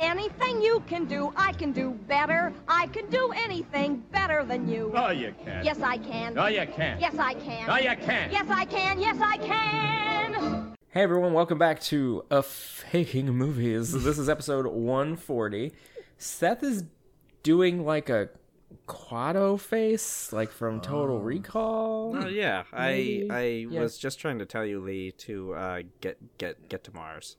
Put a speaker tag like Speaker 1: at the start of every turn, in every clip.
Speaker 1: Anything you can do, I can do better. I can do anything better than you.
Speaker 2: No, you can't.
Speaker 1: Yes, I can.
Speaker 2: No, you can't.
Speaker 1: Yes, I can.
Speaker 2: No, you can't.
Speaker 1: Yes, I can. Yes, I can.
Speaker 3: Hey everyone, welcome back to A Faking Movies. This is episode 140. Seth is doing like a Quado face, like from Total Recall.
Speaker 4: Oh yeah, I
Speaker 3: Maybe.
Speaker 4: I
Speaker 3: Yeah.
Speaker 4: was just trying to tell you, Lee, to uh, get get get to Mars.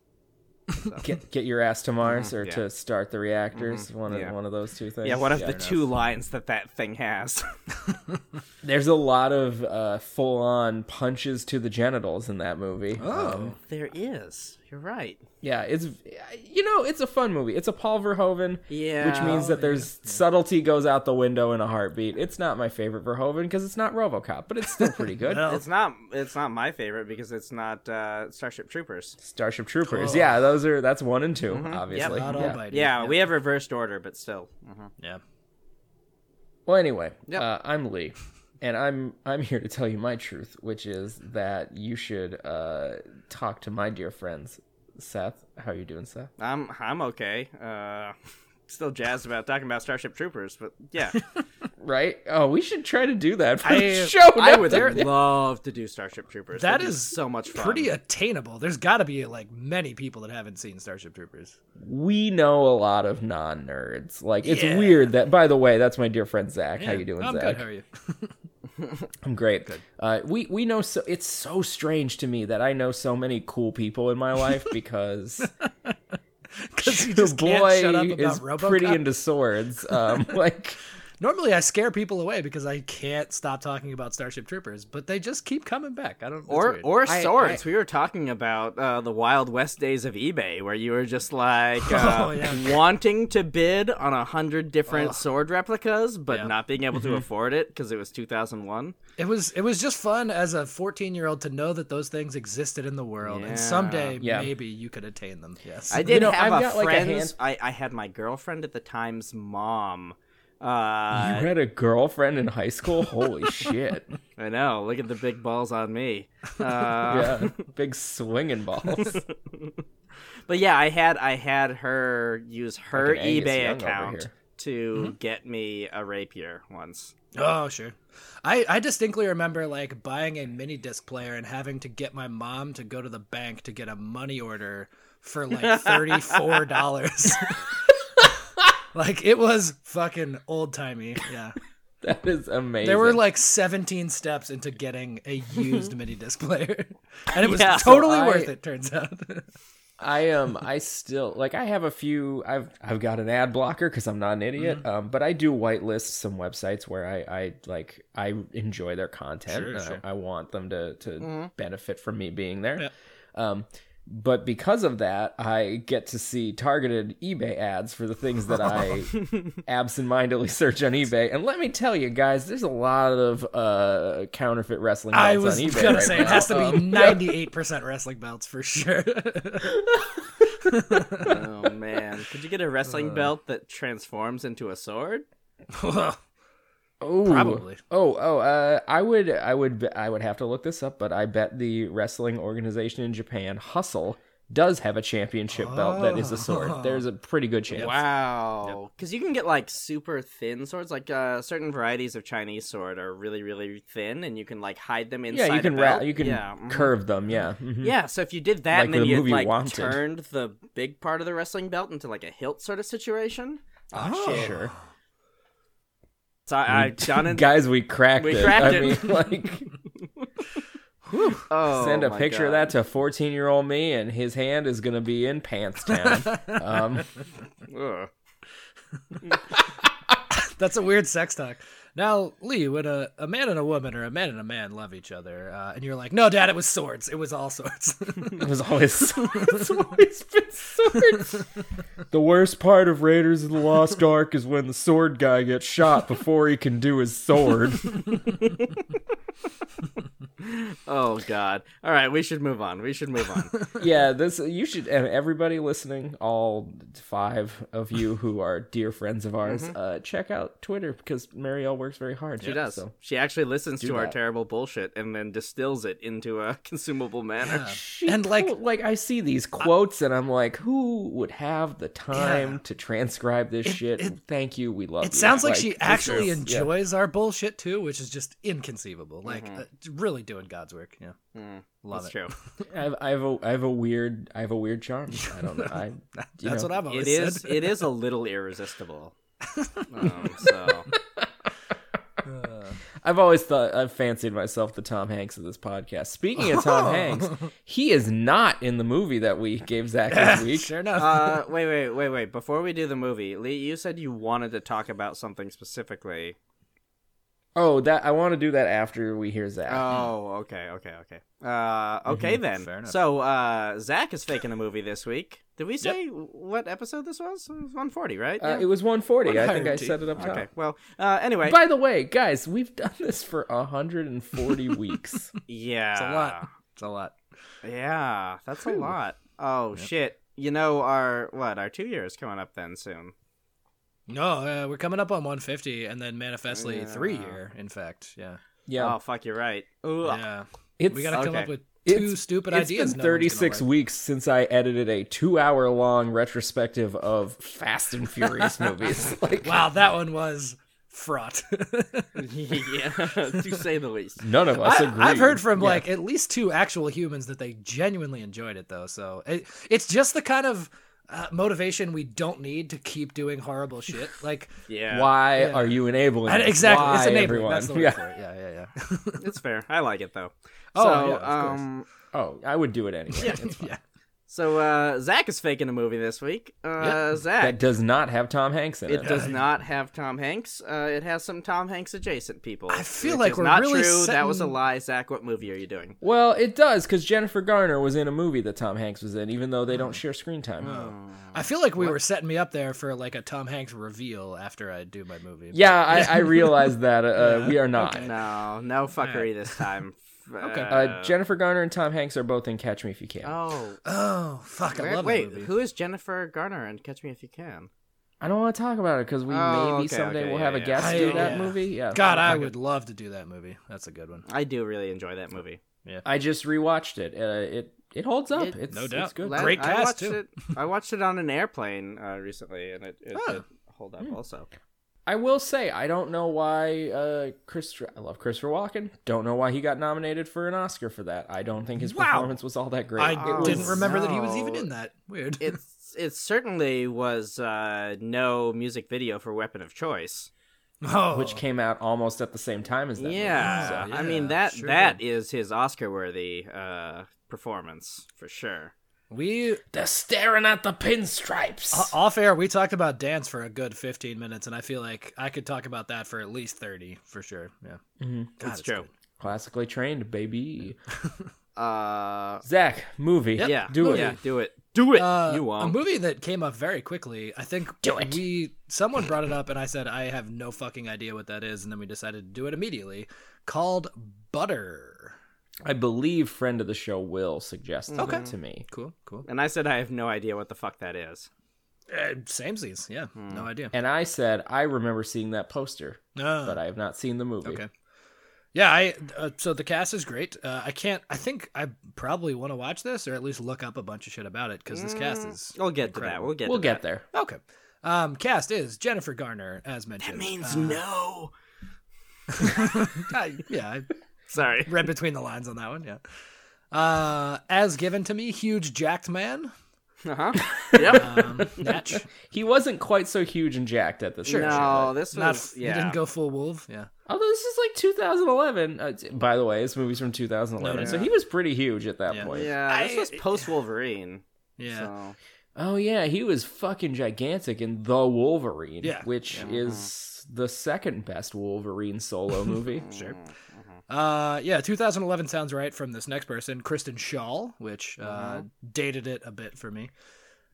Speaker 3: Get get your ass to Mars or
Speaker 4: Mm-hmm. yeah. Mm-hmm.
Speaker 3: to start the reactors. One of
Speaker 4: yeah.
Speaker 3: one of those two things.
Speaker 4: Uh, Yeah, one of the two lines that that thing has.
Speaker 3: There's a lot of uh, full on punches to the genitals in that movie.
Speaker 4: Oh.
Speaker 3: Um,
Speaker 4: there is. You're right.
Speaker 3: yeah, it's you know it's a fun movie. It's a Paul Verhoeven.
Speaker 4: Yeah.
Speaker 3: Which means that there's subtlety goes out the window in a heartbeat. It's not my favorite Verhoeven because it's not RoboCop, but it's still pretty good.
Speaker 4: It's not. It's not my favorite because it's not uh, Starship Troopers.
Speaker 3: Starship Troopers, yeah, those are that's one and 2
Speaker 4: Mm-hmm.
Speaker 3: obviously.
Speaker 5: Not all
Speaker 3: Yeah.
Speaker 5: biting.
Speaker 4: Yeah, we have reversed order, but still. Mhm.
Speaker 5: Yeah.
Speaker 3: Well, anyway,
Speaker 4: Yep.
Speaker 3: uh, I'm Lee, and I'm I'm here to tell you my truth, which is that you should uh, talk to my dear friends, Seth. How are you doing, Seth?
Speaker 4: I'm I'm okay. Uh, still jazzed about talking about Starship Troopers, but yeah,
Speaker 3: Right? Oh, we should try to do that for
Speaker 5: I-
Speaker 3: the show.
Speaker 4: I
Speaker 3: now.
Speaker 4: would love to do Starship Troopers.
Speaker 5: That
Speaker 4: That'd be
Speaker 5: is
Speaker 4: so much fun.
Speaker 5: Pretty attainable. There's got to be like many people that haven't seen Starship Troopers.
Speaker 3: we know a lot of non nerds. Like it's
Speaker 5: Yeah.
Speaker 3: weird that. By the way, that's my dear friend Zach. How
Speaker 5: Yeah.
Speaker 3: you doing,
Speaker 5: I'm
Speaker 3: Zach?
Speaker 5: good. How are you?
Speaker 3: I'm great. Uh, we we know so it's so strange to me that I know so many cool people in my life because
Speaker 5: Because you
Speaker 3: the
Speaker 5: just can't
Speaker 3: boy
Speaker 5: shut up about
Speaker 3: is
Speaker 5: RoboCop.
Speaker 3: pretty into swords. Um, like
Speaker 5: Normally, I scare people away because I can't stop talking about Starship Troopers, but they just keep coming back. I don't. it's
Speaker 4: Or
Speaker 5: weird.
Speaker 4: or
Speaker 3: I-
Speaker 4: swords. we were talking about uh, the Wild West days of eBay, where you were just like uh,
Speaker 5: Oh, yeah.
Speaker 4: wanting to bid on a hundred different sword replicas, but
Speaker 5: Yeah.
Speaker 4: not being able
Speaker 3: Mm-hmm.
Speaker 4: to afford it because it was 2001.
Speaker 5: it was it was just fun as a 14 year old to know that those things existed in the world,
Speaker 4: Yeah.
Speaker 5: and someday
Speaker 3: Yeah.
Speaker 5: maybe you could attain them. Yes.
Speaker 4: I did
Speaker 3: know,
Speaker 4: have
Speaker 3: I've
Speaker 4: a
Speaker 3: got, like, a
Speaker 4: friend's. I, I had my girlfriend at the time's mom. Uh,
Speaker 3: you had a girlfriend in high school. Holy shit!
Speaker 4: I know. Look at the big balls on me. Uh,
Speaker 3: Yeah, big swinging balls.
Speaker 4: But yeah, I had I had her use her
Speaker 3: Fucking Angus
Speaker 4: eBay
Speaker 3: Young over
Speaker 4: account
Speaker 3: here. Mm-hmm.
Speaker 4: to get me a rapier once.
Speaker 5: Oh, sure. I, I distinctly remember like buying a mini disc player and having to get my mom to go to the bank to get a money order for like $34. like it was fucking old timey. Yeah.
Speaker 3: That is amazing.
Speaker 5: There were like 17 steps into getting a used mini disc player. And it was
Speaker 4: Yeah.
Speaker 5: totally
Speaker 3: So I-
Speaker 5: worth it, turns out.
Speaker 3: I um I still like I have a few I've I've got an ad blocker because I'm not an idiot
Speaker 5: Mm-hmm.
Speaker 3: um but I do whitelist some websites where I I like I enjoy their content
Speaker 5: Sure,
Speaker 3: and I-
Speaker 5: sure. Mm-hmm.
Speaker 3: I, want them to to benefit from me being there um but because of that I get to see targeted eBay ads for the things that I absentmindedly search on eBay and let me tell you guys there's a lot of uh counterfeit wrestling
Speaker 5: I
Speaker 3: belts
Speaker 5: was
Speaker 3: on eBay
Speaker 5: going to
Speaker 3: right
Speaker 5: say
Speaker 3: now.
Speaker 5: it has to be
Speaker 3: Um,
Speaker 5: 98% wrestling belts for sure.
Speaker 4: Oh man, could you get a wrestling
Speaker 3: Uh.
Speaker 4: belt that transforms into a sword?
Speaker 3: Oh,
Speaker 5: Probably.
Speaker 3: Oh, oh, uh, I would, I would, be- I would have to look this up, but I bet the wrestling organization in Japan, Hustle, does have a championship belt that is a sword. There's a pretty good chance.
Speaker 4: Oh. Wow, because you can get like super thin swords. Like uh, certain varieties of Chinese sword are really, really thin, and you can like hide them inside.
Speaker 3: Yeah, you can,
Speaker 4: a
Speaker 3: ra-
Speaker 4: belt.
Speaker 3: you can
Speaker 4: yeah. mhm.
Speaker 3: curve them. Yeah. Mhm.
Speaker 4: Yeah, so if you did that
Speaker 3: Like
Speaker 4: and then
Speaker 3: the
Speaker 4: you
Speaker 3: movie
Speaker 4: like
Speaker 3: Wanted.
Speaker 4: turned the big part of the wrestling belt into like a hilt sort of situation.
Speaker 5: oh,
Speaker 3: Sure.
Speaker 4: So I, I've done it.
Speaker 3: Guys, we cracked
Speaker 4: uh, We
Speaker 3: it.
Speaker 4: cracked
Speaker 3: I
Speaker 4: it.
Speaker 3: mean, like,
Speaker 4: Oh,
Speaker 3: send a
Speaker 4: my
Speaker 3: picture of
Speaker 4: God.
Speaker 3: that to 14 year old me, and his hand is going to be in pants town. um,
Speaker 4: Ugh.
Speaker 5: That's a weird sex talk. Now, Lee, when a, a man and a woman or a man and a man love each other, uh, and you're like, no, Dad, it was swords. It was all swords.
Speaker 3: It was always it's always been swords. the worst part of Raiders of the Lost Ark is when the sword guy gets shot before he can do his sword.
Speaker 4: Oh God! All right, we should move on. We should move on.
Speaker 3: yeah, this you should and everybody listening, all five of you who are dear friends of ours, uh, check out Twitter because Marielle works very hard.
Speaker 4: She does. She actually listens to our
Speaker 3: that.
Speaker 4: terrible bullshit and then distills it into a consumable manner.
Speaker 3: She
Speaker 5: And, like-
Speaker 3: quote- like I see these quotes and I'm like, who would have the time
Speaker 5: Yeah.
Speaker 3: to transcribe this shit?
Speaker 5: it-
Speaker 3: Thank you, we love.
Speaker 5: it
Speaker 3: you.
Speaker 5: sounds like, she
Speaker 3: this is-
Speaker 5: actually
Speaker 3: yeah.
Speaker 5: enjoys our bullshit too, which is just inconceivable. Like,
Speaker 3: Mm-hmm.
Speaker 5: uh, really doing God's work. Yeah,
Speaker 4: Mm,
Speaker 5: love
Speaker 4: That's
Speaker 5: it.
Speaker 4: true.
Speaker 3: I have, I have a I have a weird I have a weird charm. I don't know. I, you
Speaker 5: That's
Speaker 3: know.
Speaker 5: what I've always
Speaker 4: It is.
Speaker 5: said.
Speaker 4: It is a little irresistible. Um, so
Speaker 3: I've always thought I've fancied myself the Tom Hanks of this podcast. Speaking of Tom Hanks, he is not in the movie that we gave Zach this week.
Speaker 5: Sure enough.
Speaker 4: uh, wait, wait, wait, wait. Before we do the movie, Lee, you said you wanted to talk about something specifically.
Speaker 3: Oh, that I want to do that after we hear Zach. Uh,
Speaker 4: Oh, okay, okay, okay. Uh,
Speaker 3: Mm-hmm.
Speaker 4: okay then.
Speaker 5: fair enough.
Speaker 4: So uh, Zach is faking a movie this week. Did we say what episode this was? It was 140, right?
Speaker 3: Uh,
Speaker 4: Yeah.
Speaker 3: It was 140. I think I
Speaker 5: 140.
Speaker 3: set it up top.
Speaker 4: okay. Well, uh, anyway.
Speaker 3: By the way, guys, we've done this for 140 weeks.
Speaker 4: yeah,
Speaker 5: it's a lot. It's a lot.
Speaker 4: Yeah, that's a lot. Oh shit! You know our what? Our two years coming up then soon.
Speaker 5: No, uh, we're coming up on 150, and then manifestly three year. In fact, yeah,
Speaker 3: Yeah,
Speaker 4: Oh fuck, you're right. Ooh,
Speaker 5: yeah.
Speaker 3: it's
Speaker 5: we gotta come
Speaker 4: okay.
Speaker 5: up with two
Speaker 3: It's-
Speaker 5: stupid
Speaker 3: it's
Speaker 5: ideas.
Speaker 3: been
Speaker 5: no one's gonna
Speaker 3: 36
Speaker 5: like.
Speaker 3: weeks since I edited a two-hour-long retrospective of Fast and Furious movies. Like,
Speaker 5: Wow, that one was fraught.
Speaker 4: yeah, to say the least.
Speaker 3: none of us agree.
Speaker 5: I, have heard from like at least two actual humans that they genuinely enjoyed it though. So it, it's just the kind of uh, motivation we don't need to keep doing horrible shit. Like
Speaker 4: Yeah,
Speaker 3: Why
Speaker 5: Yeah.
Speaker 3: are you enabling?
Speaker 5: and
Speaker 3: us?
Speaker 5: exactly, it's
Speaker 3: Why,
Speaker 5: enabling.
Speaker 3: everyone?
Speaker 5: That's the word
Speaker 3: yeah.
Speaker 5: for it. Yeah, yeah, yeah.
Speaker 4: it's fair. I like it though.
Speaker 5: Oh,
Speaker 4: so,
Speaker 5: yeah, of course.
Speaker 4: um,
Speaker 3: Oh, I would do it anyway. It's-
Speaker 4: so uh, Zach is faking a movie this week. Uh, Zach,
Speaker 3: That does not have Tom Hanks in it.
Speaker 4: it does not have Tom Hanks. Uh, it has some Tom Hanks adjacent people. I
Speaker 5: feel like we're
Speaker 4: not
Speaker 5: really
Speaker 4: true. That was a
Speaker 5: setting-
Speaker 4: lie, Zach. What movie are you doing?
Speaker 3: Well, it does because Jennifer Garner was in a movie that Tom Hanks was in, even though they don't share screen time.
Speaker 4: Oh.
Speaker 5: I feel like we were setting me up there for like a Tom Hanks reveal after I do my movie.
Speaker 3: Yeah, I, I realize that uh, we are not.
Speaker 4: No, no fuckery this time. okay.
Speaker 3: Uh, Jennifer Garner and Tom Hanks are both in Catch Me If You Can.
Speaker 4: oh,
Speaker 5: Oh fuck! I
Speaker 4: Where-
Speaker 5: love
Speaker 4: wait,
Speaker 5: that movie.
Speaker 4: who is Jennifer Garner and Catch Me If You Can?
Speaker 3: I don't want to talk about it because we
Speaker 4: Oh,
Speaker 3: maybe
Speaker 4: okay,
Speaker 3: someday
Speaker 4: okay,
Speaker 3: we'll
Speaker 4: yeah,
Speaker 3: have a
Speaker 4: yeah.
Speaker 3: guest
Speaker 5: I-
Speaker 3: do that
Speaker 5: yeah.
Speaker 3: movie. Yeah.
Speaker 5: God, I would love to do that movie. That's a good one.
Speaker 4: I do really enjoy that movie.
Speaker 3: I just rewatched it. Uh, it it holds up.
Speaker 4: It-
Speaker 3: it's
Speaker 5: no
Speaker 3: it's
Speaker 5: doubt.
Speaker 3: good.
Speaker 5: Great
Speaker 4: I
Speaker 5: cast,
Speaker 4: watched
Speaker 5: too.
Speaker 4: It, I watched it on an airplane uh, recently, and it, it
Speaker 5: Oh.
Speaker 4: did hold up also.
Speaker 3: I will say I don't know why uh, Chris. I love Christopher Walken. Don't know why he got nominated for an Oscar for that. I don't think his
Speaker 5: Wow.
Speaker 3: performance was all that great.
Speaker 5: I
Speaker 3: It
Speaker 5: didn't
Speaker 3: was-
Speaker 5: remember that he was even
Speaker 4: no.
Speaker 5: in that. Weird.
Speaker 4: It's it certainly was uh, no music video for Weapon of Choice.
Speaker 5: oh,
Speaker 3: which came out almost at the same time as that. movie.
Speaker 4: Yeah,
Speaker 5: so-
Speaker 4: I mean
Speaker 5: Yeah,
Speaker 4: that
Speaker 5: sure
Speaker 4: that is his Oscar worthy uh, performance for sure.
Speaker 5: we
Speaker 3: They're staring at the pinstripes.
Speaker 5: O- Off air, we talked about dance for a good 15 minutes, and I feel like I could talk about that for at least 30 for sure. Yeah.
Speaker 4: That's true.
Speaker 3: Mm-hmm. Classically trained, baby.
Speaker 4: Uh,
Speaker 3: Zach, movie.
Speaker 4: yeah,
Speaker 3: do it.
Speaker 4: Yeah, do it. Do it.
Speaker 5: Uh,
Speaker 4: you won't.
Speaker 5: A movie that came up very quickly. I think do
Speaker 3: it.
Speaker 5: we someone brought it up, and I said I have no fucking idea what that is, and then we decided to do it immediately. Called Butter.
Speaker 3: I believe friend of the show Will suggested it to me.
Speaker 5: Cool, cool.
Speaker 4: And I said I have no idea what the fuck that is.
Speaker 5: Uh, Samesies, yeah. No idea.
Speaker 3: And I said, I remember seeing that poster,
Speaker 5: Uh,
Speaker 3: but I have not seen the movie.
Speaker 5: Okay. Yeah, I uh, so the cast is great. Uh, I can't. I think I probably want to watch this or at least look up a bunch of shit about it because this
Speaker 4: Mm.
Speaker 5: cast is
Speaker 4: We'll get to that.
Speaker 5: Incredible.
Speaker 4: We'll get
Speaker 3: We'll
Speaker 4: to
Speaker 3: get there.
Speaker 5: Okay. Um, cast is Jennifer Garner, as mentioned.
Speaker 4: That means
Speaker 5: Uh,
Speaker 4: no.
Speaker 5: I- yeah, I
Speaker 4: Sorry.
Speaker 5: read between the lines on that one. Yeah. Uh, as given to me, huge jacked man.
Speaker 4: Uh-huh. Yep.
Speaker 5: Um, Natch.
Speaker 3: He wasn't quite so huge and jacked at this.
Speaker 5: Sure,
Speaker 3: time,
Speaker 4: no,
Speaker 3: but-
Speaker 4: this
Speaker 5: Not.
Speaker 4: was
Speaker 5: He
Speaker 4: yeah.
Speaker 5: didn't go full wolf. Yeah.
Speaker 3: Although this is like 2011. Uh, t- by the way, this movie's from 2011,
Speaker 5: No, no,
Speaker 3: so
Speaker 5: no.
Speaker 3: he was pretty huge at that
Speaker 5: Yeah.
Speaker 3: point.
Speaker 4: yeah, this
Speaker 5: I-
Speaker 4: was post Wolverine.
Speaker 5: Yeah.
Speaker 4: So.
Speaker 3: Oh yeah, he was fucking gigantic in The Wolverine,
Speaker 5: Yeah.
Speaker 3: which is That's the second best Wolverine solo movie.
Speaker 5: Sure. Uh, yeah, 2011 sounds right from this next person, Kristen Shaw, which uh,
Speaker 4: Mm-hmm.
Speaker 5: dated it a bit for me.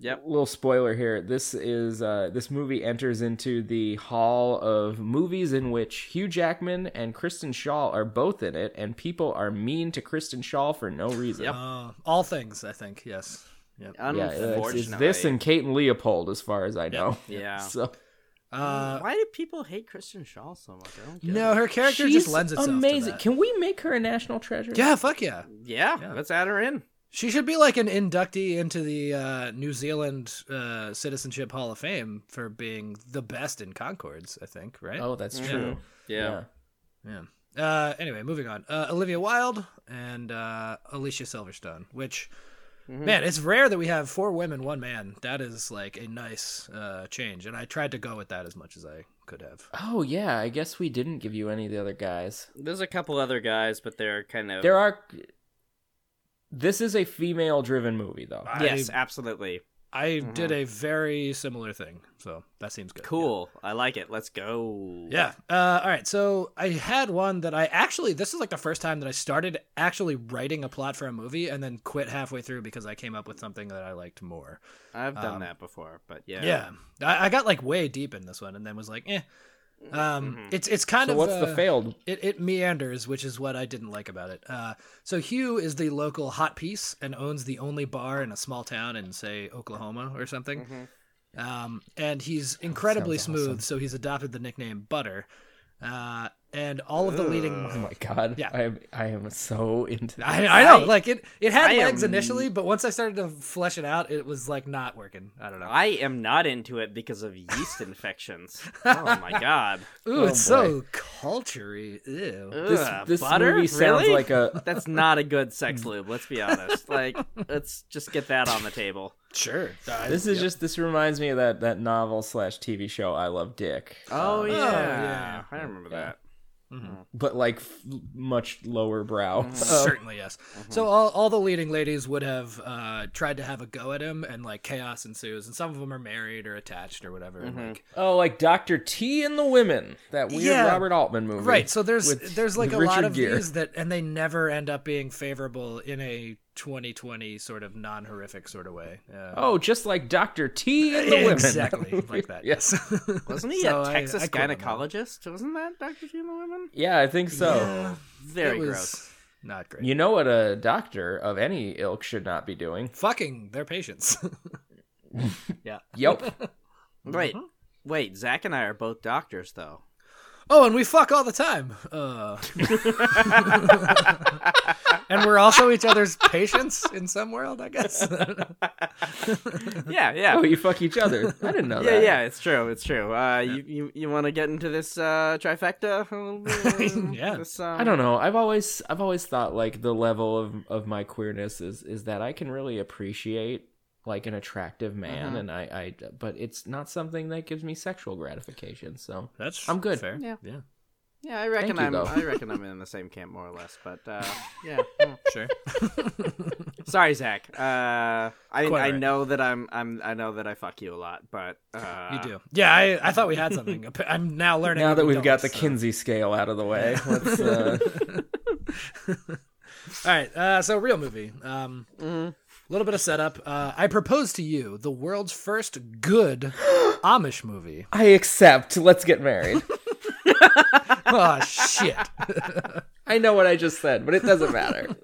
Speaker 4: Yep.
Speaker 3: Little spoiler here. This is uh, this movie enters into the hall of movies in which Hugh Jackman and Kristen Shaw are both in it, and people are mean to Kristen Shaw for no reason.
Speaker 5: Uh, all things, I think. Yes. Yep.
Speaker 3: Yeah,
Speaker 4: Unfortunately.
Speaker 3: it's, it's this and Kate and Leopold, as far as I know.
Speaker 4: yeah.
Speaker 3: So oh
Speaker 5: Uh,
Speaker 4: Why do people hate Christian Shaw so much? I don't get
Speaker 5: no,
Speaker 4: it.
Speaker 5: her character
Speaker 3: she's
Speaker 5: just lends itself
Speaker 3: amazing.
Speaker 5: to that.
Speaker 3: Can we make her a national treasure?
Speaker 5: Yeah, fuck yeah.
Speaker 4: Yeah, let's add her in.
Speaker 5: She should be like an inductee into the uh, New Zealand uh, Citizenship Hall of Fame for being the best in Concords, I think, right?
Speaker 3: Oh, that's true.
Speaker 4: Yeah.
Speaker 5: Yeah. Uh, anyway, moving on. Uh, Olivia Wilde and uh, Alicia Silverstone, which,
Speaker 3: Mm-hmm.
Speaker 5: man, it's rare that we have four women, one man. That is like a nice uh, change. And I tried to go with that as much as I could have.
Speaker 3: Oh yeah, I guess we didn't give you any of the other guys.
Speaker 4: There's a couple other guys, but they're kind of
Speaker 3: There are. This is a female-driven movie, though.
Speaker 5: I-
Speaker 4: yes, absolutely
Speaker 5: I
Speaker 3: Mm-hmm.
Speaker 5: did a very similar thing. So that seems good.
Speaker 4: cool. I like it. Let's go.
Speaker 5: Yeah. Uh, all right. So I had one that I actually, this is like the first time that I started actually writing a plot for a movie and then quit halfway through because I came up with something that I liked more.
Speaker 4: I've done that before, but Um, yeah,
Speaker 5: Yeah. I, I got like way deep in this one and then was like, eh. Um, It's it's kind
Speaker 3: Mm-hmm. So
Speaker 5: of
Speaker 3: what's
Speaker 5: uh,
Speaker 3: the failed?
Speaker 5: It, it meanders, which is what I didn't like about it. Uh, so Hugh is the local hot piece and owns the only bar in a small town in, say, Oklahoma or something.
Speaker 4: Mm-hmm.
Speaker 5: Um, and he's incredibly
Speaker 3: sounds
Speaker 5: smooth, so he's adopted the nickname Butter. Uh, and all of the
Speaker 3: Oh
Speaker 5: leading.
Speaker 3: my god!
Speaker 5: Yeah.
Speaker 3: I am. I am so into.
Speaker 5: I, I know,
Speaker 4: I-
Speaker 5: like it. It had
Speaker 4: I
Speaker 5: legs
Speaker 4: am-
Speaker 5: initially, but once I started to flesh it out, it was like not working. I don't know.
Speaker 4: I am not into it because of yeast infections. oh my god.
Speaker 5: Ooh,
Speaker 3: Oh,
Speaker 5: it's so culturey. Ew.
Speaker 3: This,
Speaker 4: Ugh,
Speaker 3: this
Speaker 4: butter?
Speaker 3: movie sounds
Speaker 4: Really?
Speaker 3: like a.
Speaker 4: That's not a good
Speaker 5: Mm.
Speaker 4: sex lube. Let's be honest. Like, let's just get that on the table.
Speaker 5: Sure.
Speaker 3: This is just. This reminds me of that that novel slash TV show I Love Dick.
Speaker 4: Oh yeah,
Speaker 5: yeah.
Speaker 4: I remember
Speaker 3: Yeah.
Speaker 4: that.
Speaker 3: but like f- much lower brow. Uh,
Speaker 5: Certainly, yes. So all, all the leading ladies would have uh, tried to have a go at him, and like chaos ensues. And some of them are married or attached or whatever. and, like-
Speaker 3: oh, like Doctor T and the Women, that weird
Speaker 5: Yeah.
Speaker 3: Robert Altman movie.
Speaker 5: right. So there's
Speaker 3: with
Speaker 5: there's like a lot
Speaker 3: Richard
Speaker 5: of
Speaker 3: Gere.
Speaker 5: these that, and they never end up being favorable in a 2020 sort of non horrific sort of way. Uh,
Speaker 3: Oh, just like Doctor T and the Women.
Speaker 5: exactly like that. Yes.
Speaker 4: Wasn't he
Speaker 5: So
Speaker 4: a
Speaker 5: I-
Speaker 4: Texas
Speaker 5: I quit on that.
Speaker 4: gynecologist? Wasn't that Dr. Jean the Women?
Speaker 3: Yeah, I think so.
Speaker 4: Very
Speaker 5: It was
Speaker 4: gross.
Speaker 5: Not great.
Speaker 3: You know what a doctor of any ilk should not be doing?
Speaker 5: Fucking their patients. yeah.
Speaker 3: Yep.
Speaker 5: uh-huh.
Speaker 4: Wait, wait. Zach and I are both doctors, though.
Speaker 5: Oh, and we fuck all the time. Uh. and we're also each other's patients in some world, I guess.
Speaker 4: Yeah, yeah.
Speaker 3: oh, you fuck each other. I didn't know
Speaker 4: yeah,
Speaker 3: that.
Speaker 4: yeah, it's true. It's true. Uh, you you, you want to get into this uh, trifecta? a little bit?
Speaker 5: Yeah.
Speaker 4: This, um,
Speaker 3: I don't know. I've always I've always thought like the level of of my queerness is is that I can really appreciate like an attractive man
Speaker 5: Uh-huh.
Speaker 3: and I I but it's not something that gives me sexual gratification. So
Speaker 5: That's
Speaker 3: I'm good.
Speaker 5: Fair.
Speaker 4: Yeah.
Speaker 5: yeah.
Speaker 4: Yeah, I reckon
Speaker 3: Thank you,
Speaker 4: I'm.
Speaker 3: though.
Speaker 4: I reckon I'm in the same camp more or less. But uh, yeah. Mm.
Speaker 5: Sure.
Speaker 4: Sorry, Zach. Uh, I I
Speaker 5: Quite alright.
Speaker 4: know that I'm I'm I know that I fuck you a lot, but uh,
Speaker 5: You do. Yeah, I, I thought we had something. Appa- I'm now learning.
Speaker 3: Now that we've
Speaker 5: don't,
Speaker 3: got the
Speaker 5: so.
Speaker 3: Kinsey scale out of the way, let's uh,
Speaker 5: All right. Uh, so, real movie. Um, a little bit of setup. Uh, I propose to you the world's first good Amish movie.
Speaker 3: I accept. Let's get married.
Speaker 5: Oh, shit.
Speaker 3: I know what I just said, but it doesn't matter.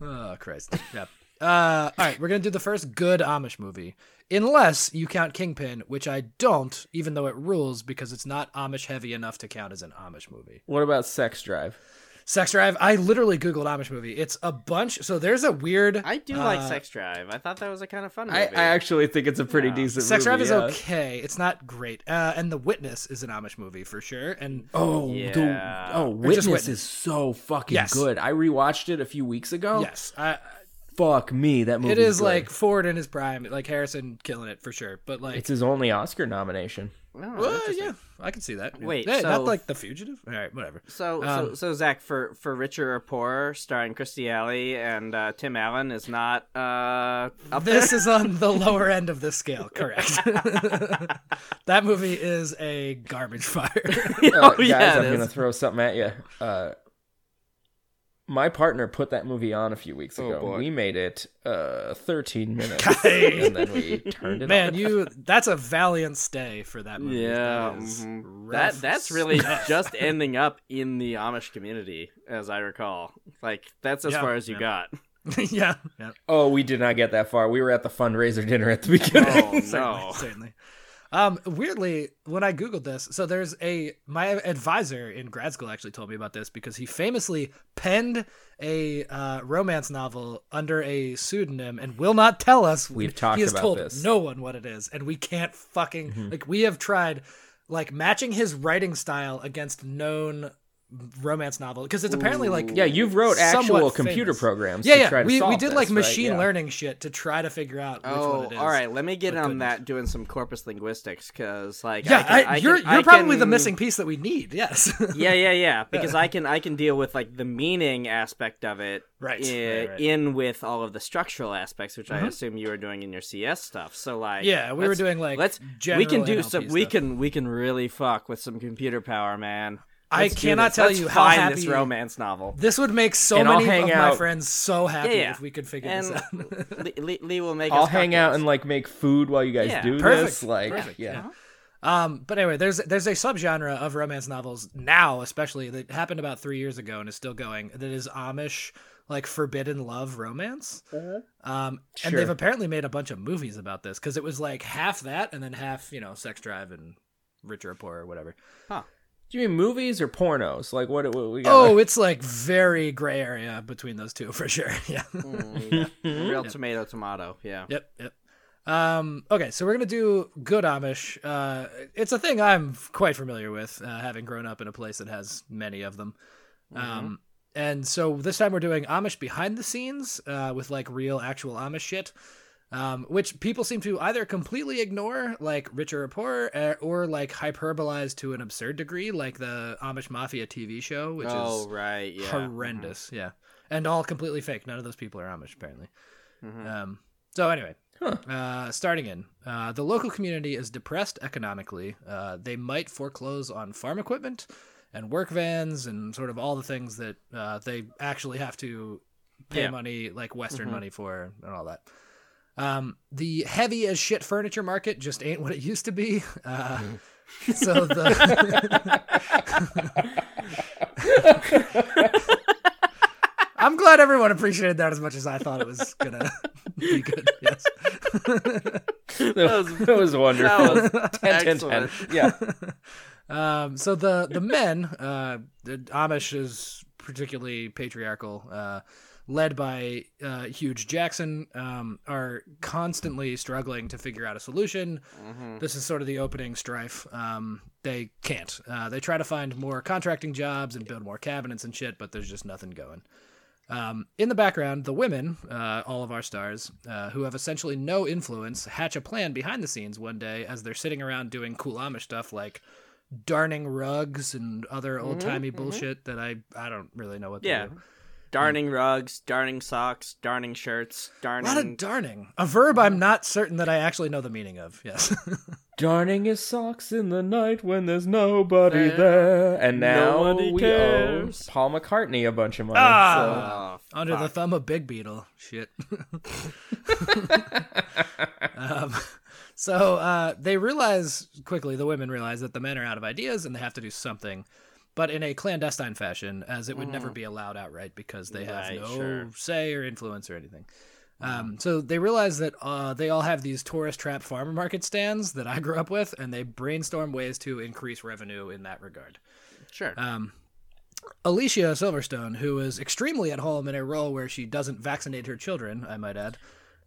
Speaker 5: Oh Christ. Yep. Uh, all right, we're gonna do the first good Amish movie, unless you count Kingpin, which I don't, even though it rules because it's not Amish heavy enough to count as an Amish movie.
Speaker 3: What about sex drive?
Speaker 5: Sex Drive. I literally googled Amish movie. It's a bunch. So there's a weird.
Speaker 4: I do
Speaker 5: Uh,
Speaker 4: like Sex Drive. I thought that was a kind of fun movie.
Speaker 3: I, I actually think it's a pretty decent.
Speaker 5: Sex Drive
Speaker 3: movie,
Speaker 5: is
Speaker 3: yeah.
Speaker 5: okay. It's not great. Uh, and The Witness is an Amish movie for sure. And
Speaker 3: Oh,
Speaker 4: Yeah.
Speaker 3: the, oh,
Speaker 5: Or just
Speaker 3: Witness,
Speaker 5: Witness.
Speaker 3: is so fucking
Speaker 5: Yes.
Speaker 3: good. I rewatched it a few weeks ago.
Speaker 5: yes, I,
Speaker 3: Fuck me, that movie.
Speaker 5: it is
Speaker 3: good.
Speaker 5: like Ford in his prime, like Harrison killing it for sure. But like,
Speaker 3: it's his only Oscar nomination.
Speaker 4: Oh,
Speaker 5: well,
Speaker 4: interesting.
Speaker 5: yeah, I can see that. Yeah.
Speaker 4: Wait,
Speaker 5: yeah,
Speaker 4: so-
Speaker 5: not like the fugitive. All right, whatever.
Speaker 4: So, so,
Speaker 5: Um,
Speaker 4: so Zach, for for richer or poorer, starring Christy Alley and uh, Tim Allen is not uh, up
Speaker 5: This
Speaker 4: there.
Speaker 5: is on the lower end of the scale, correct? that movie is a garbage fire.
Speaker 2: Uh,
Speaker 4: oh
Speaker 2: guys,
Speaker 4: yeah,
Speaker 2: I'm
Speaker 4: it
Speaker 2: gonna
Speaker 4: is.
Speaker 2: throw something at you. Uh, my partner put that movie on a few weeks
Speaker 4: Oh,
Speaker 2: ago.
Speaker 4: boy.
Speaker 2: We made it uh, 13 minutes,
Speaker 5: Hey.
Speaker 2: and then we turned it.
Speaker 5: Man,
Speaker 2: off.
Speaker 5: you that's a valiant stay for that movie.
Speaker 4: yeah,
Speaker 5: That is
Speaker 4: mhm.
Speaker 5: rough
Speaker 4: that that's really
Speaker 5: stuff.
Speaker 4: just ending up in the Amish community, as I recall. Like that's as
Speaker 5: Yeah,
Speaker 4: far as you
Speaker 5: yeah.
Speaker 4: got.
Speaker 5: yeah, yeah.
Speaker 2: Oh, we did not get that far. We were at the fundraiser dinner at the beginning.
Speaker 4: Oh
Speaker 5: certainly,
Speaker 4: no!
Speaker 5: certainly. Um, weirdly, when I googled this, so there's a my advisor in grad school actually told me about this because he famously penned a uh, romance novel under a pseudonym and will not tell us.
Speaker 2: We've talked
Speaker 5: He has
Speaker 2: about
Speaker 5: told
Speaker 2: this. Mm-hmm.
Speaker 5: no one what it is, and we can't fucking like we have tried like matching his writing style against known romance novel because it's apparently like
Speaker 2: Yeah, you've wrote actual
Speaker 5: Somewhat
Speaker 2: computer
Speaker 5: famous.
Speaker 2: programs.
Speaker 5: yeah,
Speaker 2: to
Speaker 5: yeah.
Speaker 2: try to
Speaker 5: we, we
Speaker 2: solve
Speaker 5: did
Speaker 2: this,
Speaker 5: like
Speaker 2: right?
Speaker 5: machine
Speaker 2: Yeah.
Speaker 5: learning shit to try to figure out which one
Speaker 4: Oh,
Speaker 5: it is.
Speaker 4: all right. Let me get
Speaker 5: But
Speaker 4: on
Speaker 5: goodness.
Speaker 4: that doing some corpus linguistics because, like,
Speaker 5: Yeah,
Speaker 4: I can,
Speaker 5: I-
Speaker 4: I
Speaker 5: you're
Speaker 4: can-
Speaker 5: you're
Speaker 4: I
Speaker 5: probably the
Speaker 4: can-
Speaker 5: missing piece that we need. Yes.
Speaker 4: yeah, yeah, yeah. Because I can I can deal with like the meaning aspect of it,
Speaker 5: Right,
Speaker 4: i-
Speaker 5: right, right.
Speaker 4: In with all of the structural aspects, which I assume you were doing in your CS stuff. So like,
Speaker 5: Yeah, we were
Speaker 4: let's-
Speaker 5: doing, like,
Speaker 4: let's we
Speaker 5: general
Speaker 4: can do
Speaker 5: NLP
Speaker 4: some we
Speaker 5: stuff.
Speaker 4: can we can really fuck with some computer power, man.
Speaker 5: I
Speaker 4: Let's do
Speaker 5: cannot
Speaker 4: this.
Speaker 5: tell
Speaker 4: Let's
Speaker 5: you how
Speaker 4: find
Speaker 5: happy-
Speaker 4: this romance novel.
Speaker 5: this would make so
Speaker 2: And I'll
Speaker 5: many
Speaker 2: hang
Speaker 5: of my
Speaker 2: out-
Speaker 5: friends so happy
Speaker 4: Yeah, yeah.
Speaker 5: if we could figure
Speaker 4: And
Speaker 5: this out.
Speaker 4: Lee, Lee, Lee will make.
Speaker 2: I'll
Speaker 4: us
Speaker 2: hang out and
Speaker 4: cocktails.
Speaker 2: like make food while you guys
Speaker 4: Yeah.
Speaker 2: do
Speaker 5: Perfect.
Speaker 2: this. Like,
Speaker 5: Perfect,
Speaker 2: yeah.
Speaker 5: Um, but anyway, there's there's a subgenre of romance novels now, especially that happened about three years ago and is still going. That is Amish like forbidden love romance.
Speaker 4: Uh-huh.
Speaker 5: Um, and
Speaker 2: Sure.
Speaker 5: they've apparently made a bunch of movies about this because it was like half that and then half you know sex drive and richer or poor or whatever.
Speaker 2: Do you mean movies or pornos? Like, what? what we got
Speaker 5: Oh, it's like very gray area between those two for sure. Yeah.
Speaker 4: Mm, yeah. Real tomato, tomato. Yeah.
Speaker 5: Yep, yep. Um, okay, so we're gonna do good Amish. Uh, it's a thing I'm quite familiar with, uh, having grown up in a place that has many of them.
Speaker 4: Mm-hmm.
Speaker 5: Um, and so this time we're doing Amish behind the scenes uh, with like real, actual Amish shit, um, which people seem to either completely ignore, like richer or poorer, uh, or like hyperbolize to an absurd degree, like the Amish Mafia TV show, which
Speaker 4: oh
Speaker 5: is
Speaker 4: right. Yeah.
Speaker 5: horrendous. Yeah, and all completely fake. None of those people are Amish, apparently.
Speaker 4: Mhm.
Speaker 5: Um, so anyway,
Speaker 2: Huh.
Speaker 5: uh, starting in, uh, the local community is depressed economically. Uh, they might foreclose on farm equipment and work vans and sort of all the things that uh, they actually have to pay
Speaker 4: Yeah.
Speaker 5: money, like Western
Speaker 4: Mhm.
Speaker 5: money for, and all that. Um, the heavy as shit furniture market just ain't what it used to be. Uh, so the. I'm glad everyone appreciated that as much as I thought it was gonna be good. Yes.
Speaker 2: that, was, that was wonderful.
Speaker 4: That was
Speaker 2: 10, 10, 10.
Speaker 4: excellent.
Speaker 2: Yeah.
Speaker 5: Um, so the the men, uh, the Amish is particularly patriarchal, uh, led by uh, Huge Jackson, um, are constantly struggling to figure out a solution. Mm. This is sort of the opening strife. Um, they can't. Uh, they try to find more contracting jobs and build more cabinets and shit, but there's just nothing going. Um, in the background, the women, uh, all of our stars, uh, who have essentially no influence, hatch a plan behind the scenes one day as they're sitting around doing cool Amish stuff like darning rugs and other old timey bullshit that I I don't really know what. They
Speaker 4: Mm-hmm, Yeah.
Speaker 5: do.
Speaker 4: Darning rugs, darning socks, darning shirts,
Speaker 5: a
Speaker 4: darning.
Speaker 5: lot of darning, a verb I'm
Speaker 4: Mm-hmm.
Speaker 5: not certain that I actually know the meaning of. Yes,
Speaker 2: Darning his socks in the night when there's nobody there. And now
Speaker 4: Nobody
Speaker 2: we
Speaker 4: cares.
Speaker 2: owe Paul McCartney a bunch of money.
Speaker 5: Ah.
Speaker 4: Oh,
Speaker 5: under the
Speaker 4: fuck.
Speaker 5: thumb of Big Beetle. Shit. um, so uh, they realize quickly, the women realize that the men are out of ideas and they have to do something, but in a clandestine fashion, as it would never be allowed outright because they have
Speaker 4: Mm. Right,
Speaker 5: no
Speaker 4: sure. Mm.
Speaker 5: say or influence or anything. Um, so they realize that uh, they all have these tourist trap farmer market stands that I grew up with, and they brainstorm ways to increase revenue in that regard.
Speaker 4: sure.
Speaker 5: Um, Alicia Silverstone, who is extremely at home in a role where she doesn't vaccinate her children, I might add.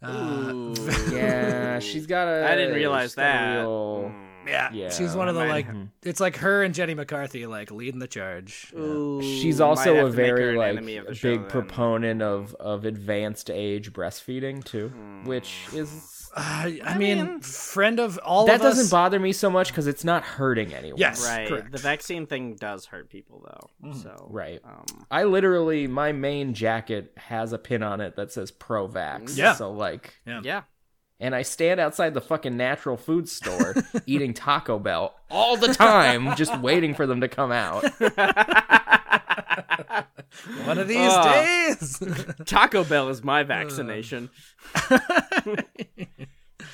Speaker 5: Uh,
Speaker 4: Ooh.
Speaker 2: Yeah, she's got a.
Speaker 4: I didn't realize
Speaker 2: she's got a
Speaker 4: that. Mm.
Speaker 2: real-
Speaker 5: yeah,
Speaker 2: Yeah.
Speaker 5: she's one of the
Speaker 4: Might-
Speaker 5: like. It's like her and Jenny McCarthy like leading the charge.
Speaker 4: Ooh,
Speaker 2: She's
Speaker 4: might
Speaker 2: also
Speaker 4: have
Speaker 2: a
Speaker 4: to make her
Speaker 2: very
Speaker 4: an
Speaker 2: like
Speaker 4: enemy of the
Speaker 2: big
Speaker 4: show then. Mm.
Speaker 2: proponent of of advanced age breastfeeding too, which is
Speaker 5: Uh, I, I mean, friend of all
Speaker 3: that
Speaker 5: of
Speaker 3: doesn't
Speaker 5: us.
Speaker 3: bother me so much because it's not hurting anyone.
Speaker 5: yes,
Speaker 4: Right.
Speaker 5: correct. Mm,
Speaker 4: The vaccine thing does hurt people though. So
Speaker 3: Right.
Speaker 4: Um,
Speaker 3: I literally, my main jacket has a pin on it that says pro vax.
Speaker 5: Yeah.
Speaker 3: So, like,
Speaker 4: yeah.
Speaker 3: and I stand outside the fucking natural food store eating Taco Bell all the time, just waiting for them to come out.
Speaker 5: One of these
Speaker 4: Ah.
Speaker 5: days.
Speaker 4: Taco Bell is
Speaker 5: Uh,
Speaker 4: my vaccination.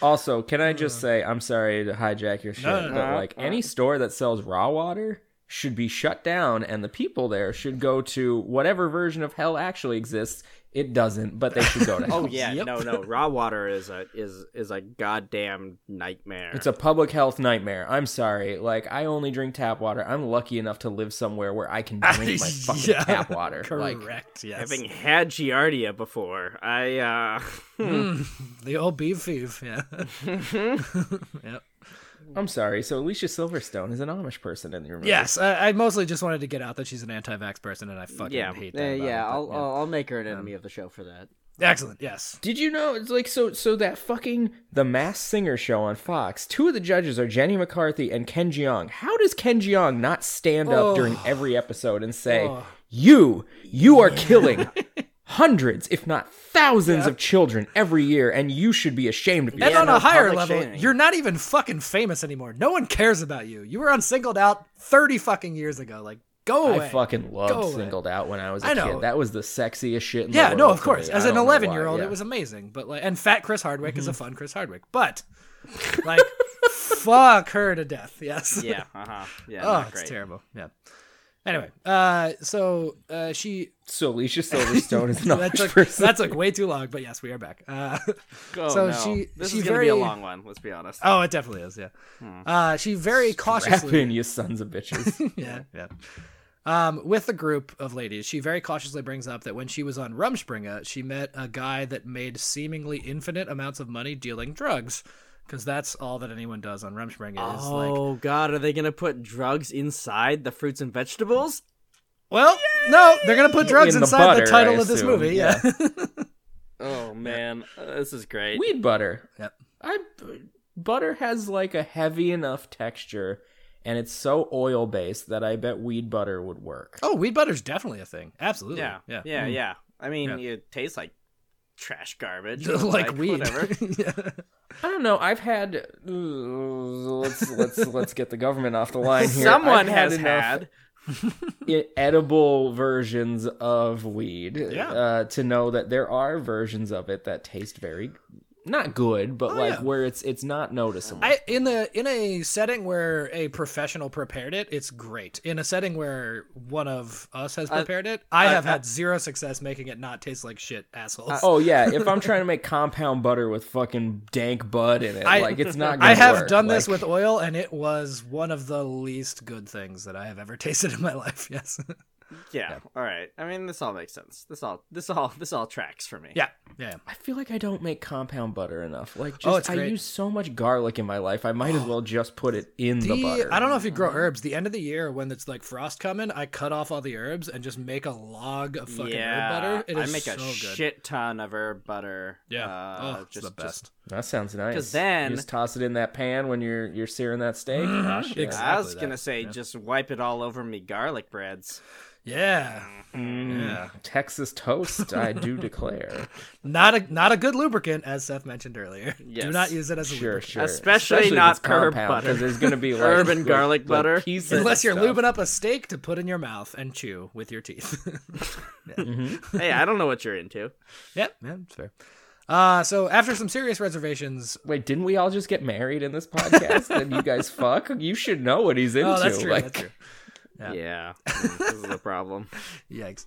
Speaker 3: Also, can I just say, I'm sorry to hijack your shit,
Speaker 5: No, no,
Speaker 3: but
Speaker 4: no.
Speaker 3: like any store that sells raw water should be shut down and the people there should go to whatever version of hell actually exists. It doesn't, but they should go to hell.
Speaker 4: Oh yeah,
Speaker 5: Yep.
Speaker 4: no, no. Raw water is a is is a goddamn nightmare.
Speaker 3: It's a public health nightmare. I'm sorry. Like I only drink tap water. I'm lucky enough to live somewhere where I can drink my fucking
Speaker 5: Yeah,
Speaker 3: tap water.
Speaker 5: Correct.
Speaker 3: Like
Speaker 5: yes.
Speaker 4: having had Giardia before. I uh
Speaker 5: Mm, the old beef thief. Yeah.
Speaker 4: Mm-hmm.
Speaker 5: yep.
Speaker 3: I'm sorry. So Alicia Silverstone is an Amish person in the room.
Speaker 5: Yes, I, I mostly just wanted to get out that she's an anti-vax person, and I fucking
Speaker 4: yeah,
Speaker 5: hate
Speaker 4: uh,
Speaker 5: that. about
Speaker 4: yeah.
Speaker 5: it, but,
Speaker 4: I'll,
Speaker 5: Um,
Speaker 4: I'll I'll make her an enemy of the show for that.
Speaker 5: Excellent. Yes.
Speaker 3: Did you know it's like so so that fucking The Mass Singer show on Fox, two of the judges are Jenny McCarthy and Ken Jeong. How does Ken Jeong not stand up
Speaker 5: Oh.
Speaker 3: during every episode and say,
Speaker 5: Oh.
Speaker 3: You, you are killing hundreds, if not thousands of children every year, and you should be ashamed of
Speaker 5: And
Speaker 3: yourself.
Speaker 4: Yeah,
Speaker 5: on
Speaker 4: no,
Speaker 5: a higher
Speaker 4: public
Speaker 5: level,
Speaker 4: shaming.
Speaker 5: you're not even fucking famous anymore. No one cares about you. You were unsingled out 30 fucking years ago. Like, go away.
Speaker 3: I fucking
Speaker 5: Go
Speaker 3: loved
Speaker 5: away.
Speaker 3: Singled Out when I was a
Speaker 5: I know.
Speaker 3: kid. That was the sexiest shit in the
Speaker 5: yeah,
Speaker 3: world.
Speaker 5: no, of
Speaker 3: to
Speaker 5: course.
Speaker 3: me.
Speaker 5: As
Speaker 3: I
Speaker 5: an
Speaker 3: don't know why,
Speaker 5: 11 year old,
Speaker 3: yeah. Mm-hmm.
Speaker 5: it was amazing. But like, and fat Chris Hardwick is a fun Chris Hardwick. But like, fuck her to death. Yes.
Speaker 4: Yeah, uh huh. Yeah,
Speaker 5: oh,
Speaker 4: not
Speaker 5: it's
Speaker 4: great.
Speaker 5: terrible. Yeah. Anyway, uh, so uh, she
Speaker 3: So Alicia Silverstone is not
Speaker 5: that took
Speaker 3: person.
Speaker 5: that took way too long, but yes, we are back. Uh,
Speaker 4: Oh,
Speaker 5: so
Speaker 4: no.
Speaker 5: she
Speaker 4: this
Speaker 5: she
Speaker 4: is
Speaker 5: very
Speaker 4: gonna be a long one. Let's be honest.
Speaker 5: oh, it definitely is. Yeah,
Speaker 3: Hmm.
Speaker 5: uh, she very
Speaker 3: Strap
Speaker 5: cautiously
Speaker 3: in, you sons of bitches.
Speaker 5: yeah, yeah. Um, with a group of ladies, she very cautiously brings up that when she was on Rumspringa, she met a guy that made seemingly infinite amounts of money dealing drugs, because that's all that anyone does on Rumspringa is like,
Speaker 4: Oh God, are they gonna put drugs inside the fruits and vegetables?
Speaker 5: well, no, they're gonna put drugs
Speaker 3: In the
Speaker 5: inside the
Speaker 3: butter,
Speaker 5: title
Speaker 3: I
Speaker 5: of this
Speaker 3: assume,
Speaker 5: movie. Yeah,
Speaker 4: Oh man, uh, this is great.
Speaker 3: Weed butter.
Speaker 5: Yep.
Speaker 3: I butter has like a heavy enough texture, and it's so oil based that I bet weed butter would work.
Speaker 5: oh, weed butter's definitely a thing. Absolutely.
Speaker 4: yeah,
Speaker 5: yeah,
Speaker 4: yeah,
Speaker 3: Mm.
Speaker 4: yeah. I mean,
Speaker 5: Yeah.
Speaker 4: it tastes like trash garbage,
Speaker 5: like, weed.
Speaker 4: Whatever.
Speaker 5: yeah.
Speaker 3: I don't know. I've had uh, let's let's let's get the government off the line here.
Speaker 4: Someone
Speaker 3: I've
Speaker 4: has
Speaker 3: enough
Speaker 4: had.
Speaker 3: i- edible versions of weed
Speaker 5: Yeah.
Speaker 3: uh, to know that there are versions of it that taste very not good, but like
Speaker 5: Oh, yeah.
Speaker 3: where it's it's not noticeable.
Speaker 5: I in the in a setting where a professional prepared it, it's great. In a setting where one of us
Speaker 4: Uh,
Speaker 5: has prepared it, I have had zero success making it not taste like shit, assholes.
Speaker 4: Uh,
Speaker 3: Oh yeah, if I'm trying to make compound butter with fucking dank bud in it,
Speaker 5: I-
Speaker 3: like it's not. Gonna
Speaker 5: I have
Speaker 3: work.
Speaker 5: done this
Speaker 3: Like,
Speaker 5: with oil, and it was one of the least good things that I have ever tasted in my life. Yes.
Speaker 4: Yeah. All right. I mean, this all makes sense. This all this all this all tracks for me.
Speaker 5: yeah. Yeah.
Speaker 3: I feel like I don't make compound butter enough. Like, just
Speaker 5: Oh, it's
Speaker 3: I
Speaker 5: great.
Speaker 3: use so much garlic in my life. I might as well just put it in the,
Speaker 5: The-
Speaker 3: butter.
Speaker 5: I don't know if you grow herbs. The end of the year, when it's like frost coming, I cut off all the herbs and just make a log of fucking herb butter. It is
Speaker 4: I make
Speaker 5: so
Speaker 4: a
Speaker 5: good.
Speaker 4: shit ton of herb butter.
Speaker 5: Yeah.
Speaker 4: uh,
Speaker 5: oh, it's
Speaker 4: just,
Speaker 5: the best.
Speaker 3: that sounds nice.
Speaker 4: 'Cause then-
Speaker 3: you just toss it in that pan when you're you're searing that steak.
Speaker 5: Mm-hmm.
Speaker 3: Ah, shit.
Speaker 5: Exactly.
Speaker 4: Just, I was
Speaker 5: that,
Speaker 4: gonna say,
Speaker 5: yeah.
Speaker 4: just wipe it all over me garlic breads.
Speaker 5: yeah.
Speaker 3: Mm,
Speaker 5: Yeah.
Speaker 3: Texas toast, I do declare.
Speaker 5: Not a not a good lubricant, as Seth mentioned earlier. Do
Speaker 4: Yes.
Speaker 5: not use it as a
Speaker 3: Sure,
Speaker 5: lubricant.
Speaker 3: sure.
Speaker 4: Especially
Speaker 3: if
Speaker 4: not
Speaker 3: it's
Speaker 4: herb
Speaker 3: compound,
Speaker 4: butter.
Speaker 3: 'cause There's gonna be like
Speaker 4: Herb and
Speaker 3: like-
Speaker 4: garlic
Speaker 3: like
Speaker 4: butter.
Speaker 3: pieces and
Speaker 5: Unless you're
Speaker 3: stuff.
Speaker 5: lubing up a steak to put in your mouth and chew with your teeth.
Speaker 3: Mm-hmm.
Speaker 4: hey, I don't know what you're into.
Speaker 5: yep, yeah, that's fair. Uh, so after some serious reservations,
Speaker 3: Wait, didn't we all just get married in this podcast? and you guys fuck? You should know what he's into.
Speaker 5: oh, that's true,
Speaker 3: like,
Speaker 5: that's true.
Speaker 4: Yeah, Mm, this is a problem.
Speaker 5: Yikes.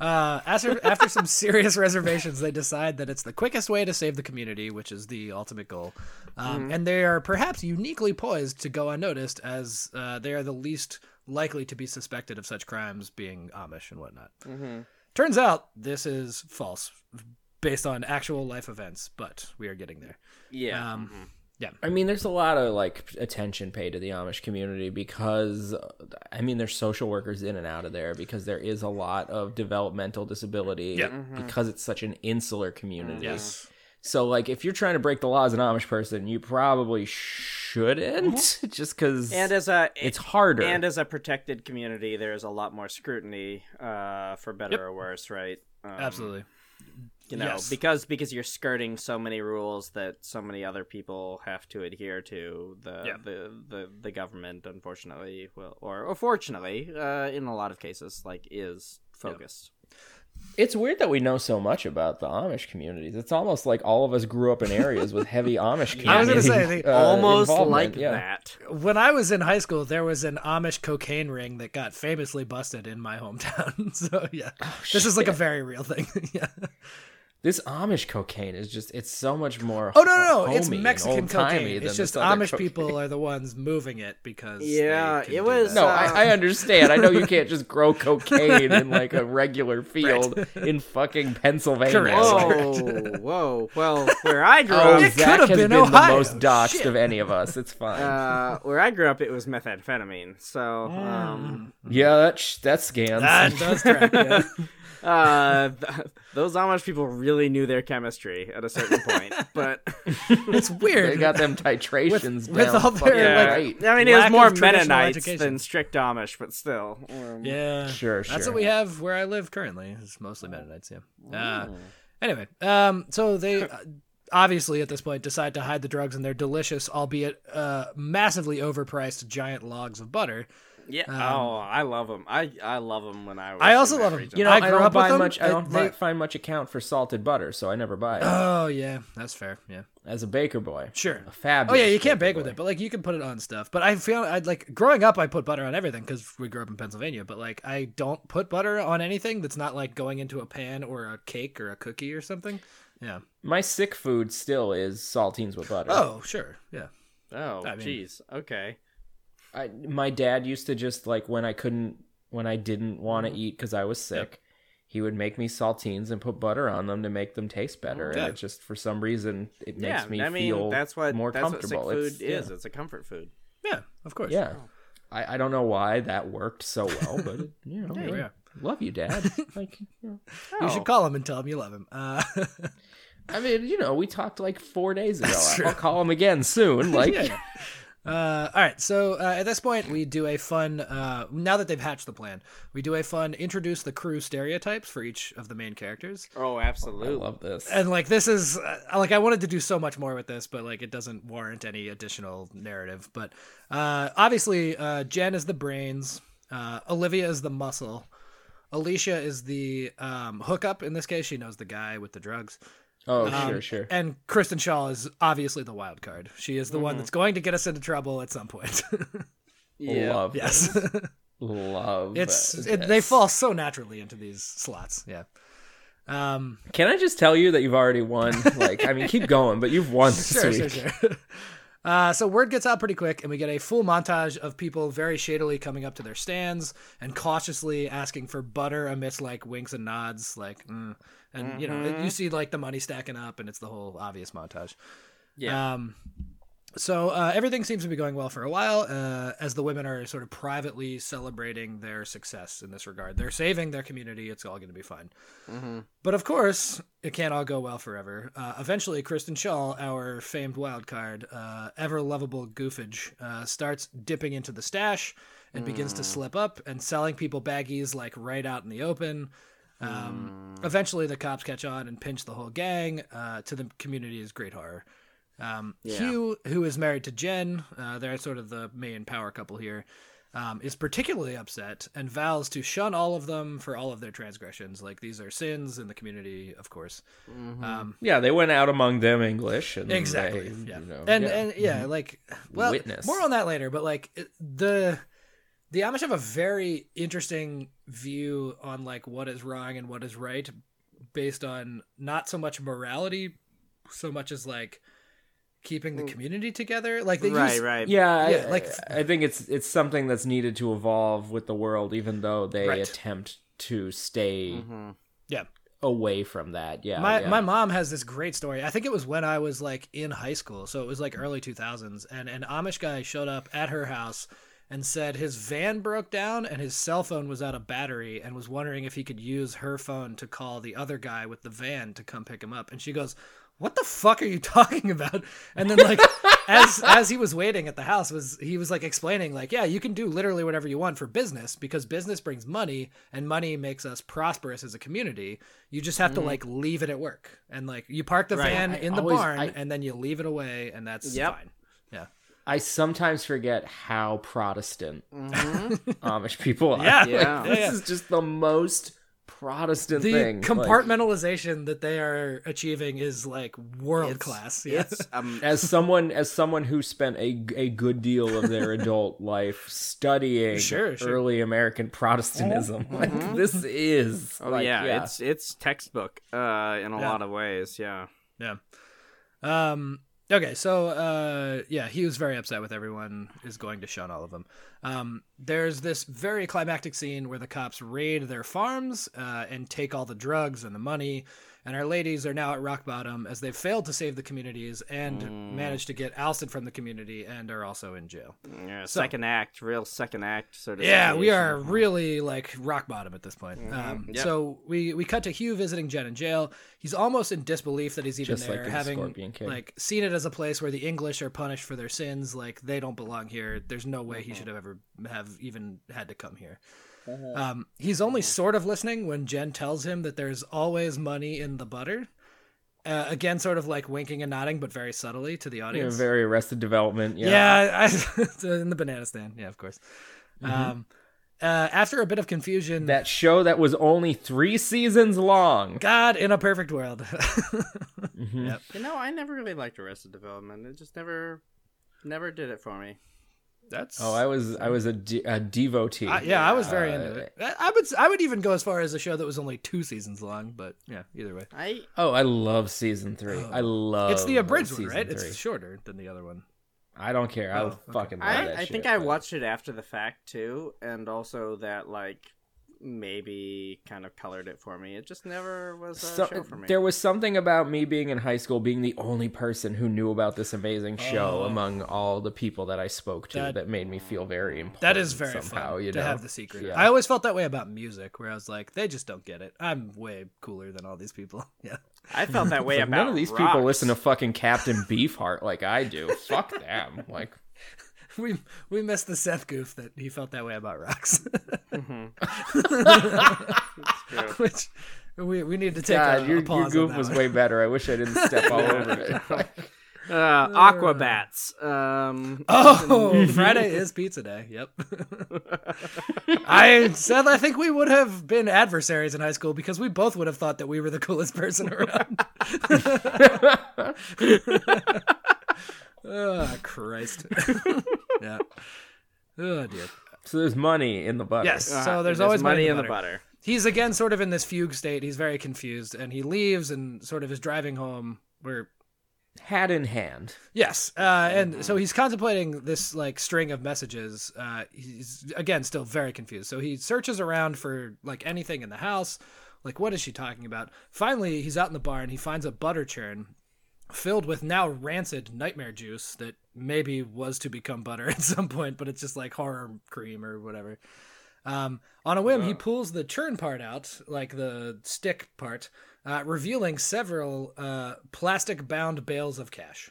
Speaker 5: Uh, after after some serious reservations, they decide that it's the quickest way to save the community, which is the ultimate goal. Um, And they are perhaps uniquely poised to go unnoticed, as uh, they are the least likely to be suspected of such crimes, being Amish and whatnot. Turns out this is false, based on actual life events, but we are getting there.
Speaker 4: Yeah,
Speaker 5: Um,
Speaker 3: I mean, there's a lot of like attention paid to the Amish community because, uh, I mean, there's social workers in and out of there because there is a lot of developmental disability
Speaker 4: Mm-hmm.
Speaker 5: Yep.
Speaker 3: because it's such an insular community. So like if you're trying to break the law as an Amish person, you probably shouldn't just cuz
Speaker 4: Mm-hmm. And as a
Speaker 3: it's harder.
Speaker 4: and as a protected community, there is a lot more scrutiny, uh, for better or worse, right? Um,
Speaker 5: Absolutely.
Speaker 4: You know,
Speaker 5: Yes.
Speaker 4: because because you're skirting so many rules that so many other people have to adhere to. The
Speaker 5: Yeah.
Speaker 4: the, the the government, unfortunately, will or, or fortunately, uh, in a lot of cases, like is focused.
Speaker 3: it's weird that we know so much about the Amish communities. It's almost like all of us grew up in areas with heavy Amish communities.
Speaker 5: I was gonna say,
Speaker 3: Uh,
Speaker 5: they-
Speaker 4: Almost like that.
Speaker 5: When I was in high school, there was an Amish cocaine ring that got famously busted in my hometown. so yeah, this is like a very real thing. yeah.
Speaker 3: This Amish cocaine is just it's so much more
Speaker 5: Oh no, no,
Speaker 3: homey
Speaker 5: no. it's
Speaker 3: and
Speaker 5: Mexican
Speaker 3: old-timey
Speaker 5: cocaine.
Speaker 3: than this
Speaker 5: It's just
Speaker 3: other
Speaker 5: Amish
Speaker 3: cocaine.
Speaker 5: people are the ones moving it because
Speaker 4: Yeah,
Speaker 5: they can
Speaker 4: it
Speaker 5: do
Speaker 4: was,
Speaker 5: that.
Speaker 3: No,
Speaker 4: uh,
Speaker 3: I, I understand. I know you can't just grow cocaine in like a regular field in fucking Pennsylvania.
Speaker 5: Correct.
Speaker 4: Whoa, Oh, whoa. Well, where I grew
Speaker 3: Oh,
Speaker 4: up,
Speaker 5: It
Speaker 3: Zach
Speaker 5: could've
Speaker 3: has
Speaker 5: been
Speaker 3: been, the
Speaker 5: Ohio.
Speaker 3: most doxed
Speaker 5: Shit.
Speaker 3: of any of us. It's fine.
Speaker 4: uh, where I grew up, it was methamphetamine. So, um,
Speaker 3: yeah, that, sh- that scans.
Speaker 5: That does track. Yeah.
Speaker 4: uh, th- those Amish people really knew their chemistry at a certain point. But
Speaker 5: It's weird.
Speaker 3: they got them titrations
Speaker 5: with
Speaker 3: down
Speaker 5: all their,
Speaker 3: fucking
Speaker 5: like-
Speaker 3: right.
Speaker 4: I mean, it was
Speaker 5: Lack
Speaker 4: more
Speaker 5: of traditional
Speaker 4: Mennonites
Speaker 5: education.
Speaker 4: than strict Amish, but still. Um,
Speaker 5: yeah.
Speaker 3: Sure, sure.
Speaker 5: That's what we have where I live currently. It's mostly Mennonites, yeah. Uh,
Speaker 3: Mm.
Speaker 5: anyway, um, so they uh, obviously at this point decide to hide the drugs in their delicious, albeit uh, massively overpriced, giant logs of butter.
Speaker 4: yeah. oh, I love them. I, I love them when I was.
Speaker 5: I also
Speaker 4: in that
Speaker 5: love 'em.
Speaker 4: region.
Speaker 3: You know,
Speaker 5: I
Speaker 3: I,
Speaker 5: grew
Speaker 3: don't
Speaker 5: up with
Speaker 3: buy
Speaker 5: them.
Speaker 3: much. I
Speaker 5: They-
Speaker 3: don't
Speaker 5: they-
Speaker 3: fi- find much account for salted butter, so I never buy it.
Speaker 5: Oh yeah, that's fair. Yeah,
Speaker 3: As a baker boy,
Speaker 5: sure.
Speaker 3: a fabulous.
Speaker 5: Oh yeah, you can't
Speaker 3: baker
Speaker 5: bake with
Speaker 3: boy.
Speaker 5: it, but like you can put it on stuff. But I feel I like growing up, I put butter on everything because we grew up in Pennsylvania. But like I don't put butter on anything that's not like going into a pan or a cake or a cookie or something. Yeah.
Speaker 3: My sick food still is saltines with butter.
Speaker 5: Oh sure. Yeah.
Speaker 4: Oh,
Speaker 5: I mean-
Speaker 4: jeez. okay.
Speaker 3: I, my dad used to just like when I couldn't, when I didn't want
Speaker 4: Mm-hmm.
Speaker 3: to eat because I was sick, he would make me saltines and put butter on them to make them taste better.
Speaker 5: Yeah.
Speaker 3: And it just for some reason it
Speaker 4: yeah,
Speaker 3: makes me
Speaker 4: I mean,
Speaker 3: feel
Speaker 4: that's what
Speaker 3: more
Speaker 4: that's
Speaker 3: comfortable.
Speaker 4: What sick
Speaker 3: It's-
Speaker 4: food
Speaker 3: yeah.
Speaker 4: is. It's a comfort food.
Speaker 5: Yeah. Of course.
Speaker 3: Yeah. I, I don't know why that worked so well, but it, you know,
Speaker 5: we
Speaker 3: I
Speaker 5: are.
Speaker 3: love you, Dad. like, you know.
Speaker 5: You
Speaker 4: Oh.
Speaker 5: should call him and tell him you love him. Uh,
Speaker 3: I mean, you know, we talked like four days ago.
Speaker 5: That's
Speaker 3: I, will
Speaker 5: true.
Speaker 3: call him again soon. Like,
Speaker 5: Yeah. uh, all right. So uh, at this point, we do a fun. Uh, now that they've hatched the plan, we do a fun introduce the crew stereotypes for each of the main characters.
Speaker 4: Oh,
Speaker 3: I
Speaker 4: absolutely.
Speaker 3: love this.
Speaker 5: And like this is uh, like I wanted to do so much more with this, but like it doesn't warrant any additional narrative. But uh, obviously, uh, Jen is the brains. Uh, Olivia is the muscle. Alicia is the um, hookup. In this case, she knows the guy with the drugs.
Speaker 3: oh,
Speaker 5: Um,
Speaker 3: sure, sure.
Speaker 5: And Kristen Shaw is obviously the wild card. She is the one that's going to get us into trouble at some point.
Speaker 4: yeah.
Speaker 3: Love,
Speaker 5: yes,
Speaker 3: love.
Speaker 5: it's
Speaker 3: this.
Speaker 5: it, they fall so naturally into these slots. Yeah. Um.
Speaker 3: Can I just tell you that you've already won? Like, I mean, keep going, but you've won this
Speaker 5: Sure.
Speaker 3: week.
Speaker 5: Sure. Sure. Uh, so word gets out pretty quick, and we get a full montage of people very shadily coming up to their stands and cautiously asking for butter amidst like winks and nods, like, mm. and you
Speaker 3: Mm-hmm.
Speaker 5: know you see like the money stacking up, and it's the whole obvious montage.
Speaker 4: Yeah.
Speaker 5: Um, so uh, everything seems to be going well for a while, uh, as the women are sort of privately celebrating their success in this regard. They're saving their community. It's all going to be fine. But of course, it can't all go well forever. Uh, eventually, Kristen Shaw, our famed wild card, uh, ever lovable goofage, uh, starts dipping into the stash and begins to slip up and selling people baggies like right out in the open. Um, Eventually, the cops catch on and pinch the whole gang uh, to the community's great horror. Um, Hugh, who is married to Jen, uh, they're sort of the main power couple here, um, is particularly upset and vows to shun all of them for all of their transgressions. Like these are sins in the community, of course. Um,
Speaker 3: Yeah, they went out among them English. And
Speaker 5: exactly.
Speaker 3: they,
Speaker 5: yeah.
Speaker 3: you know,
Speaker 5: and
Speaker 3: yeah.
Speaker 5: and yeah, like well,
Speaker 3: Witness.
Speaker 5: more on that later. But like it- the the Amish have a very interesting view on like what is wrong and what is right, based on not so much morality, so much as like keeping the community together. Like they
Speaker 4: Right,
Speaker 5: use
Speaker 4: right.
Speaker 3: yeah,
Speaker 5: Yeah, like-
Speaker 3: like I think it's it's something that's needed to evolve with the world, even though they
Speaker 5: Right.
Speaker 3: attempt to stay
Speaker 5: yeah.
Speaker 3: away from that. Yeah,
Speaker 5: my
Speaker 3: yeah.
Speaker 5: my mom has this great story. I think it was when I was like in high school, so it was like early 2000s, and an Amish guy showed up at her house and said his van broke down and his cell phone was out of battery and was wondering if he could use her phone to call the other guy with the van to come pick him up. And she goes, what the fuck are you talking about and then like as as he was waiting at the house was he was like explaining like yeah you can do literally whatever you want for business because business brings money and money makes us prosperous as a community you just have to like leave it at work and like you park the
Speaker 4: Mm-hmm. Right.
Speaker 5: van
Speaker 3: I
Speaker 5: in the
Speaker 3: always-
Speaker 5: barn
Speaker 3: I-
Speaker 5: and then you leave it away and that's
Speaker 4: Yep.
Speaker 5: fine
Speaker 3: I sometimes forget how Protestant Amish people are.
Speaker 5: Mm-hmm. Yeah.
Speaker 4: Yeah.
Speaker 3: this
Speaker 5: Yeah, yeah.
Speaker 3: is just the most Protestant
Speaker 5: the
Speaker 3: thing. like-
Speaker 5: compartmentalization that they are achieving is like world class yeah.
Speaker 4: It's um,
Speaker 3: as someone as someone who spent a, a good deal of their adult life studying
Speaker 5: Sure, Oh. Mm-hmm. sure.
Speaker 3: early American Protestantism, like this is
Speaker 4: oh
Speaker 3: like,
Speaker 4: yeah, it's it's textbook uh in a
Speaker 5: Yeah.
Speaker 4: lot of ways, yeah.
Speaker 5: Yeah. Um okay, so uh yeah, he was very upset with everyone is going to shun all of them. Um there's this very climactic scene where the cops raid their farms uh and take all the drugs and the money and our ladies are now at rock bottom as they've failed to save the communities and managed to get ousted from the community and are also in jail.
Speaker 4: Yeah, second act, real second act sort of
Speaker 5: Yeah, we are
Speaker 4: situation.
Speaker 5: really like rock bottom at this point. Um,
Speaker 4: Yeah.
Speaker 5: So we we cut to Hugh visiting Jen in jail. He's almost in disbelief that he's even
Speaker 3: Just like
Speaker 5: there,
Speaker 3: in
Speaker 5: having
Speaker 3: Scorpion King.
Speaker 5: like seen it as a place where the English are punished for their sins. Like they don't belong here. There's no way he should have ever have even had to come here. Um, he's only sort of listening when Jen tells him that there's always money in the butter. Uh, again, sort of like winking and nodding, but very subtly to the
Speaker 3: yeah,
Speaker 5: audience.
Speaker 3: very Arrested Development. Yeah,
Speaker 5: Yeah, I, uh, in the banana stand. Yeah, of course. Um, uh, after a bit of confusion,
Speaker 3: Mm-hmm. that show that was only three seasons long. Mm-hmm.
Speaker 5: God in a perfect world.
Speaker 4: You know, I never really liked Arrested Development. It just never never did it for me.
Speaker 5: That's
Speaker 3: Oh, I was I was a, de- a devotee.
Speaker 5: I- yeah, I was very
Speaker 3: Uh,
Speaker 5: into it. I I would I would even go as far as a show that was only two seasons long, but yeah, either way,
Speaker 4: I
Speaker 3: Oh, I love season three. I love
Speaker 5: it's the abridged one,
Speaker 3: Um, season
Speaker 5: right?
Speaker 3: three.
Speaker 5: It's shorter than the other one.
Speaker 3: I don't care. I
Speaker 5: Oh, okay.
Speaker 3: fucking love
Speaker 4: I,
Speaker 3: that
Speaker 4: I
Speaker 3: shit,
Speaker 4: think I
Speaker 3: but-
Speaker 4: watched it after the fact too, and also that like maybe kind of colored it for me. It just never was a
Speaker 3: So-
Speaker 4: show for me.
Speaker 3: there was something about me being in high school being the only person who knew about this amazing show
Speaker 5: Oh.
Speaker 3: among all the people that I spoke to
Speaker 5: That-
Speaker 3: that, made me feel very important.
Speaker 5: That is very
Speaker 3: somehow,
Speaker 5: fun
Speaker 3: you
Speaker 5: to
Speaker 3: know?
Speaker 5: have the secret.
Speaker 3: Yeah.
Speaker 5: I always felt that way about music, where I was like, they just don't get it. I'm way cooler than all these people. Yeah,
Speaker 4: I felt that way
Speaker 3: Like,
Speaker 4: about
Speaker 3: none of these
Speaker 4: rocks.
Speaker 3: people listen to fucking Captain Beefheart like I do. Fuck them. Like
Speaker 5: we we missed the Seth goof that he felt that way about rocks.
Speaker 3: Mm-hmm.
Speaker 5: which we, we need to take
Speaker 3: God,
Speaker 5: a,
Speaker 3: your,
Speaker 5: a
Speaker 3: your
Speaker 5: pause. on
Speaker 3: goof
Speaker 5: that
Speaker 3: was
Speaker 5: one.
Speaker 3: way better. I wish I didn't step all over it.
Speaker 4: uh, Aquabats. Um,
Speaker 5: Oh, Friday is pizza day. Yep. I said I think we would have been adversaries in high school because we both would have thought that we were the coolest person around. oh, Christ. yeah. Oh
Speaker 3: Uh,
Speaker 5: dear.
Speaker 3: So there's money in the butter.
Speaker 5: Yes.
Speaker 4: uh,
Speaker 5: So there's always
Speaker 4: money
Speaker 5: in
Speaker 4: in the butter.
Speaker 5: he's again sort of in this fugue state. He's very confused and he leaves and sort of is driving home where
Speaker 3: Hat in hand.
Speaker 5: Yes, uh, and so he's contemplating this like string of messages. Uh, he's again still very confused. So he searches around for like anything in the house. Like, what is she talking about? Finally, he's out in the barn. He finds a butter churn filled with now rancid nightmare juice that maybe was to become butter at some point, but it's just like horror cream or whatever. Um, on a whim, he pulls the churn part out, like the stick part, uh, revealing several uh, plastic bound bales of cash.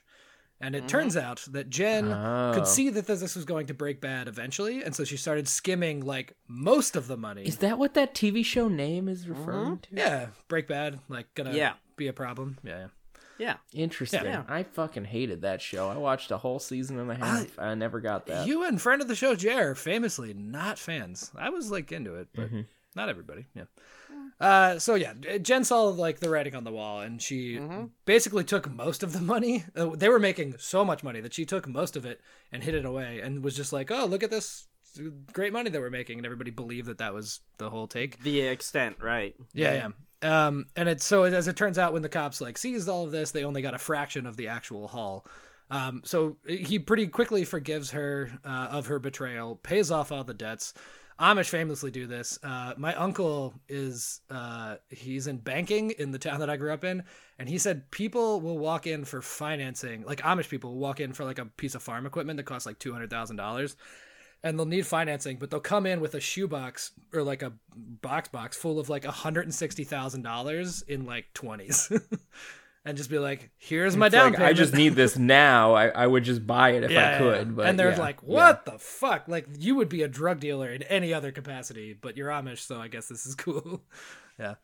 Speaker 5: And it turns out that Jen
Speaker 3: Oh.
Speaker 5: could see that this was going to break bad eventually, and so she started skimming like most of the money.
Speaker 3: Is that what that TV show name is referring
Speaker 4: Mm-hmm.
Speaker 3: to?
Speaker 5: yeah, break bad, like gonna
Speaker 4: Yeah.
Speaker 5: be a problem. Yeah, yeah.
Speaker 4: Yeah.
Speaker 3: Interesting.
Speaker 4: Yeah.
Speaker 3: I fucking hated that show. I watched a whole season and a half. I, never got that.
Speaker 5: You and friend of the show Jer, famously not fans. I was like into it, but not everybody. Yeah. Uh, so yeah, Jen saw like the writing on the wall, and she basically took most of the money. Uh, they were making so much money that she took most of it and hid it away, and was just like, "Oh, look at this great money that we're making," and everybody believed that that was the whole take.
Speaker 4: The extent, right?
Speaker 5: Yeah, yeah. Um, and it's so as it turns out, when the cops like seized all of this, they only got a fraction of the actual haul. Um, so he pretty quickly forgives her uh, of her betrayal, pays off all the debts. Amish famously do this. Uh, my uncle is uh, he's in banking in the town that I grew up in, and he said people will walk in for financing, like Amish people will walk in for like a piece of farm equipment that costs like two hundred thousand dollars, and they'll need financing, but they'll come in with a shoebox or like a box box full of like hundred and sixty thousand dollars in like twenties. and just be like, "Here's my
Speaker 3: It's
Speaker 5: down
Speaker 3: like,
Speaker 5: payment."
Speaker 3: I just need this now. I, I would just buy it if I could. But
Speaker 5: and they're
Speaker 3: yeah,
Speaker 5: like,
Speaker 3: yeah.
Speaker 5: "What the fuck? Like you would be a drug dealer in any other capacity, but you're Amish, so I guess this is cool." yeah.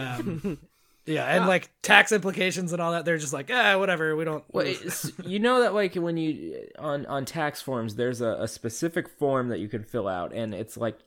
Speaker 5: Um, yeah, and like tax implications and all that, they're just like, "Ah, whatever. We don't."
Speaker 3: Well, it's, you know that like when you on on tax forms, there's a, a specific form that you can fill out, and it's like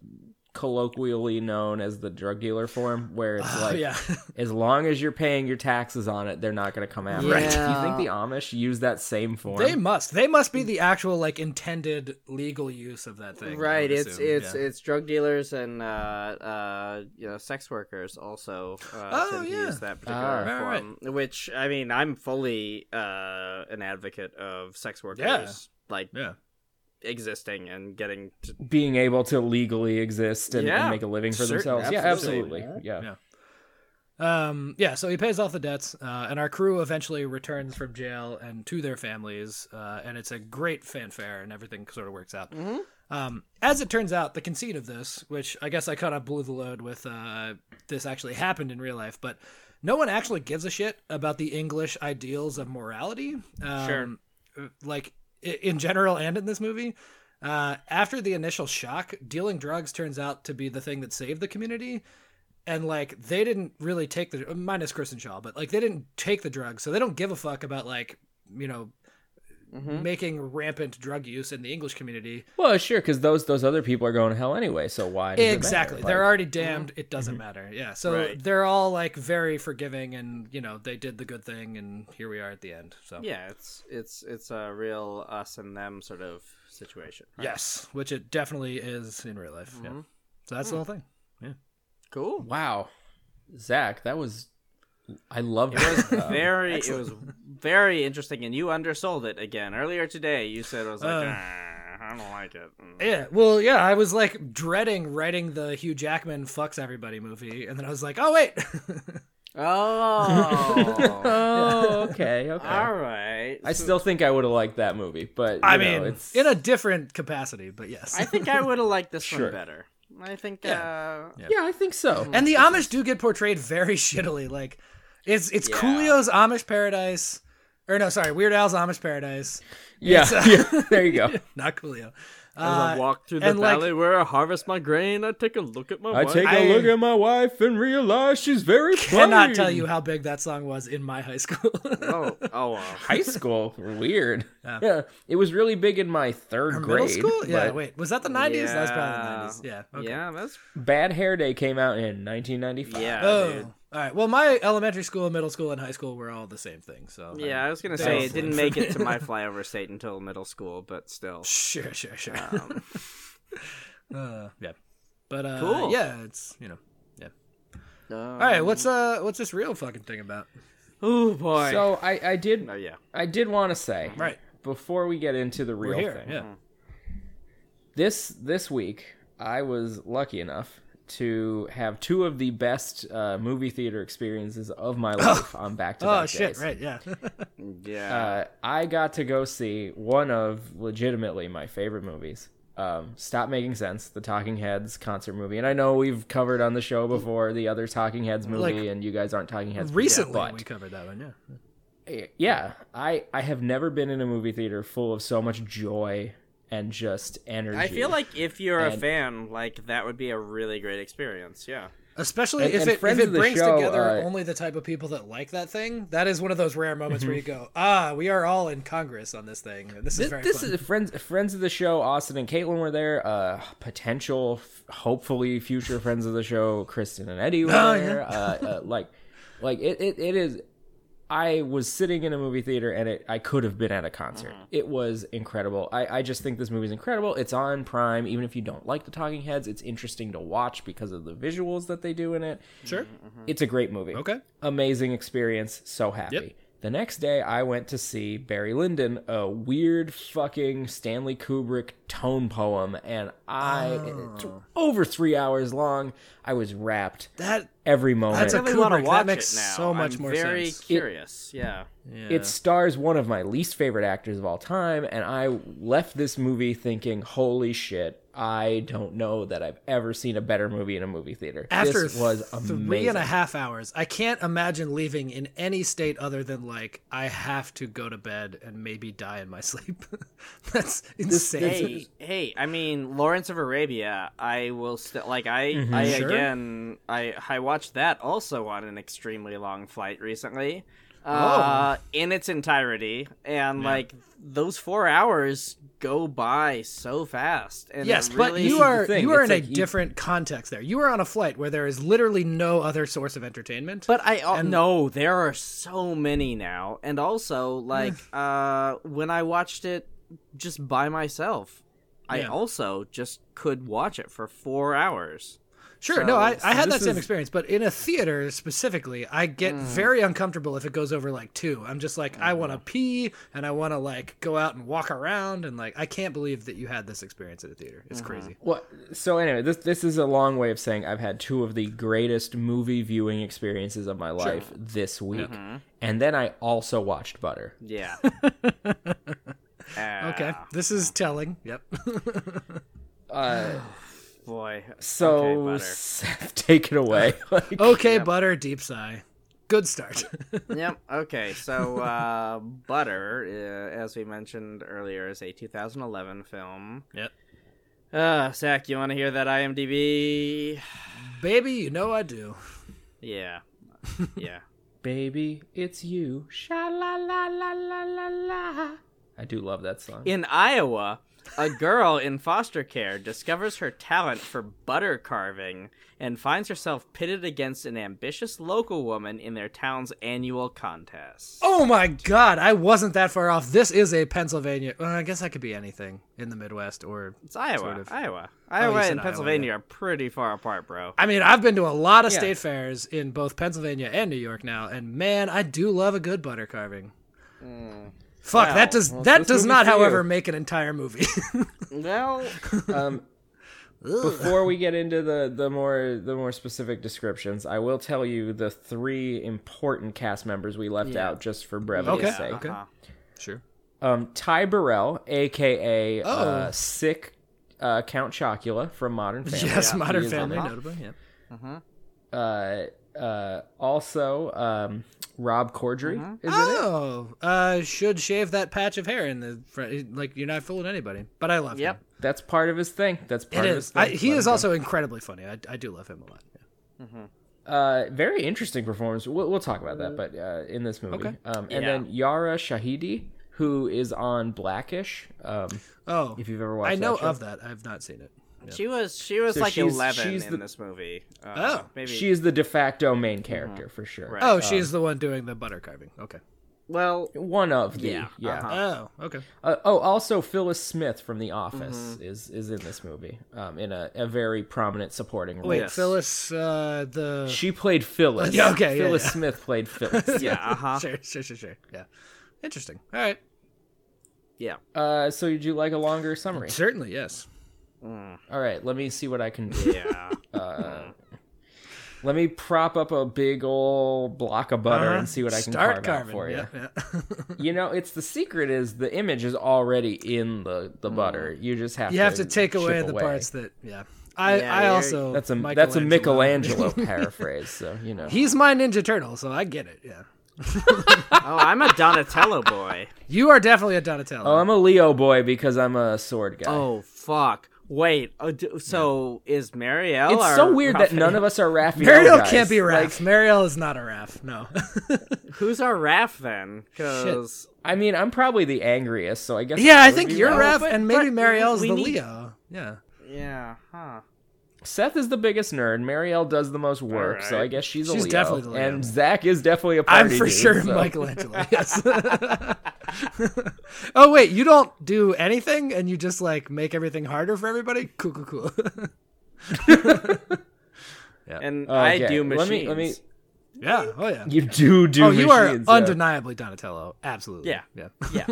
Speaker 3: colloquially known as the drug dealer form, where it's
Speaker 5: Oh,
Speaker 3: like,
Speaker 5: yeah.
Speaker 3: as long as you're paying your taxes on it, they're not going to come after. you.
Speaker 4: Right.
Speaker 3: Do you think the Amish use that same form?
Speaker 5: They must. They must be the actual like intended legal use of that thing. I
Speaker 4: Right,
Speaker 5: would
Speaker 4: it's
Speaker 5: assume,
Speaker 4: it's
Speaker 5: yeah.
Speaker 4: it's drug dealers and uh, uh, you know sex workers also uh,
Speaker 5: Oh,
Speaker 4: tend to
Speaker 5: yeah.
Speaker 4: use that particular
Speaker 5: Ah. Right,
Speaker 4: form. Which I mean, I'm fully uh, an advocate of sex workers like
Speaker 5: yeah.
Speaker 4: existing and getting to
Speaker 3: being able to legally exist and,
Speaker 4: Yeah.
Speaker 3: and make a living for
Speaker 5: Certain-
Speaker 3: themselves. Yeah,
Speaker 5: absolutely.
Speaker 3: absolutely. Yeah.
Speaker 5: Yeah. Um, yeah, so he pays off the debts, uh, and our crew eventually returns from jail and to their families, uh, and it's a great fanfare, and everything sort of works out. Um, as it turns out, the conceit of this, which I guess I kind of blew the load with, uh, this actually happened in real life, but no one actually gives a shit about the English ideals of morality. Um,
Speaker 4: Sure.
Speaker 5: Like i- in general and in this movie. Uh, after the initial shock, dealing drugs turns out to be the thing that saved the community and like they didn't really take the minus Kristen Shaw, but like they didn't take the drugs, so they don't give a fuck about like you know
Speaker 4: Hmm?
Speaker 5: making rampant drug use in the English community.
Speaker 3: Well, sure, because those those other people are going to hell anyway. So why? Does
Speaker 5: exactly,
Speaker 3: It matter?
Speaker 5: they're
Speaker 3: Like,
Speaker 5: already damned. It doesn't matter. Yeah, so
Speaker 4: Right.
Speaker 5: they're all like very forgiving, and you know they did the good thing, and here we are at the end. So
Speaker 4: yeah, it's it's it's a real us and them sort of situation. right?
Speaker 5: yes, which it definitely is in real life. Yeah, so that's the whole thing.
Speaker 4: cool.
Speaker 3: Oh, wow, Zach, that was. I love
Speaker 4: It was
Speaker 5: Um,
Speaker 4: very it was very interesting, and you undersold it again earlier today. You said it was
Speaker 5: Uh.
Speaker 4: like. "Ah, I don't like it. Mm.
Speaker 5: Yeah, well, yeah, I was like dreading writing the Hugh Jackman fucks everybody movie, and then I was like, oh wait,
Speaker 4: Oh,
Speaker 3: oh, okay, okay.
Speaker 4: all right.
Speaker 3: I
Speaker 4: So-
Speaker 3: still think I would have liked that movie, but you
Speaker 5: I
Speaker 3: know,
Speaker 5: mean,
Speaker 3: it's
Speaker 5: in a different capacity, but yes.
Speaker 4: I think I would have liked this
Speaker 3: Sure.
Speaker 4: one better. I think. Uh,
Speaker 3: yeah, I think so.
Speaker 5: and the Amish do get portrayed very shittily. Like, it's it's
Speaker 4: Yeah.
Speaker 5: Coolio's Amish Paradise, or no, sorry, Weird Al's Amish Paradise.
Speaker 3: yeah,
Speaker 5: it's, uh,
Speaker 3: yeah, there you go.
Speaker 5: Not Coolio.
Speaker 4: As I
Speaker 5: Uh,
Speaker 4: walk through the
Speaker 5: and, like-
Speaker 4: valley where I harvest my grain, I take a look at my.
Speaker 3: I
Speaker 4: wife.
Speaker 3: take a
Speaker 5: I-
Speaker 3: look at my wife and realize she's very.
Speaker 5: cannot
Speaker 3: plain.
Speaker 5: tell you how big that song was in my high school.
Speaker 4: Oh, oh, wow.
Speaker 3: High school, weird. Yeah, it was really big in my third grade.
Speaker 5: Middle school? Yeah.
Speaker 3: but-
Speaker 5: Wait, was that the nineties? That was probably the
Speaker 4: Yeah.
Speaker 5: nineties. Yeah. Okay.
Speaker 4: yeah, that's
Speaker 3: Bad Hair Day came out in 1995.
Speaker 4: yeah,
Speaker 5: Oh.
Speaker 4: dude.
Speaker 5: All right. Well, my elementary school, middle school, and high school were all the same thing. So
Speaker 4: Yeah, I was gonna say it
Speaker 5: Definitely.
Speaker 4: didn't make it to my flyover state until middle school, but still.
Speaker 5: Sure, sure, sure.
Speaker 4: Um,
Speaker 5: uh, yeah. But uh,
Speaker 4: Cool.
Speaker 5: yeah, it's you know. All right, what's uh, what's this real fucking thing about?
Speaker 4: Oh boy.
Speaker 3: So I, I did
Speaker 4: oh yeah.
Speaker 3: I did want to say
Speaker 5: Right.
Speaker 3: before we get into the real
Speaker 5: We're here.
Speaker 3: thing.
Speaker 5: Yeah.
Speaker 3: This this week I was lucky enough to have two of the best uh, movie theater experiences of my life on back to back
Speaker 5: Oh shit!
Speaker 3: days.
Speaker 5: Right. Yeah.
Speaker 4: Yeah.
Speaker 3: Uh, I got to go see one of legitimately my favorite movies. Um, Stop Making Sense, the Talking Heads concert movie, and I know we've covered on the show before the other Talking Heads movie,
Speaker 5: Like,
Speaker 3: and you guys aren't Talking Heads. people,
Speaker 5: Recently,
Speaker 3: but-
Speaker 5: we covered that one. Yeah.
Speaker 3: yeah i i have never been in a movie theater full of so much joy and just energy
Speaker 4: I feel like if you're a
Speaker 3: And-
Speaker 4: fan, like that would be a really great experience. Yeah.
Speaker 5: Especially
Speaker 3: And-
Speaker 5: if
Speaker 3: and
Speaker 5: it if
Speaker 3: friends
Speaker 5: it
Speaker 3: of the
Speaker 5: brings
Speaker 3: show,
Speaker 5: together
Speaker 3: uh,
Speaker 5: only the type of people that like that thing. That is one of those rare moments where you go, ah, we are all in Congress on this thing. and This is
Speaker 3: this,
Speaker 5: very
Speaker 3: Mm-hmm. this
Speaker 5: fun.
Speaker 3: is friends friends of the show austin and caitlin were there uh potential f- hopefully future friends of the show kristen and eddie were
Speaker 5: Oh,
Speaker 3: there uh, uh, like like it, it it is i was sitting in a movie theater and it i could have been at a concert
Speaker 5: Mm-hmm.
Speaker 3: it was incredible i i just think this movie is incredible it's on prime even if you don't like the talking heads it's interesting to watch because of the visuals that they do in it
Speaker 5: sure.
Speaker 4: Mm-hmm.
Speaker 3: it's a great movie
Speaker 5: Okay.
Speaker 3: amazing experience. So happy.
Speaker 5: Yep.
Speaker 3: The next day, I went to see Barry Lyndon, a weird fucking Stanley Kubrick tone poem, and I
Speaker 5: Ah.
Speaker 3: it's over three hours long. I was wrapped
Speaker 5: That
Speaker 3: every moment.
Speaker 5: That's a
Speaker 4: I really want to
Speaker 5: Kubrick, that
Speaker 4: watch
Speaker 5: makes
Speaker 4: it now.
Speaker 5: so much
Speaker 4: I'm
Speaker 5: more
Speaker 4: very
Speaker 5: sense.
Speaker 4: curious. yeah.
Speaker 3: It stars one of my least favorite actors of all time, and I left this movie thinking, "Holy shit, I don't know that I've ever seen a better movie in a movie theater.
Speaker 5: After
Speaker 3: this was amazing.
Speaker 5: three and a half hours, I can't imagine leaving in any state other than like I have to go to bed and maybe die in my sleep. That's insane.
Speaker 4: hey, hey, I mean Lawrence of Arabia. I will still like I I
Speaker 5: Mm-hmm. Sure.
Speaker 4: again I I watched that also on an extremely long flight recently.
Speaker 5: Oh.
Speaker 4: Uh in its entirety and like those 4 hours go by so fast and it
Speaker 5: Yes, but
Speaker 4: really-
Speaker 5: you are
Speaker 3: thing,
Speaker 5: you are
Speaker 3: it's
Speaker 5: in a
Speaker 3: like you-
Speaker 5: different context there. You are on a flight where there is literally no other source of entertainment.
Speaker 4: But I al- no, there are so many now, and also like uh, when I watched it just by myself, I
Speaker 5: Yeah.
Speaker 4: also just could watch it for four hours.
Speaker 5: Sure, no, I, I had that
Speaker 3: this
Speaker 5: same
Speaker 3: is- Mm.
Speaker 5: experience, but in a theater specifically, I get very uncomfortable if it goes over like two. I'm just like, I
Speaker 3: Mm.
Speaker 5: want to pee and I want to like go out and walk around and like I can't believe that you had this experience at a theater.
Speaker 3: Mm-hmm.
Speaker 5: It's crazy.
Speaker 3: Well, so anyway, this this is a long way of saying I've had two of the greatest movie viewing experiences of my life this week,
Speaker 5: Mm-hmm.
Speaker 3: and then I also watched Butter.
Speaker 4: Yeah. Ah.
Speaker 5: Okay, this is telling. Yep.
Speaker 4: Boy.
Speaker 3: So
Speaker 4: Okay,
Speaker 3: Seth, take it away. Like,
Speaker 5: okay, butter, deep sigh. Good start.
Speaker 4: butter. yep. Okay. So uh, Butter, uh, as we mentioned earlier, is a 2011 film.
Speaker 5: Yep.
Speaker 4: Uh, Zach, you want to hear that IMDb?
Speaker 5: Baby, you know I do.
Speaker 4: Yeah. Yeah.
Speaker 3: baby, it's you. Sha la la la la la la. I do love that song.
Speaker 4: In Iowa, a girl in foster care discovers her talent for butter carving and finds herself pitted against an ambitious local woman in their town's annual contest.
Speaker 5: Oh my god, I wasn't that far off. This is a Pennsylvania. Well, I guess I could be anything in the Midwest or
Speaker 4: it's Iowa,
Speaker 5: sort of.
Speaker 4: Iowa.
Speaker 5: you
Speaker 4: Iowa
Speaker 5: said
Speaker 4: and
Speaker 5: Iowa,
Speaker 4: Pennsylvania are pretty far apart, bro.
Speaker 5: I mean, I've been to a lot of state fairs in both Pennsylvania and New York now, and man, I do love a good butter carving. Fuck,
Speaker 4: Wow.
Speaker 5: that does
Speaker 3: Mm. Well,
Speaker 5: that
Speaker 3: this
Speaker 5: does
Speaker 3: movie
Speaker 5: not,
Speaker 3: for you.
Speaker 5: however, make an entire movie.
Speaker 4: Well,
Speaker 3: Um, before we get into the, the more the more specific descriptions, I will tell you the three important cast members we left out just for brevity's
Speaker 5: Okay.
Speaker 3: sake.
Speaker 5: Okay.
Speaker 4: uh-huh.
Speaker 5: sure.
Speaker 3: Um, Ty Burrell, aka
Speaker 5: Oh.
Speaker 3: uh, sick uh, Count Chocula from Modern Family.
Speaker 5: Yes, Modern
Speaker 3: He is on
Speaker 5: Family,
Speaker 3: that.
Speaker 5: notably. Yeah.
Speaker 3: Uh, uh, also, um, Rob Corddry is in it.
Speaker 5: Oh, uh, should shave that patch of hair in the front. Like you're not fooling anybody, but I love
Speaker 4: yep.
Speaker 5: him.
Speaker 3: That's part of his thing. That's part
Speaker 5: It
Speaker 3: of
Speaker 5: is.
Speaker 3: his thing.
Speaker 5: I, he
Speaker 3: Let
Speaker 5: is
Speaker 3: him go.
Speaker 5: also incredibly funny. I, I do love him a lot.
Speaker 3: uh, very interesting performance. We'll, we'll talk about that, but uh, in this movie,
Speaker 5: Okay.
Speaker 3: um, and
Speaker 4: Yeah.
Speaker 3: then Yara Shahidi, who is on Blackish. Um,
Speaker 5: Oh,
Speaker 3: if you've ever watched,
Speaker 5: I know
Speaker 3: that show.
Speaker 5: of that. I've not seen it.
Speaker 4: She was she was
Speaker 3: So
Speaker 4: like
Speaker 3: she's-
Speaker 4: eleven
Speaker 3: she's
Speaker 4: in
Speaker 3: the-
Speaker 4: this movie. Uh,
Speaker 5: Oh.
Speaker 4: maybe Mm-hmm.
Speaker 3: She is the de facto main character for sure.
Speaker 4: Right. Uh,
Speaker 5: Oh, she's the one doing the butter carving. Okay.
Speaker 4: well.
Speaker 3: One of the yeah.
Speaker 4: Yeah, uh-huh.
Speaker 5: Oh, okay.
Speaker 3: Uh, oh, also Phyllis Smith from The Office
Speaker 5: Mm-hmm.
Speaker 3: is is in this movie um, in a, a very prominent supporting role.
Speaker 5: Wait,
Speaker 4: Oh, Yes.
Speaker 5: Phyllis, uh, the
Speaker 3: She played Phyllis.
Speaker 5: Yeah, okay, yeah,
Speaker 3: Phyllis
Speaker 5: yeah.
Speaker 3: Smith played Phyllis.
Speaker 4: Yeah, uh huh.
Speaker 5: sure, sure, sure, sure. Yeah. Interesting. All right.
Speaker 4: Yeah.
Speaker 3: uh, so, would you like a longer summary?
Speaker 5: Certainly, yes.
Speaker 3: All right, let me see what I can do.
Speaker 4: Yeah.
Speaker 3: Let me prop up a big old block of butter and see what I can
Speaker 5: Uh-huh. Start
Speaker 3: carve out
Speaker 5: carving.
Speaker 3: for you.
Speaker 5: yeah, yeah.
Speaker 3: You know, it's the secret is the image is already in the, the butter. You just have
Speaker 5: Mm. you
Speaker 3: to
Speaker 5: have to take
Speaker 3: chip
Speaker 5: away the parts that. Yeah. I,
Speaker 4: Yeah,
Speaker 5: I
Speaker 4: you're-
Speaker 5: also.
Speaker 3: That's a that's a
Speaker 5: Michelangelo.
Speaker 3: Michelangelo paraphrase. So you know.
Speaker 5: He's my Ninja Turtle, so I get it. Yeah.
Speaker 4: oh, I'm a Donatello boy.
Speaker 5: You are definitely a Donatello.
Speaker 3: Oh, I'm a Leo boy because I'm a sword guy.
Speaker 4: Oh fuck! Wait. Oh, d- so is Marielle?
Speaker 3: It's
Speaker 4: Oh, our
Speaker 3: so weird that
Speaker 4: Raphael?
Speaker 3: none of us are Raphael.
Speaker 5: Mariel
Speaker 3: guys.
Speaker 5: can't be
Speaker 3: Like,
Speaker 5: Raph. Mariel is not a Raph. No.
Speaker 4: Who's our Raph then? Because
Speaker 3: I mean, I'm probably the angriest, so I guess.
Speaker 5: yeah,
Speaker 3: that
Speaker 5: I
Speaker 3: would
Speaker 5: think
Speaker 3: be
Speaker 5: you're
Speaker 3: Raph.
Speaker 5: Raph, and maybe
Speaker 4: but
Speaker 5: Mariel's
Speaker 4: we
Speaker 5: the
Speaker 4: need-
Speaker 5: Leo. Yeah.
Speaker 4: yeah, huh?
Speaker 3: Seth is the biggest nerd. Marielle does the most work, so
Speaker 4: Alright.
Speaker 3: I guess she's a
Speaker 5: She's
Speaker 3: Leo.
Speaker 5: definitely the Leo.
Speaker 3: And Zach is definitely a
Speaker 5: I'm
Speaker 3: party.
Speaker 5: for
Speaker 3: dude,
Speaker 5: sure
Speaker 3: so-
Speaker 5: Michelangelo. Yes. oh wait, you don't do anything and you just like make everything harder for everybody? Cool, cool, cool.
Speaker 4: And
Speaker 3: Okay,
Speaker 4: I do
Speaker 3: let
Speaker 4: machines.
Speaker 3: me- let me-
Speaker 5: yeah. Oh yeah.
Speaker 3: You do do.
Speaker 5: oh, you are
Speaker 3: machines, yeah.
Speaker 5: undeniably Donatello. Absolutely.
Speaker 4: Yeah.
Speaker 5: Yeah.
Speaker 4: Yeah.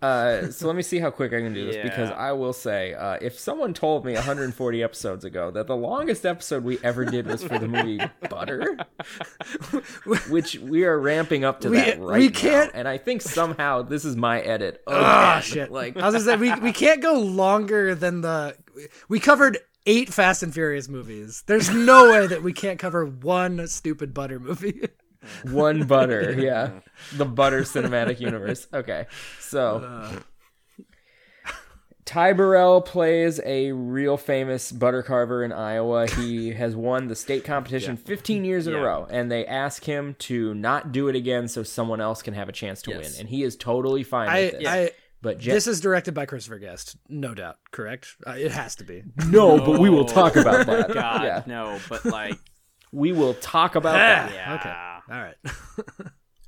Speaker 3: Uh, so let me see how quick I can do this because
Speaker 4: Yeah.
Speaker 3: I will say, uh, if someone told me 140 episodes ago that the longest episode we ever did was for the movie Butter, which we are ramping up to
Speaker 5: We-
Speaker 3: that
Speaker 5: we
Speaker 3: right now,
Speaker 5: can't-
Speaker 3: and I think somehow this is my edit.
Speaker 5: Oh
Speaker 3: again.
Speaker 5: shit!
Speaker 3: Like,
Speaker 5: I was gonna say we we can't go longer than the we covered eight Fast and Furious movies. There's no way that we can't cover one stupid butter movie.
Speaker 3: one butter yeah the butter cinematic universe okay so
Speaker 4: Uh.
Speaker 3: ty burrell plays a real famous butter carver in iowa he has won the state competition 15 years in a
Speaker 4: Yeah.
Speaker 3: row and they ask him to not do it again so someone else can have a chance to win
Speaker 4: Yes.
Speaker 3: and he is totally fine
Speaker 5: I,
Speaker 3: with this
Speaker 5: I
Speaker 3: but Je-
Speaker 5: this is directed by Christopher Guest, no doubt. Correct? Uh, it has to be.
Speaker 3: no but we will talk about that
Speaker 4: God,
Speaker 3: uh, yeah
Speaker 4: no, but like,
Speaker 3: we will talk about that
Speaker 4: yeah.
Speaker 5: All right.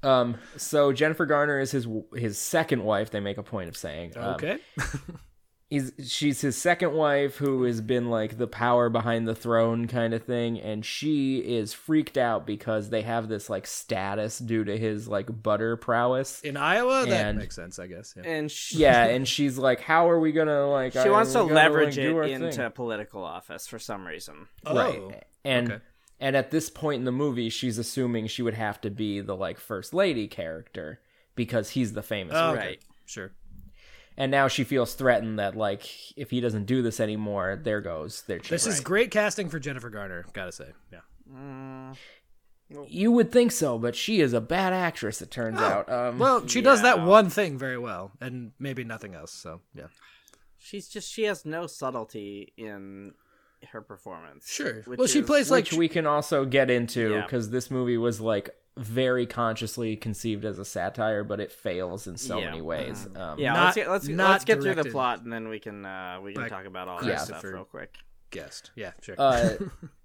Speaker 3: um so jennifer garner is his his second wife they make a point of saying Um,
Speaker 5: Okay.
Speaker 3: he's she's his second wife who has been like the power behind the throne kind of thing and she is freaked out because they have this like status due to his like butter prowess
Speaker 5: In Iowa, that
Speaker 3: and-
Speaker 5: makes sense, I guess. Yeah.
Speaker 4: And she,
Speaker 3: yeah and she's like how are we gonna like
Speaker 4: she
Speaker 3: are
Speaker 4: wants
Speaker 3: we
Speaker 4: to
Speaker 3: gonna,
Speaker 4: leverage
Speaker 3: like, do our
Speaker 4: it into
Speaker 3: thing?
Speaker 4: political office for some reason.
Speaker 3: right
Speaker 5: Oh,
Speaker 3: and
Speaker 5: okay.
Speaker 3: and at this point in the movie she's assuming she would have to be the like first lady character because he's the famous
Speaker 5: Oh,
Speaker 3: one.
Speaker 5: okay.
Speaker 4: Right.
Speaker 5: Sure.
Speaker 3: and now she feels threatened that like if he doesn't do this anymore there goes their chance.
Speaker 5: This is great casting for Jennifer Garner. Gotta say. Yeah.
Speaker 4: Mm,
Speaker 3: You would think so, but she is a bad actress. It
Speaker 4: Oh,
Speaker 3: turns out. Um,
Speaker 5: Well, she does that one thing very well, and maybe nothing else. So yeah.
Speaker 4: She's just she has no subtlety in her performance.
Speaker 5: Sure.
Speaker 4: Which
Speaker 5: well, she
Speaker 4: is-
Speaker 5: plays like
Speaker 3: which we can also get into
Speaker 4: Yeah.
Speaker 3: because this movie was like very consciously conceived as a satire, but it fails in so
Speaker 4: Yeah.
Speaker 3: many ways. Um,
Speaker 4: Yeah,
Speaker 5: Not-
Speaker 4: let's get let's,
Speaker 5: not
Speaker 4: let's get through the
Speaker 5: directed
Speaker 4: plot and then we can uh we can
Speaker 5: by
Speaker 4: talk about all
Speaker 3: Yeah.
Speaker 4: that stuff
Speaker 5: Christopher.
Speaker 4: real quick.
Speaker 5: guest. Yeah. Sure.
Speaker 3: Uh,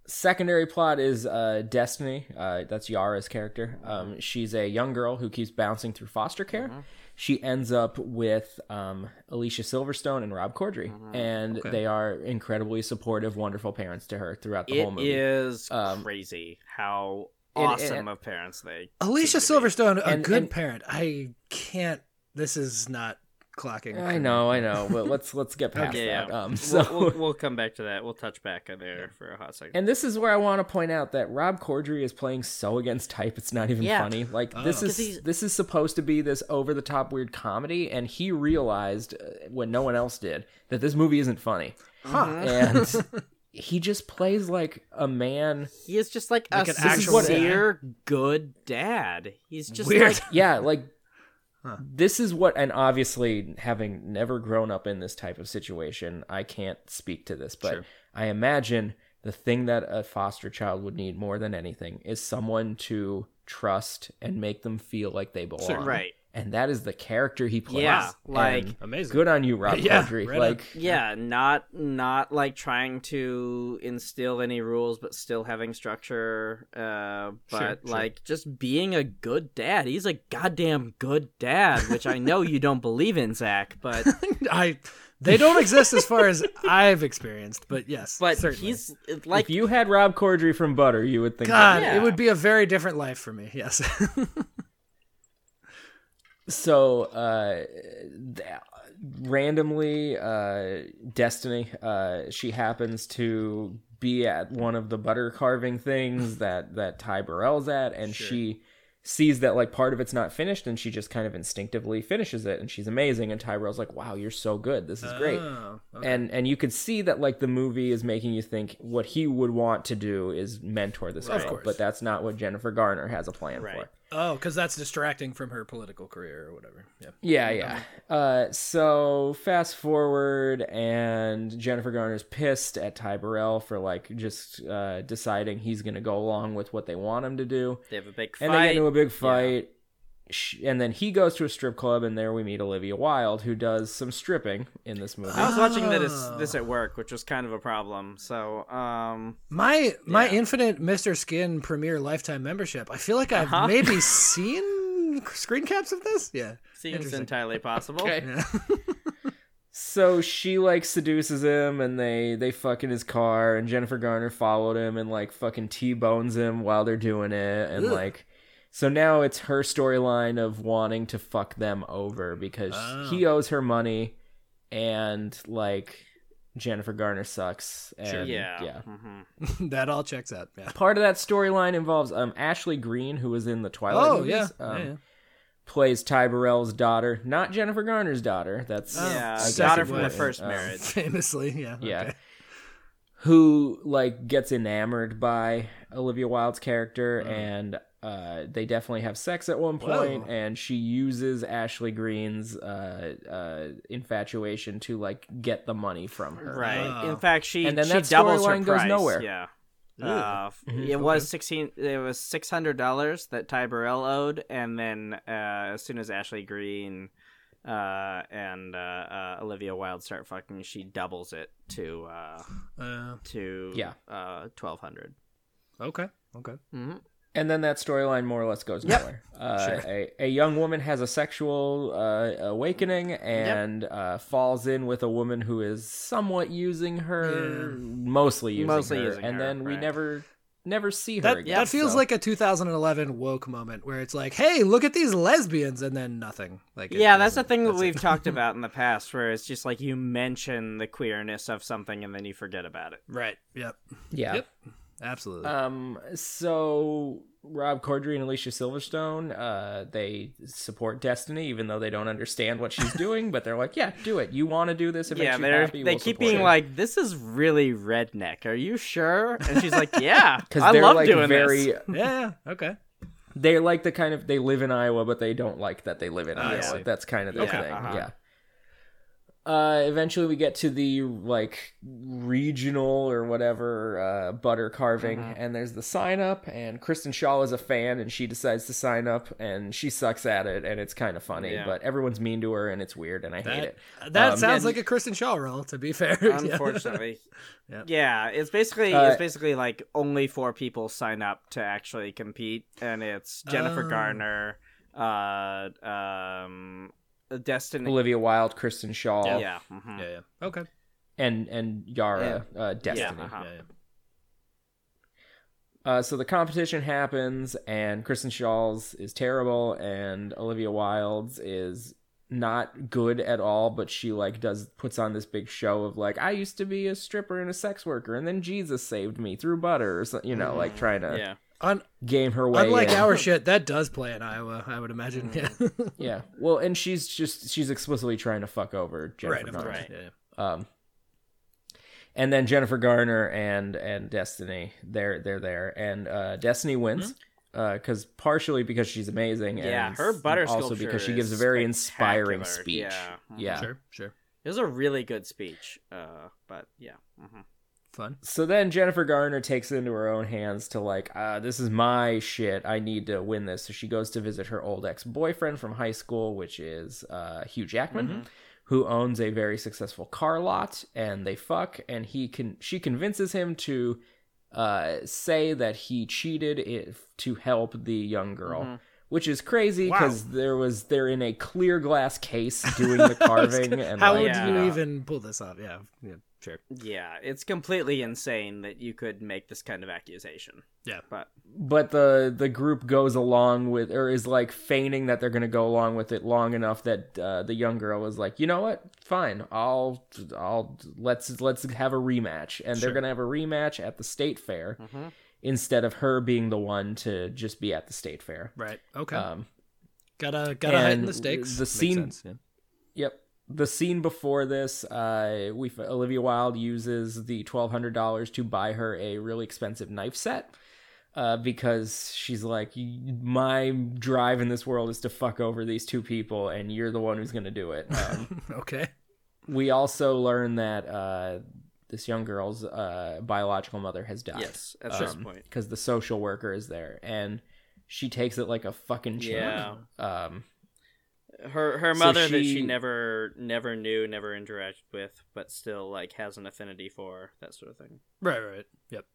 Speaker 3: secondary plot is uh, Destiny. Uh, that's Yara's character.
Speaker 4: Mm-hmm.
Speaker 3: Um, she's a young girl who keeps bouncing through foster care. She ends up with um, Alicia Silverstone and Rob Corddry,
Speaker 4: Mm-hmm.
Speaker 3: and they are incredibly supportive, wonderful parents to her throughout the whole
Speaker 4: It
Speaker 3: movie.
Speaker 4: is
Speaker 3: Um,
Speaker 4: crazy how
Speaker 3: and- and-
Speaker 4: awesome of parents they
Speaker 5: Alicia
Speaker 4: seem to be.
Speaker 5: Silverstone, a
Speaker 3: And-
Speaker 5: good
Speaker 3: and-
Speaker 5: parent. I can't. This is not clocking.
Speaker 3: I know, I know, but let's let's get past
Speaker 4: Okay,
Speaker 3: that.
Speaker 4: yeah.
Speaker 3: Um, so,
Speaker 4: we'll, we'll, we'll come back to that. We'll touch back on there for a hot second.
Speaker 3: and this is where I want to point out that Rob Corddry is playing so against type; it's not even
Speaker 4: Yeah.
Speaker 3: funny. Like this
Speaker 5: Oh.
Speaker 3: is this is supposed to be this over the top weird comedy, and he realized uh, when no one else did that this movie isn't funny,
Speaker 5: Huh.
Speaker 3: and he just plays like a man.
Speaker 4: he is just like,
Speaker 5: Like
Speaker 4: a
Speaker 5: an actual
Speaker 4: sincere good dad. He's just
Speaker 5: Weird.
Speaker 4: like
Speaker 3: Yeah, like.
Speaker 5: Huh.
Speaker 3: This is what, and obviously, having never grown up in this type of situation, I can't speak to this, but
Speaker 5: Sure.
Speaker 3: I imagine the thing that a foster child would need more than anything is someone to trust and make them feel like they belong.
Speaker 4: right.
Speaker 3: And that is the character he plays.
Speaker 4: Yeah, like-
Speaker 3: And
Speaker 5: Amazing.
Speaker 3: good on you, Rob
Speaker 5: Yeah,
Speaker 3: Corddry.
Speaker 5: right on.
Speaker 3: like
Speaker 4: Yeah, not not like trying to instill any rules, but still having structure. Uh, but
Speaker 5: Sure, sure.
Speaker 4: like just being a good dad. He's a goddamn good dad, which I know you don't believe in, Zach, but
Speaker 5: I. They don't exist as far as I've experienced, but yes.
Speaker 4: but
Speaker 5: certainly.
Speaker 4: he's like
Speaker 3: if you had Rob Corddry from Butter, you would think that.
Speaker 5: God,
Speaker 4: Yeah.
Speaker 5: it would be a very different life for me. Yes.
Speaker 3: so uh th- randomly uh destiny uh she happens to be at one of the butter carving things that that ty burrell's at and she sees that like part of it's not finished and she just kind of instinctively finishes it and she's amazing and ty burrell's like wow you're so good this is great
Speaker 5: Oh, okay.
Speaker 3: and and you could see that like the movie is making you think what he would want to do is mentor this
Speaker 5: Of
Speaker 3: girl
Speaker 5: course.
Speaker 3: but that's not what jennifer garner has a plan
Speaker 4: Right.
Speaker 3: for
Speaker 5: Oh, because that's distracting from her political career or whatever. Yeah.
Speaker 3: Yeah, yeah. Uh, so fast forward, and Jennifer Garner's pissed at Ty Burrell for like just uh, deciding he's gonna go along with what they want him to do,
Speaker 4: they have a big fight.
Speaker 3: and they get into a big fight. Sh And then he goes to a strip club, and there we meet Olivia Wilde, who does some stripping in this movie.
Speaker 4: I was watching this
Speaker 3: Ah.
Speaker 4: this at work, which was kind of a problem. So, um,
Speaker 5: My my
Speaker 4: Yeah.
Speaker 5: infinite Mr. Skin premiere lifetime membership. I feel like I've maybe seen screen caps of this. Yeah.
Speaker 4: seems
Speaker 5: Interesting.
Speaker 4: entirely possible.
Speaker 3: So she like seduces him, and they they fuck in his car, and Jennifer Garner followed him and like fucking t bones him while they're doing it, and
Speaker 5: Ugh.
Speaker 3: like So now it's her storyline of wanting to fuck them over because
Speaker 5: Oh.
Speaker 3: he owes her money and like Jennifer Garner sucks. And,
Speaker 4: yeah.
Speaker 3: Yeah.
Speaker 4: Mhm.
Speaker 5: that all checks out. Yeah.
Speaker 3: Part of that storyline involves um, Ashley Green, who was in the Twilight
Speaker 5: oh yeah.
Speaker 3: movies, um,
Speaker 5: yeah, yeah.
Speaker 3: plays Ty Burrell's daughter, not Jennifer Garner's daughter. That's
Speaker 5: Oh,
Speaker 4: Yeah,
Speaker 3: I guess
Speaker 4: daughter
Speaker 3: it
Speaker 4: from the
Speaker 3: was,
Speaker 4: first
Speaker 3: um,
Speaker 4: marriage.
Speaker 5: Famously, yeah.
Speaker 3: Yeah.
Speaker 5: okay.
Speaker 3: who like gets enamored by Olivia Wilde's character and uh, they definitely have sex at one point,
Speaker 5: Whoa.
Speaker 3: and she uses Ashley Green's uh, uh, infatuation to like get the money from her.
Speaker 4: Right.
Speaker 5: Oh.
Speaker 4: In fact, she
Speaker 3: And then
Speaker 4: she
Speaker 3: that
Speaker 4: doubles her
Speaker 3: storyline goes
Speaker 4: price.
Speaker 3: nowhere. Mm-hmm.
Speaker 4: Yeah.
Speaker 5: Ooh.
Speaker 4: Uh, f- it was sixteen. It was six hundred dollars that Ty Burrell owed, and then uh, as soon as Ashley Green uh, and uh, uh, Olivia Wilde start fucking, she doubles it to uh,
Speaker 5: Uh,
Speaker 4: to
Speaker 3: Yeah.
Speaker 4: uh, twelve hundred.
Speaker 5: okay. Okay.
Speaker 3: Mm-hmm. And then that storyline more or less goes nowhere. Uh, a, a young woman has a sexual uh, awakening and uh, falls in with a woman who is somewhat using her,
Speaker 5: Yeah.
Speaker 3: mostly using
Speaker 4: Mostly
Speaker 3: her,
Speaker 4: using
Speaker 3: and
Speaker 4: her,
Speaker 3: then we
Speaker 4: right.
Speaker 3: never never see her
Speaker 5: That,
Speaker 3: again.
Speaker 5: that feels
Speaker 3: so-
Speaker 5: like a 2011 woke moment where it's like, hey, look at these lesbians, and then nothing. Like, it
Speaker 4: Yeah, that's the
Speaker 5: doesn't-
Speaker 4: thing that
Speaker 5: that's it.
Speaker 4: we've talked about in the past, where it's just like you mention the queerness of something and then you forget about it.
Speaker 5: Right. Yep.
Speaker 3: yeah.
Speaker 5: Yep. Absolutely.
Speaker 3: Um, so Rob Corddry and Alicia Silverstone, uh, they support Destiny, even though they don't understand what she's doing, but they're like, yeah, do it. You want to do this? It
Speaker 4: yeah,
Speaker 3: makes you
Speaker 4: they're,
Speaker 3: happy.
Speaker 4: they
Speaker 3: we'll
Speaker 4: keep
Speaker 3: support
Speaker 4: being
Speaker 3: it."
Speaker 4: like, "This is really redneck." Are you sure? And she's like, "Yeah,
Speaker 3: Because
Speaker 4: I
Speaker 3: they're
Speaker 4: love
Speaker 3: like
Speaker 4: doing
Speaker 3: very,
Speaker 4: this."
Speaker 5: yeah. yeah, Okay.
Speaker 3: they're like the kind of they live in Iowa, but they don't like that they live in
Speaker 5: I
Speaker 3: Iowa.
Speaker 5: see.
Speaker 3: That's kind of the
Speaker 4: Yeah,
Speaker 3: thing.
Speaker 4: uh-huh.
Speaker 3: Yeah. Uh, eventually, we get to the like regional or whatever uh, butter carving, and there's the sign up. And Kristen Shaw is a fan, and she decides to sign up, and she sucks at it, and it's kind of funny,
Speaker 4: Yeah.
Speaker 3: but everyone's mean to her, and it's weird, and I hate
Speaker 5: That,
Speaker 3: it.
Speaker 5: that
Speaker 3: Um,
Speaker 5: sounds
Speaker 3: and-
Speaker 5: like a Kristen Shaw role, to be fair. Yeah.
Speaker 4: Unfortunately,
Speaker 5: Yep.
Speaker 4: yeah, it's basically
Speaker 3: Uh,
Speaker 4: it's basically like only four people sign up to actually compete, and it's Jennifer
Speaker 5: Oh.
Speaker 4: Garner, uh, um, Destiny.
Speaker 3: Olivia Wilde, Kristen Shaw,
Speaker 4: Yeah, mhm.
Speaker 5: Yeah. yeah. Okay.
Speaker 3: and and Yara Uh, Destiny.
Speaker 4: uh-huh.
Speaker 5: Yeah, yeah.
Speaker 3: Uh, so the competition happens, and Kristen Shaw's is terrible, and Olivia Wilde's is not good at all. But she like does puts on this big show of like I used to be a stripper and a sex worker, and then Jesus saved me through butter, or so, you know,
Speaker 5: Mm,
Speaker 3: like trying to
Speaker 4: yeah.
Speaker 5: Un-
Speaker 3: game her way.
Speaker 5: unlike
Speaker 3: in.
Speaker 5: our shit, that does play in Iowa, I would imagine. Yeah.
Speaker 3: yeah. Well, and she's just she's explicitly trying to fuck over Jennifer
Speaker 5: right. Of
Speaker 3: Garner.
Speaker 5: course.
Speaker 4: Right.
Speaker 5: Yeah. yeah.
Speaker 3: Um, and then Jennifer Garner and and Destiny, they're they're there, and uh, Destiny wins because partially because she's amazing,
Speaker 4: Mm-hmm. Yeah,
Speaker 3: and
Speaker 4: her butter
Speaker 3: also
Speaker 4: sculpture
Speaker 3: because she gives a
Speaker 4: is
Speaker 3: very inspiring speech.
Speaker 4: spectacular. Yeah. Mhm.
Speaker 3: Yeah.
Speaker 5: Sure. Sure.
Speaker 4: It was a really good speech, uh, but yeah. mhm.
Speaker 5: Fun.
Speaker 3: So then Jennifer Garner takes it into her own hands to like, uh, this is my shit. I need to win this. So she goes to visit her old ex boyfriend from high school, which is uh, Hugh Jackman,
Speaker 5: Mm-hmm.
Speaker 3: who owns a very successful car lot, and they fuck. And he can she convinces him to uh, say that he cheated if to help the young girl.
Speaker 5: Mm-hmm.
Speaker 4: Mm-hmm.
Speaker 3: Which is crazy because there was they're in a clear glass case doing the carving and
Speaker 5: How
Speaker 3: like,
Speaker 5: would
Speaker 4: Yeah.
Speaker 5: you even pull this off? Yeah. Yeah. Sure.
Speaker 4: Yeah, it's completely insane that you could make this kind of accusation.
Speaker 5: Yeah.
Speaker 4: But
Speaker 3: but the the group goes along with or is like feigning that they're going to go along with it long enough that uh, the young girl is like you know what fine i'll i'll let's let's have a rematch and they're going to have a rematch at the state fair
Speaker 4: Mm-hmm.
Speaker 3: instead of her being the one to just be at the state fair
Speaker 5: Right. Okay.
Speaker 3: um
Speaker 5: gotta gotta heighten
Speaker 3: and
Speaker 5: the stakes.
Speaker 3: the
Speaker 5: Makes
Speaker 3: scene-
Speaker 5: sense, yeah.
Speaker 3: Yep. The scene before this, uh, we Olivia Wilde uses the twelve hundred dollars to buy her a really expensive knife set, uh, because she's like, my drive in this world is to fuck over these two people, and you're the one who's gonna do it. Um,
Speaker 5: Okay.
Speaker 3: we also learn that uh, this young girl's uh, biological mother has died.
Speaker 4: yes, at this point.
Speaker 3: because the social worker is there, and she takes it like a fucking champ. Yeah. Um,
Speaker 4: her her
Speaker 3: So
Speaker 4: mother that
Speaker 3: she-
Speaker 4: she never never knew never interacted with but still like has an affinity for that sort of thing
Speaker 5: Right. Right. Yep.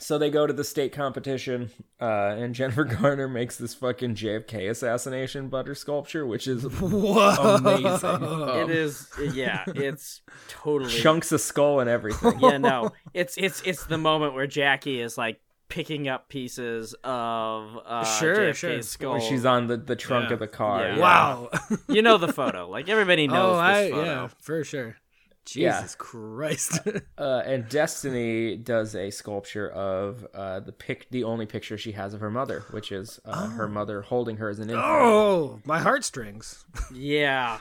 Speaker 3: So they go to the state competition, uh, and Jennifer Garner makes this fucking JFK assassination butter sculpture, which is
Speaker 5: Whoa. Oh.
Speaker 3: Amazing. Um.
Speaker 4: it is yeah it's totally
Speaker 3: chunks of skull and everything.
Speaker 4: yeah no it's it's it's the moment where jackie is like picking up pieces of uh,
Speaker 5: Sure,
Speaker 4: JFK's
Speaker 5: sure.
Speaker 4: skull.
Speaker 3: Or she's on the, the trunk
Speaker 5: Yeah.
Speaker 3: of the car.
Speaker 4: Yeah.
Speaker 5: Wow.
Speaker 4: You know the photo. Like everybody knows
Speaker 5: oh,
Speaker 4: this
Speaker 5: I
Speaker 4: photo.
Speaker 5: yeah, for sure.
Speaker 3: Yeah.
Speaker 5: Jesus Christ.
Speaker 3: Uh, and Destiny does a sculpture of uh, the pic, the only picture she has of her mother, which is uh, her mother holding her as an infant.
Speaker 5: oh, my heartstrings.
Speaker 4: Yeah.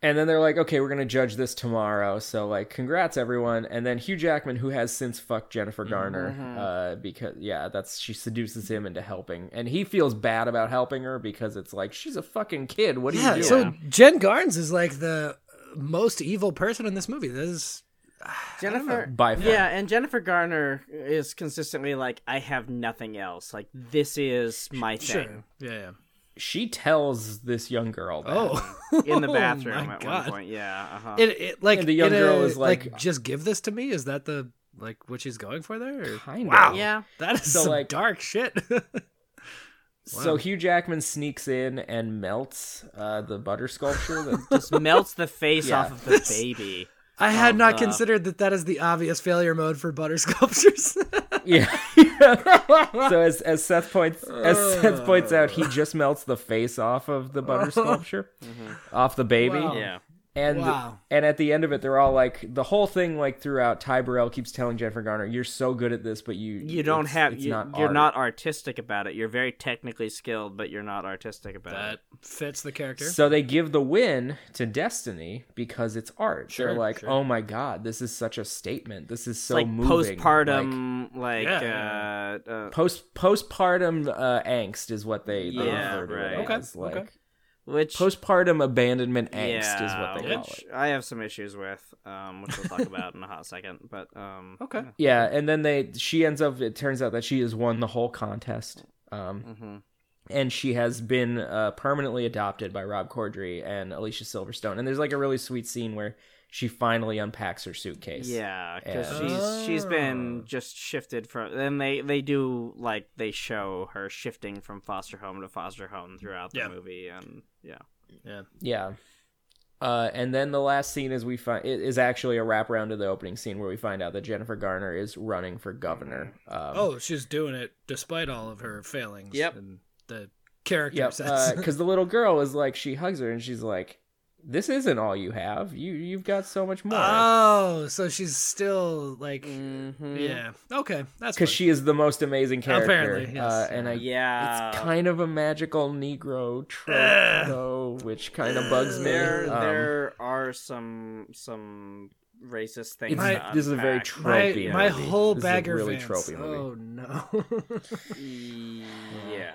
Speaker 3: And then they're like, okay, we're gonna judge this tomorrow. So like, congrats everyone. And then Hugh Jackman, who has since fucked Jennifer Garner, uh, because yeah, that's she seduces him into helping, and he feels bad about helping her because it's like she's a fucking kid. What are
Speaker 5: Yeah,
Speaker 3: you doing?
Speaker 5: so Jen Garnes is like the most evil person in this movie. This is
Speaker 4: Jennifer
Speaker 3: By far.
Speaker 4: Yeah, and Jennifer Garner is consistently like, I have nothing else. Like this is my thing.
Speaker 5: sure. Yeah. yeah.
Speaker 3: she tells this young girl. That.
Speaker 5: Oh,
Speaker 4: In the
Speaker 5: Oh
Speaker 4: bathroom
Speaker 5: my
Speaker 4: at
Speaker 5: God.
Speaker 4: one point. Yeah. Uh-huh.
Speaker 5: It, it like
Speaker 3: And the young
Speaker 5: in
Speaker 3: girl
Speaker 5: a-
Speaker 3: is like-
Speaker 5: just give this to me. Is that the like what she's going for there? Or-
Speaker 3: Kinda.
Speaker 5: Wow.
Speaker 4: yeah.
Speaker 5: That is
Speaker 3: So,
Speaker 5: some
Speaker 3: like-
Speaker 5: dark shit.
Speaker 3: So Hugh Jackman sneaks in and melts uh, the butter sculpture. That
Speaker 4: Just melts the face
Speaker 3: Yeah.
Speaker 4: off of the baby.
Speaker 5: I had not
Speaker 4: uh,
Speaker 5: considered that that is the obvious failure mode for butter sculptures.
Speaker 3: Yeah. so as as Seth points as Seth points out, he just melts the face off of the butter sculpture, off the baby,
Speaker 5: Wow.
Speaker 4: Yeah.
Speaker 3: and
Speaker 5: Wow.
Speaker 3: and at the end of it, they're all like the whole thing. Like throughout, Ty Burrell keeps telling Jennifer Garner, "You're so good at this, but you
Speaker 4: You don't
Speaker 3: it's-
Speaker 4: have
Speaker 3: it's
Speaker 4: you,
Speaker 3: not
Speaker 4: you're
Speaker 3: art."
Speaker 4: not artistic about it. You're very technically skilled, but you're not artistic about it.
Speaker 5: that fits the character.
Speaker 3: So they give the win to Destiny because it's art. they're like, "Oh my god, this is such a statement. This is so
Speaker 4: like
Speaker 3: moving." Like,
Speaker 4: postpartum like,
Speaker 5: Yeah.
Speaker 4: uh, uh
Speaker 3: Post postpartum uh, angst is what they, they
Speaker 4: Yeah,
Speaker 3: refer to it
Speaker 4: right.
Speaker 5: Okay,
Speaker 3: as, like
Speaker 5: okay.
Speaker 4: which
Speaker 3: postpartum abandonment angst
Speaker 4: yeah,
Speaker 3: is what they call
Speaker 4: which
Speaker 3: it.
Speaker 4: I have some issues with, um, which we'll talk about in a hot second. But um,
Speaker 5: okay.
Speaker 3: Yeah, and then they she ends up. It turns out that she has won the whole contest, um,
Speaker 4: Mm-hmm.
Speaker 3: and she has been uh, permanently adopted by Rob Corddry and Alicia Silverstone. And there's like a really sweet scene where she finally unpacks her suitcase.
Speaker 4: Yeah, because
Speaker 3: Yeah.
Speaker 4: she's she's been just shifted from. Then they they do like they show her shifting from foster home to foster home throughout the
Speaker 5: Yeah.
Speaker 4: movie, and yeah,
Speaker 3: yeah. Uh, and then the last scene is we find it is actually a wraparound to the opening scene where we find out that Jennifer Garner is running for governor. Um,
Speaker 5: Oh, she's doing it despite all of her failings.
Speaker 4: Yep.
Speaker 5: And the character
Speaker 3: Yep. uh,
Speaker 5: sense.
Speaker 3: Because the little girl is like, she hugs her and she's like, "This isn't all you have. You you've got so much more."
Speaker 5: oh, so she's still like, yeah. Okay, that's
Speaker 3: Mm-hmm. Because
Speaker 5: fine.
Speaker 3: she is the most amazing character.
Speaker 5: Apparently, yes.
Speaker 3: uh, and I,
Speaker 4: yeah.
Speaker 3: it's kind of a magical Negro trope, though, which kind of bugs me.
Speaker 4: there
Speaker 3: Um,
Speaker 4: there are some some racist things.
Speaker 3: it's-
Speaker 4: to
Speaker 3: this is a very
Speaker 4: unpack.
Speaker 5: my,
Speaker 3: tropey.
Speaker 5: my
Speaker 3: movie.
Speaker 5: whole
Speaker 3: This is a
Speaker 5: bagger
Speaker 3: really
Speaker 5: Vance.
Speaker 3: tropey movie.
Speaker 5: Oh no.
Speaker 4: yeah.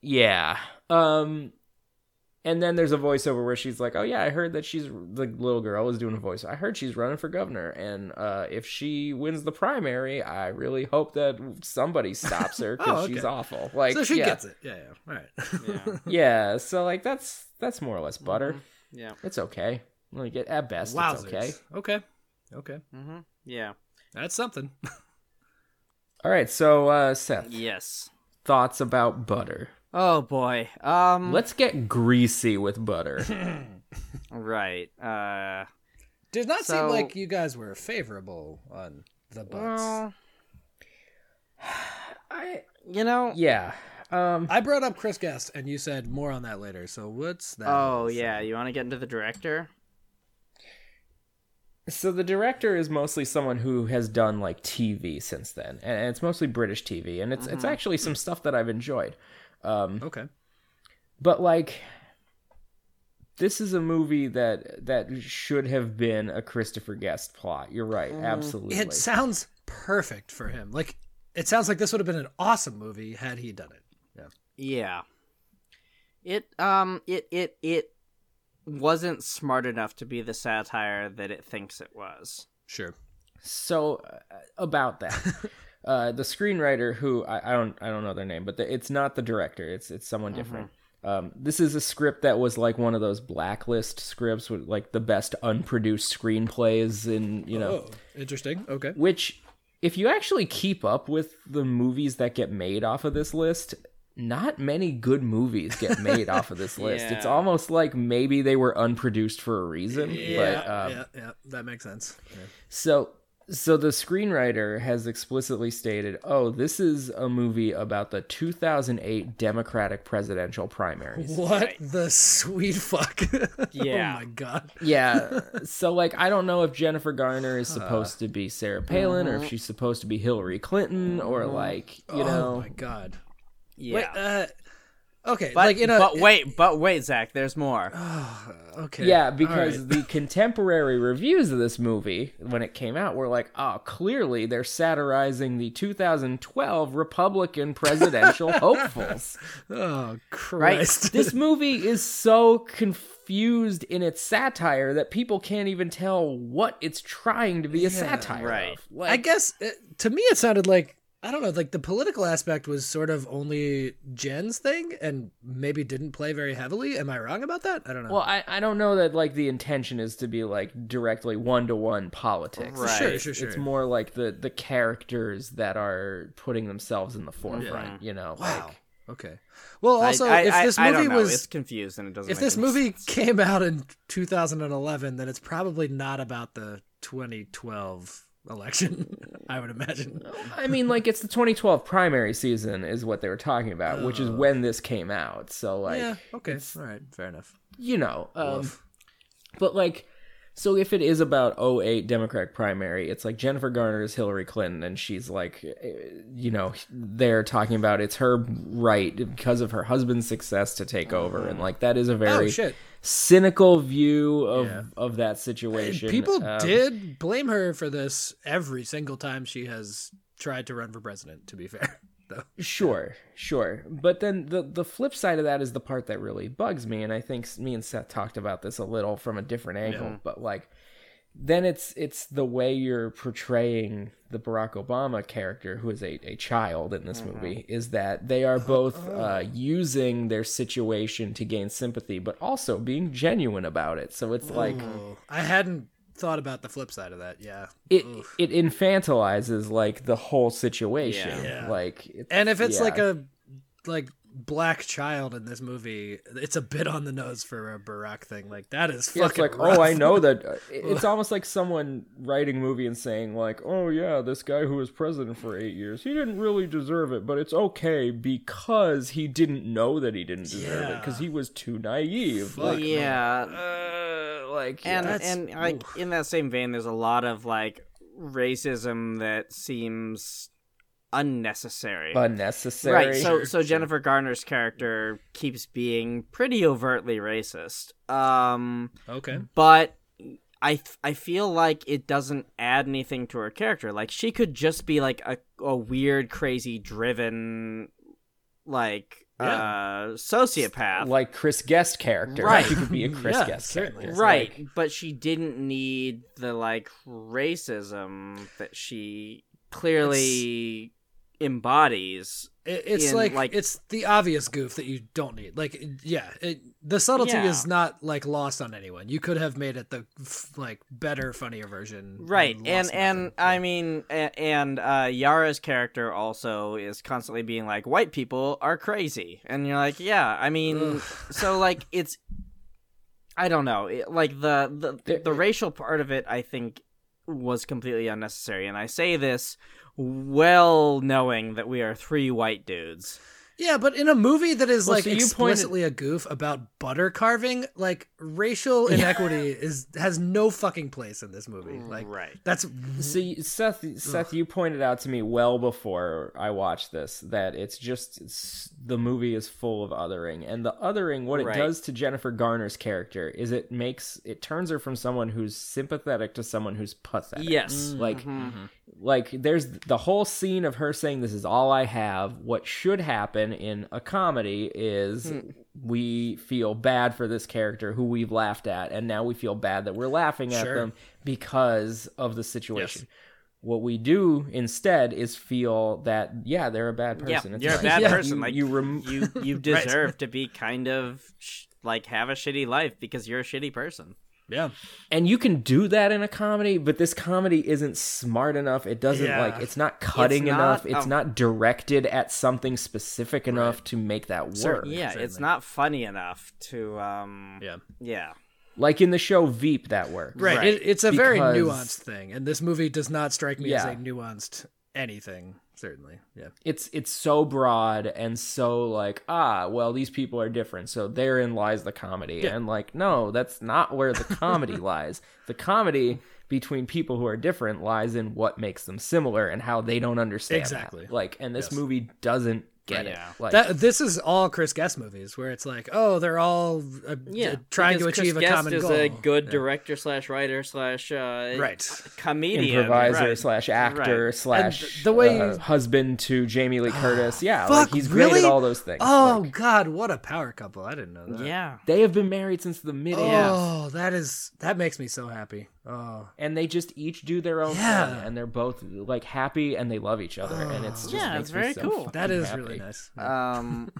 Speaker 3: Yeah. Um and then there's a voiceover where she's like, "Oh yeah, I heard that she's the little girl is doing a voice. I heard she's running for governor, and uh, if she wins the primary, I really hope that somebody stops her because
Speaker 5: Oh, okay.
Speaker 3: she's awful. Like,
Speaker 5: so she
Speaker 3: yeah.
Speaker 5: gets it. Yeah. yeah. All right.
Speaker 4: Yeah.
Speaker 3: Yeah, so like that's that's more or less butter.
Speaker 4: Yeah.
Speaker 3: It's okay. Like it, at best,
Speaker 5: Mm-hmm. Wowzers.
Speaker 3: it's okay.
Speaker 5: Okay. Okay.
Speaker 4: hmm Yeah.
Speaker 5: That's something.
Speaker 3: All right, so uh, Seth,
Speaker 4: Yes.
Speaker 3: thoughts about butter?
Speaker 4: Oh boy.
Speaker 5: Mm.
Speaker 4: Um.
Speaker 3: Let's get greasy with butter.
Speaker 4: Right. Uh.
Speaker 5: Did not
Speaker 4: So-
Speaker 5: seem like you guys were favorable on the butts.
Speaker 4: well,
Speaker 3: I
Speaker 4: you know.
Speaker 3: yeah. Um,
Speaker 5: I brought up Chris Guest, and you said more on that later. So what's that?
Speaker 4: Oh
Speaker 3: uh,
Speaker 4: yeah. You want to get into the director?
Speaker 3: So the director is mostly someone who has done like TV since then, and it's mostly British TV, and it's it's actually some stuff that I've enjoyed. Um,
Speaker 5: Okay.
Speaker 3: but like, this is a movie that that should have been a Christopher Guest plot. You're right, absolutely.
Speaker 5: It sounds perfect for him. Like it sounds like this would have been an awesome movie had he done it.
Speaker 4: Yeah. It um it it it wasn't smart enough to be the satire that it thinks it was.
Speaker 5: Sure.
Speaker 3: So uh, about that, uh, the screenwriter who I, I don't I don't know their name, but the, it's not the director. It's it's someone different. Um, this is a script that was like one of those blacklist scripts with like the best unproduced screenplays in you know,
Speaker 5: Oh, interesting. Okay.
Speaker 3: which if you actually keep up with the movies that get made off of this list. Not many good movies get made off of this list. It's
Speaker 4: Yeah.
Speaker 3: almost like maybe they were unproduced for a reason. but, um,
Speaker 5: yeah, yeah, that makes sense.
Speaker 3: so So the screenwriter has explicitly stated, "Oh, this is a movie about the 2008 Democratic presidential primaries."
Speaker 5: What the sweet fuck?
Speaker 4: Yeah.
Speaker 5: oh my god.
Speaker 3: Yeah. So like I don't know if Jennifer Garner is supposed to be Sarah Palin or if she's supposed to be Hillary Clinton or like, you know.
Speaker 5: Uh-huh. oh my god.
Speaker 4: Yeah.
Speaker 5: Wait, uh, okay,
Speaker 4: but,
Speaker 5: like in a
Speaker 4: but wait, but wait, Zach, there's more.
Speaker 5: okay,
Speaker 3: Yeah,
Speaker 5: all
Speaker 3: because
Speaker 5: right.
Speaker 3: the contemporary reviews of this movie when it came out were like, "Oh, clearly they're satirizing the 2012 Republican presidential hopefuls."
Speaker 5: oh Christ,
Speaker 3: this movie is so confused in its satire that people can't even tell what it's trying to be a satire
Speaker 4: right.
Speaker 3: of. Like,
Speaker 5: I guess uh, to me it sounded like I don't know, like the political aspect was sort of only Jen's thing, and maybe didn't play very heavily. Am I wrong about that? I don't know.
Speaker 3: Well, I, I don't know that like the intention is to be like directly one to one politics.
Speaker 4: Right.
Speaker 5: sure, sure, sure.
Speaker 3: It's more like the the characters that are putting themselves in the forefront. You know,
Speaker 5: wow.
Speaker 3: like
Speaker 5: Okay. Well,
Speaker 4: I-
Speaker 5: also,
Speaker 4: I,
Speaker 5: if
Speaker 4: I-
Speaker 5: this
Speaker 4: I
Speaker 5: movie
Speaker 4: don't know.
Speaker 5: was
Speaker 4: it's confused and it doesn't.
Speaker 5: if
Speaker 4: make
Speaker 5: this
Speaker 4: any
Speaker 5: movie came out in 2011, then it's probably not about the 2012 election. I would imagine.
Speaker 3: I mean, like it's the 2012 primary season is what they were talking about, which is when this came out. So like,
Speaker 5: yeah. Okay. All right. Fair enough.
Speaker 3: you know, um,
Speaker 5: Woof.
Speaker 3: but like. So if it is about 08 Democratic primary, it's like Jennifer Garner is Hillary Clinton and she's like eh, you know, they're talking about it's her right because of her husband's success to take over and like that is a very
Speaker 5: Oh shit!
Speaker 3: cynical view of
Speaker 5: Yeah.
Speaker 3: of that situation.
Speaker 5: People
Speaker 3: Um,
Speaker 5: did blame her for this every single time she has tried to run for president. To be fair, though.
Speaker 3: Sure, sure. But then the the flip side of that is the part that really bugs me, and I think s- me and Seth talked about this a little from a different angle. But like, then it's it's the way you're portraying the Barack Obama character, who is a, a child in this movie, is that they are both uh, using their situation to gain sympathy, but also being genuine about it. So it's like
Speaker 5: Mm. I hadn't thought about the flip side of that. Yeah.
Speaker 3: it it infantilizes like the whole situation.
Speaker 5: Yeah.
Speaker 3: Like, it,
Speaker 5: And if it's
Speaker 3: Yeah.
Speaker 5: like a like black child in this movie, it's a bit on the nose for a Barack thing. Like that is
Speaker 3: Yeah,
Speaker 5: fucking.
Speaker 3: it's like,
Speaker 5: rough.
Speaker 3: oh, I know that. it- It's almost like someone writing a movie and saying, like, oh yeah, this guy who was president for eight years, he didn't really deserve it, but it's okay because he didn't know that he didn't deserve it
Speaker 5: Yeah.
Speaker 3: because he was too naive.
Speaker 5: Fuck.
Speaker 3: Like,
Speaker 4: Yeah.
Speaker 3: uh, like
Speaker 4: and
Speaker 3: yeah.
Speaker 5: That's-
Speaker 4: and like in that same vein there's a lot of like racism that seems unnecessary
Speaker 3: unnecessary.
Speaker 4: right so so jennifer garner's character keeps being pretty overtly racist um
Speaker 5: Okay.
Speaker 4: but I, f- I feel like it doesn't add anything to her character. Like she could just be like a, a weird, crazy, driven, like uh, sociopath.
Speaker 3: like Chris Guest character,
Speaker 4: Right.
Speaker 3: She could be a Chris
Speaker 5: Yeah,
Speaker 3: Guest
Speaker 5: certainly.
Speaker 3: character,
Speaker 4: right
Speaker 3: Like,
Speaker 4: but she didn't need the like racism that she clearly embodies
Speaker 5: It, it's
Speaker 4: in,
Speaker 5: like,
Speaker 4: like-
Speaker 5: it's the obvious goof that you don't need. Like it- yeah, it, the subtlety
Speaker 4: Yeah.
Speaker 5: is not like lost on anyone. You could have made it the f- like better, funnier version.
Speaker 4: right and
Speaker 5: lost
Speaker 4: and
Speaker 5: nothing.
Speaker 4: i mean a- and uh yara's character also is constantly being like white people are crazy and you're like yeah i mean so like it's i don't know it- like the the,
Speaker 3: There-
Speaker 4: the racial part of it i think was completely unnecessary and i say this well knowing that we are three white dudes
Speaker 5: yeah, but in a movie that is
Speaker 3: Well,
Speaker 5: like
Speaker 3: so you pointed-
Speaker 5: explicitly a goof about butter carving, like racial inequity is has no fucking place in this movie. Like
Speaker 4: Right.
Speaker 5: that's
Speaker 4: Mm-hmm.
Speaker 3: So you- Seth, Seth, you pointed out to me well before I watched this that it's just it's, the movie is full of othering, and the othering, what
Speaker 4: Right.
Speaker 3: it does to Jennifer Garner's character is it makes it turns her from someone who's sympathetic to someone who's pathetic.
Speaker 4: Yes. Mm-hmm.
Speaker 3: like like there's the whole scene of her saying this is all i have what should happen in a comedy is
Speaker 4: Hmm.
Speaker 3: we feel bad for this character who we've laughed at and now we feel bad that we're laughing at
Speaker 5: Sure.
Speaker 3: them because of the situation what we do instead is feel that yeah they're a bad
Speaker 4: Yeah,
Speaker 3: person It's
Speaker 4: you're a
Speaker 3: like-
Speaker 4: bad
Speaker 3: yeah,
Speaker 4: person.
Speaker 3: you,
Speaker 4: like
Speaker 3: you, rem-
Speaker 4: you, you deserve to be kind of sh- like have a shitty life because you're a shitty person.
Speaker 5: yeah.
Speaker 3: and you can do that in a comedy but this comedy isn't smart enough it doesn't
Speaker 5: Yeah.
Speaker 3: like it's not cutting
Speaker 4: It's
Speaker 3: enough
Speaker 4: not-
Speaker 3: it's
Speaker 4: oh.
Speaker 3: not directed at something specific enough to make that work
Speaker 5: Certainly.
Speaker 4: Yeah, it's
Speaker 5: certainly.
Speaker 4: not funny enough to. Um,
Speaker 5: Yeah.
Speaker 4: yeah.
Speaker 3: like in the show Veep that works.
Speaker 5: Right. It, it's a very
Speaker 3: Because-
Speaker 5: nuanced thing, and this movie does not strike me as
Speaker 3: Yeah.
Speaker 5: a nuanced anything. Certainly, yeah.
Speaker 3: It's it's so broad and so like ah well these people are different so therein lies the comedy and like no that's not where the comedy lies. The comedy between people who are different lies in what makes them similar and how they don't understand that.
Speaker 5: Exactly.
Speaker 3: Like and this movie doesn't get
Speaker 4: Yeah.
Speaker 3: it. Like
Speaker 5: That this is all Chris Guest movies, where it's like, oh, they're all uh, uh, trying to
Speaker 4: because
Speaker 5: achieve
Speaker 4: Chris
Speaker 5: a
Speaker 4: Guest
Speaker 5: common
Speaker 4: is
Speaker 5: goal.
Speaker 4: a good director slash writer slash uh,
Speaker 5: Right.
Speaker 4: comedian
Speaker 3: improviser
Speaker 4: right.
Speaker 3: slash actor
Speaker 4: Right.
Speaker 3: slash
Speaker 5: the way-
Speaker 3: uh, husband to Jamie Lee Curtis. Yeah,
Speaker 5: Fuck,
Speaker 3: like he's
Speaker 5: really?
Speaker 3: great at all those things.
Speaker 5: Oh
Speaker 3: Like,
Speaker 5: God, what a power couple! I didn't know that.
Speaker 4: Yeah,
Speaker 3: they have been married since the mid 80s.
Speaker 5: Oh, that is that makes me so happy. Oh,
Speaker 3: And they just each do their own
Speaker 5: Yeah.
Speaker 3: thing, and they're both like happy, and they love each other, and it's just
Speaker 4: Yeah,
Speaker 3: makes
Speaker 4: it's very
Speaker 3: me so
Speaker 4: cool.
Speaker 3: fucking
Speaker 5: that is
Speaker 3: happy.
Speaker 5: really nice.
Speaker 3: Uh,
Speaker 4: Um,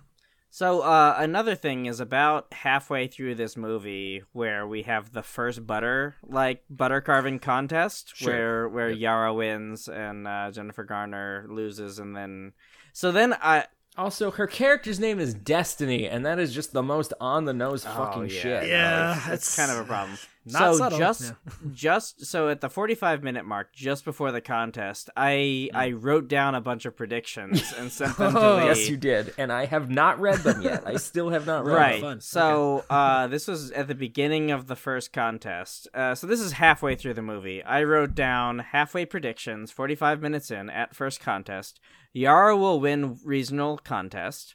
Speaker 4: so uh, another thing is about halfway through this movie where we have the first butter like butter carving contest
Speaker 3: Sure.
Speaker 4: where where Yara wins and uh, Jennifer Garner loses and then so then I
Speaker 3: Also, her character's name is Destiny, and that is just the most on the nose fucking
Speaker 4: Oh, yeah.
Speaker 3: shit.
Speaker 5: Oh, Yeah,
Speaker 4: it's, it's
Speaker 5: it's-
Speaker 4: kind of a problem.
Speaker 5: Not
Speaker 4: so
Speaker 5: subtle,
Speaker 4: just
Speaker 5: yeah.
Speaker 4: just so at the 45 minute mark just before the contest I I wrote down a bunch of predictions and sent them to
Speaker 5: Mm. Oh.
Speaker 4: Lee.
Speaker 3: Yes, you did, and I have not read them yet. I still have not read
Speaker 4: right
Speaker 3: them.
Speaker 5: fun.
Speaker 4: so uh, this was at the beginning of the first contest uh, so this is halfway through the movie i wrote down halfway predictions 45 minutes in at first contest yara will win regional contest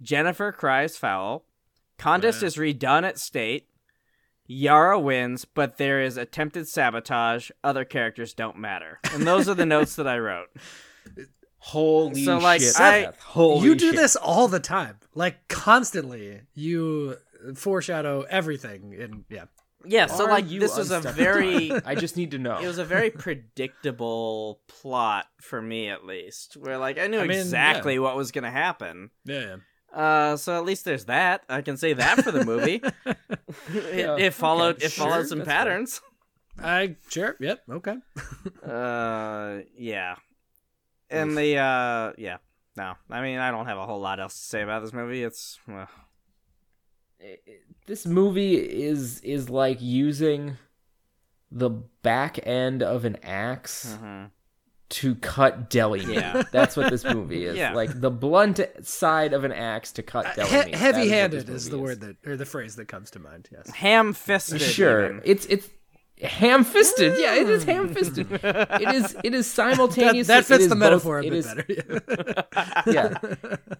Speaker 4: jennifer cries foul contest is redone at state Yara wins, but there is attempted sabotage. Other characters don't matter, and those are the notes that I wrote.
Speaker 3: Holy
Speaker 4: So, like,
Speaker 3: shit!
Speaker 4: I-
Speaker 3: Seth. Holy
Speaker 5: you do
Speaker 3: shit.
Speaker 5: this all the time, like constantly. You foreshadow everything, and yeah,
Speaker 4: Yeah, so
Speaker 3: Are
Speaker 4: like
Speaker 3: you
Speaker 4: this was a
Speaker 3: unstuck in
Speaker 4: very
Speaker 3: time? I just need to know.
Speaker 4: it was a very
Speaker 3: Oh.
Speaker 4: predictable plot for me at least where like i knew
Speaker 5: I mean,
Speaker 4: exactly what was going to happen
Speaker 5: yeah, yeah.
Speaker 4: uh, so at least there's that i can say that for the movie it,
Speaker 3: Yeah,
Speaker 4: it followed
Speaker 3: okay,
Speaker 4: it followed
Speaker 3: sure,
Speaker 4: some
Speaker 3: that's fair.
Speaker 4: patterns
Speaker 5: I sure, yep, okay.
Speaker 4: uh yeah and the uh yeah no i mean i don't have a whole lot else to say about this movie it's uh, well,
Speaker 3: this movie is is like using the back end of an ax
Speaker 4: mhm.
Speaker 3: to cut deli meat.
Speaker 4: Yeah.
Speaker 3: That's what this movie is.
Speaker 4: Yeah.
Speaker 3: Like the blunt side of an axe to cut deli meat. That is what this
Speaker 5: Uh, heavy-handed is, the
Speaker 3: movie
Speaker 5: word that or the phrase that comes to mind. Yes.
Speaker 4: ham-fisted
Speaker 3: Sure.
Speaker 4: even.
Speaker 3: It's it's ham fisted. Yeah, it is ham fisted. it is it is
Speaker 5: Hmm. That,
Speaker 3: simultaneous.
Speaker 5: that fits the metaphor
Speaker 3: both,
Speaker 5: a
Speaker 3: it
Speaker 5: bit
Speaker 3: is-
Speaker 5: better.
Speaker 3: yeah.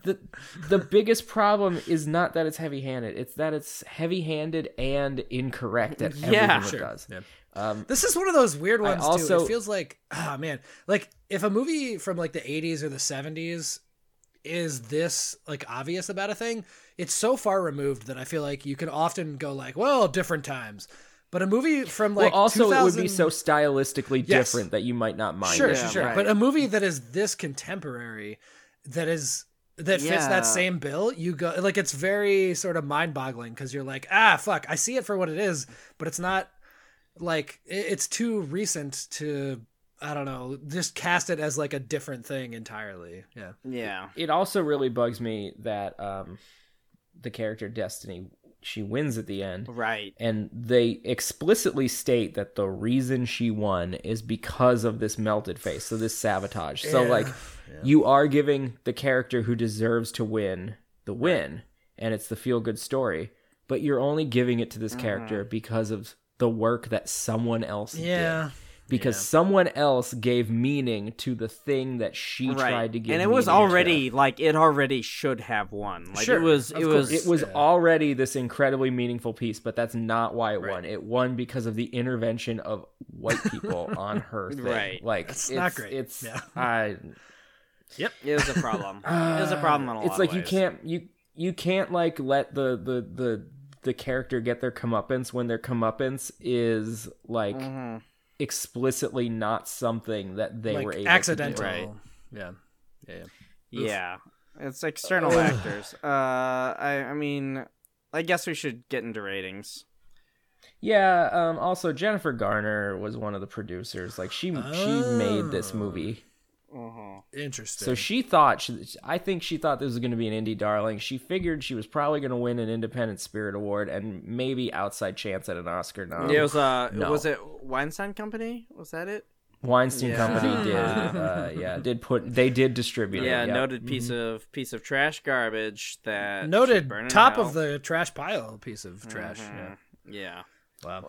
Speaker 3: The the biggest problem is not that it's heavy handed. It's that it's heavy handed and incorrect at everything
Speaker 4: Yeah.
Speaker 3: it
Speaker 5: Sure.
Speaker 3: does.
Speaker 5: Yeah.
Speaker 3: Um,
Speaker 5: This is one of those weird
Speaker 3: I
Speaker 5: ones too.
Speaker 3: also-
Speaker 5: It feels like ah man, like if a movie from like the 80s or the 70s is this like obvious about a thing, it's so far removed that I feel like you can often go like, well, different times. But a movie from like
Speaker 3: well, also it would be
Speaker 5: 2000
Speaker 3: so stylistically
Speaker 5: Yes.
Speaker 3: different that you might not mind.
Speaker 5: sure,
Speaker 3: it.
Speaker 5: sure,
Speaker 4: Yeah,
Speaker 5: sure.
Speaker 4: right.
Speaker 5: But a movie that is this contemporary, that is that fits
Speaker 4: Yeah.
Speaker 5: that same bill, you go like it's very sort of mind boggling because you're like, ah, fuck, I see it for what it is, but it's not like i- it's too recent to I don't know, just cast it as like a different thing entirely. Yeah,
Speaker 4: yeah
Speaker 3: It also really bugs me that um, the character Destiny she wins at the end,
Speaker 4: right
Speaker 3: and they explicitly state that the reason she won is because of this melted face, so this sabotage. So
Speaker 5: Yeah.
Speaker 3: like, you are giving the character who deserves to win the win, and it's the feel good story, but you're only giving it to this character because of the work that someone else did
Speaker 5: yeah,
Speaker 3: because someone else gave meaning to the thing that she
Speaker 4: right
Speaker 3: tried to give
Speaker 4: and it was
Speaker 3: meaning to.
Speaker 4: already like it already should have won like
Speaker 5: Sure,
Speaker 4: it was
Speaker 5: of
Speaker 4: it
Speaker 5: course.
Speaker 4: was
Speaker 3: it was
Speaker 5: Yeah.
Speaker 3: already this incredibly meaningful piece but that's not why it won it won because of the intervention of white people on her thing
Speaker 4: Right.
Speaker 3: like
Speaker 5: That's
Speaker 3: it's
Speaker 5: not great.
Speaker 3: it's
Speaker 5: Yeah.
Speaker 3: I,
Speaker 4: It was a problem. it was a problem in a lot
Speaker 3: Uh, it's like
Speaker 4: of
Speaker 3: you
Speaker 4: ways.
Speaker 3: can't you you can't like let the the the the character get their comeuppance when their comeuppance is like
Speaker 4: Mhm.
Speaker 3: explicitly not something that they were
Speaker 5: like
Speaker 3: able
Speaker 5: accidental.
Speaker 3: to
Speaker 4: Right.
Speaker 5: Yeah, yeah, yeah.
Speaker 4: Yeah, it's external actors. Uh, I, I mean, I guess we should get into ratings.
Speaker 3: do. yeah um also jennifer garner was one of the producers like she she made this movie
Speaker 5: Oh, Interesting.
Speaker 3: So she thought, she, I think she thought this was going to be an indie darling. She figured she was probably going to win an Independent Spirit Award and maybe outside chance at an Oscar nom.
Speaker 4: it was uh,
Speaker 3: Um, no.
Speaker 4: was it Weinstein Company? Was that it?
Speaker 3: Weinstein
Speaker 4: Yeah.
Speaker 3: Company did, uh, yeah, did put they did distribute.
Speaker 4: Yeah,
Speaker 3: it, yep.
Speaker 4: noted piece of piece of trash garbage that should
Speaker 5: Noted
Speaker 4: burn in
Speaker 5: top
Speaker 4: hell.
Speaker 5: of the trash pile piece of trash. Yeah.
Speaker 4: yeah.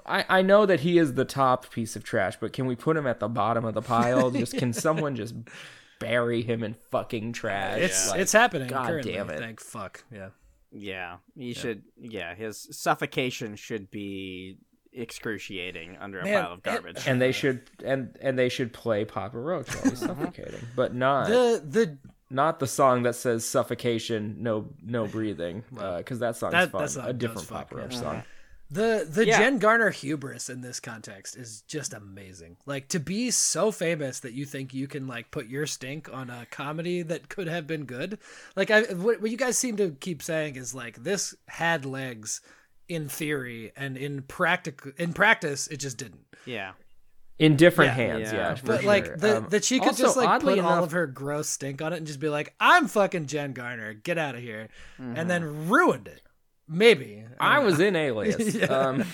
Speaker 3: I, I know that he is the top piece of trash, but can we put him at the bottom of the pile? Just can someone just bury him in fucking trash?
Speaker 5: It's
Speaker 3: Like,
Speaker 5: it's happening
Speaker 3: God
Speaker 5: currently.
Speaker 3: damn it.
Speaker 5: Thank fuck. Yeah.
Speaker 4: Yeah, he should. Yeah, his suffocation should be excruciating under a
Speaker 5: Man,
Speaker 4: pile of
Speaker 5: it-
Speaker 4: garbage.
Speaker 3: and they should and and they should play Papa Roach while he's
Speaker 4: Uh-huh.
Speaker 3: suffocating, but not
Speaker 5: The the
Speaker 3: not the song that says suffocation, no no breathing, because that song's
Speaker 5: That-
Speaker 3: fun.
Speaker 5: that song
Speaker 3: a
Speaker 5: does
Speaker 3: different
Speaker 5: fuck,
Speaker 3: Papa Roach
Speaker 5: yeah.
Speaker 3: song.
Speaker 5: The the
Speaker 4: Yeah.
Speaker 5: Jen Garner hubris in this context is just amazing. Like to be so famous that you think you can like put your stink on a comedy that could have been good. Like I what, what you guys seem to keep saying is like this had legs in theory and in practical in practice it just didn't.
Speaker 4: yeah,
Speaker 3: In different
Speaker 5: Yeah.
Speaker 3: hands,
Speaker 4: Yeah.
Speaker 3: yeah. Um,
Speaker 5: But like the, that she could just like put
Speaker 3: oddly
Speaker 5: all
Speaker 3: enough,
Speaker 5: of her gross stink on it and just be like, "I'm fucking Jen Garner, get out of here," and then
Speaker 3: Mm-hmm.
Speaker 5: ruined it. Maybe
Speaker 3: I was in Alias.
Speaker 5: Yeah.
Speaker 3: um,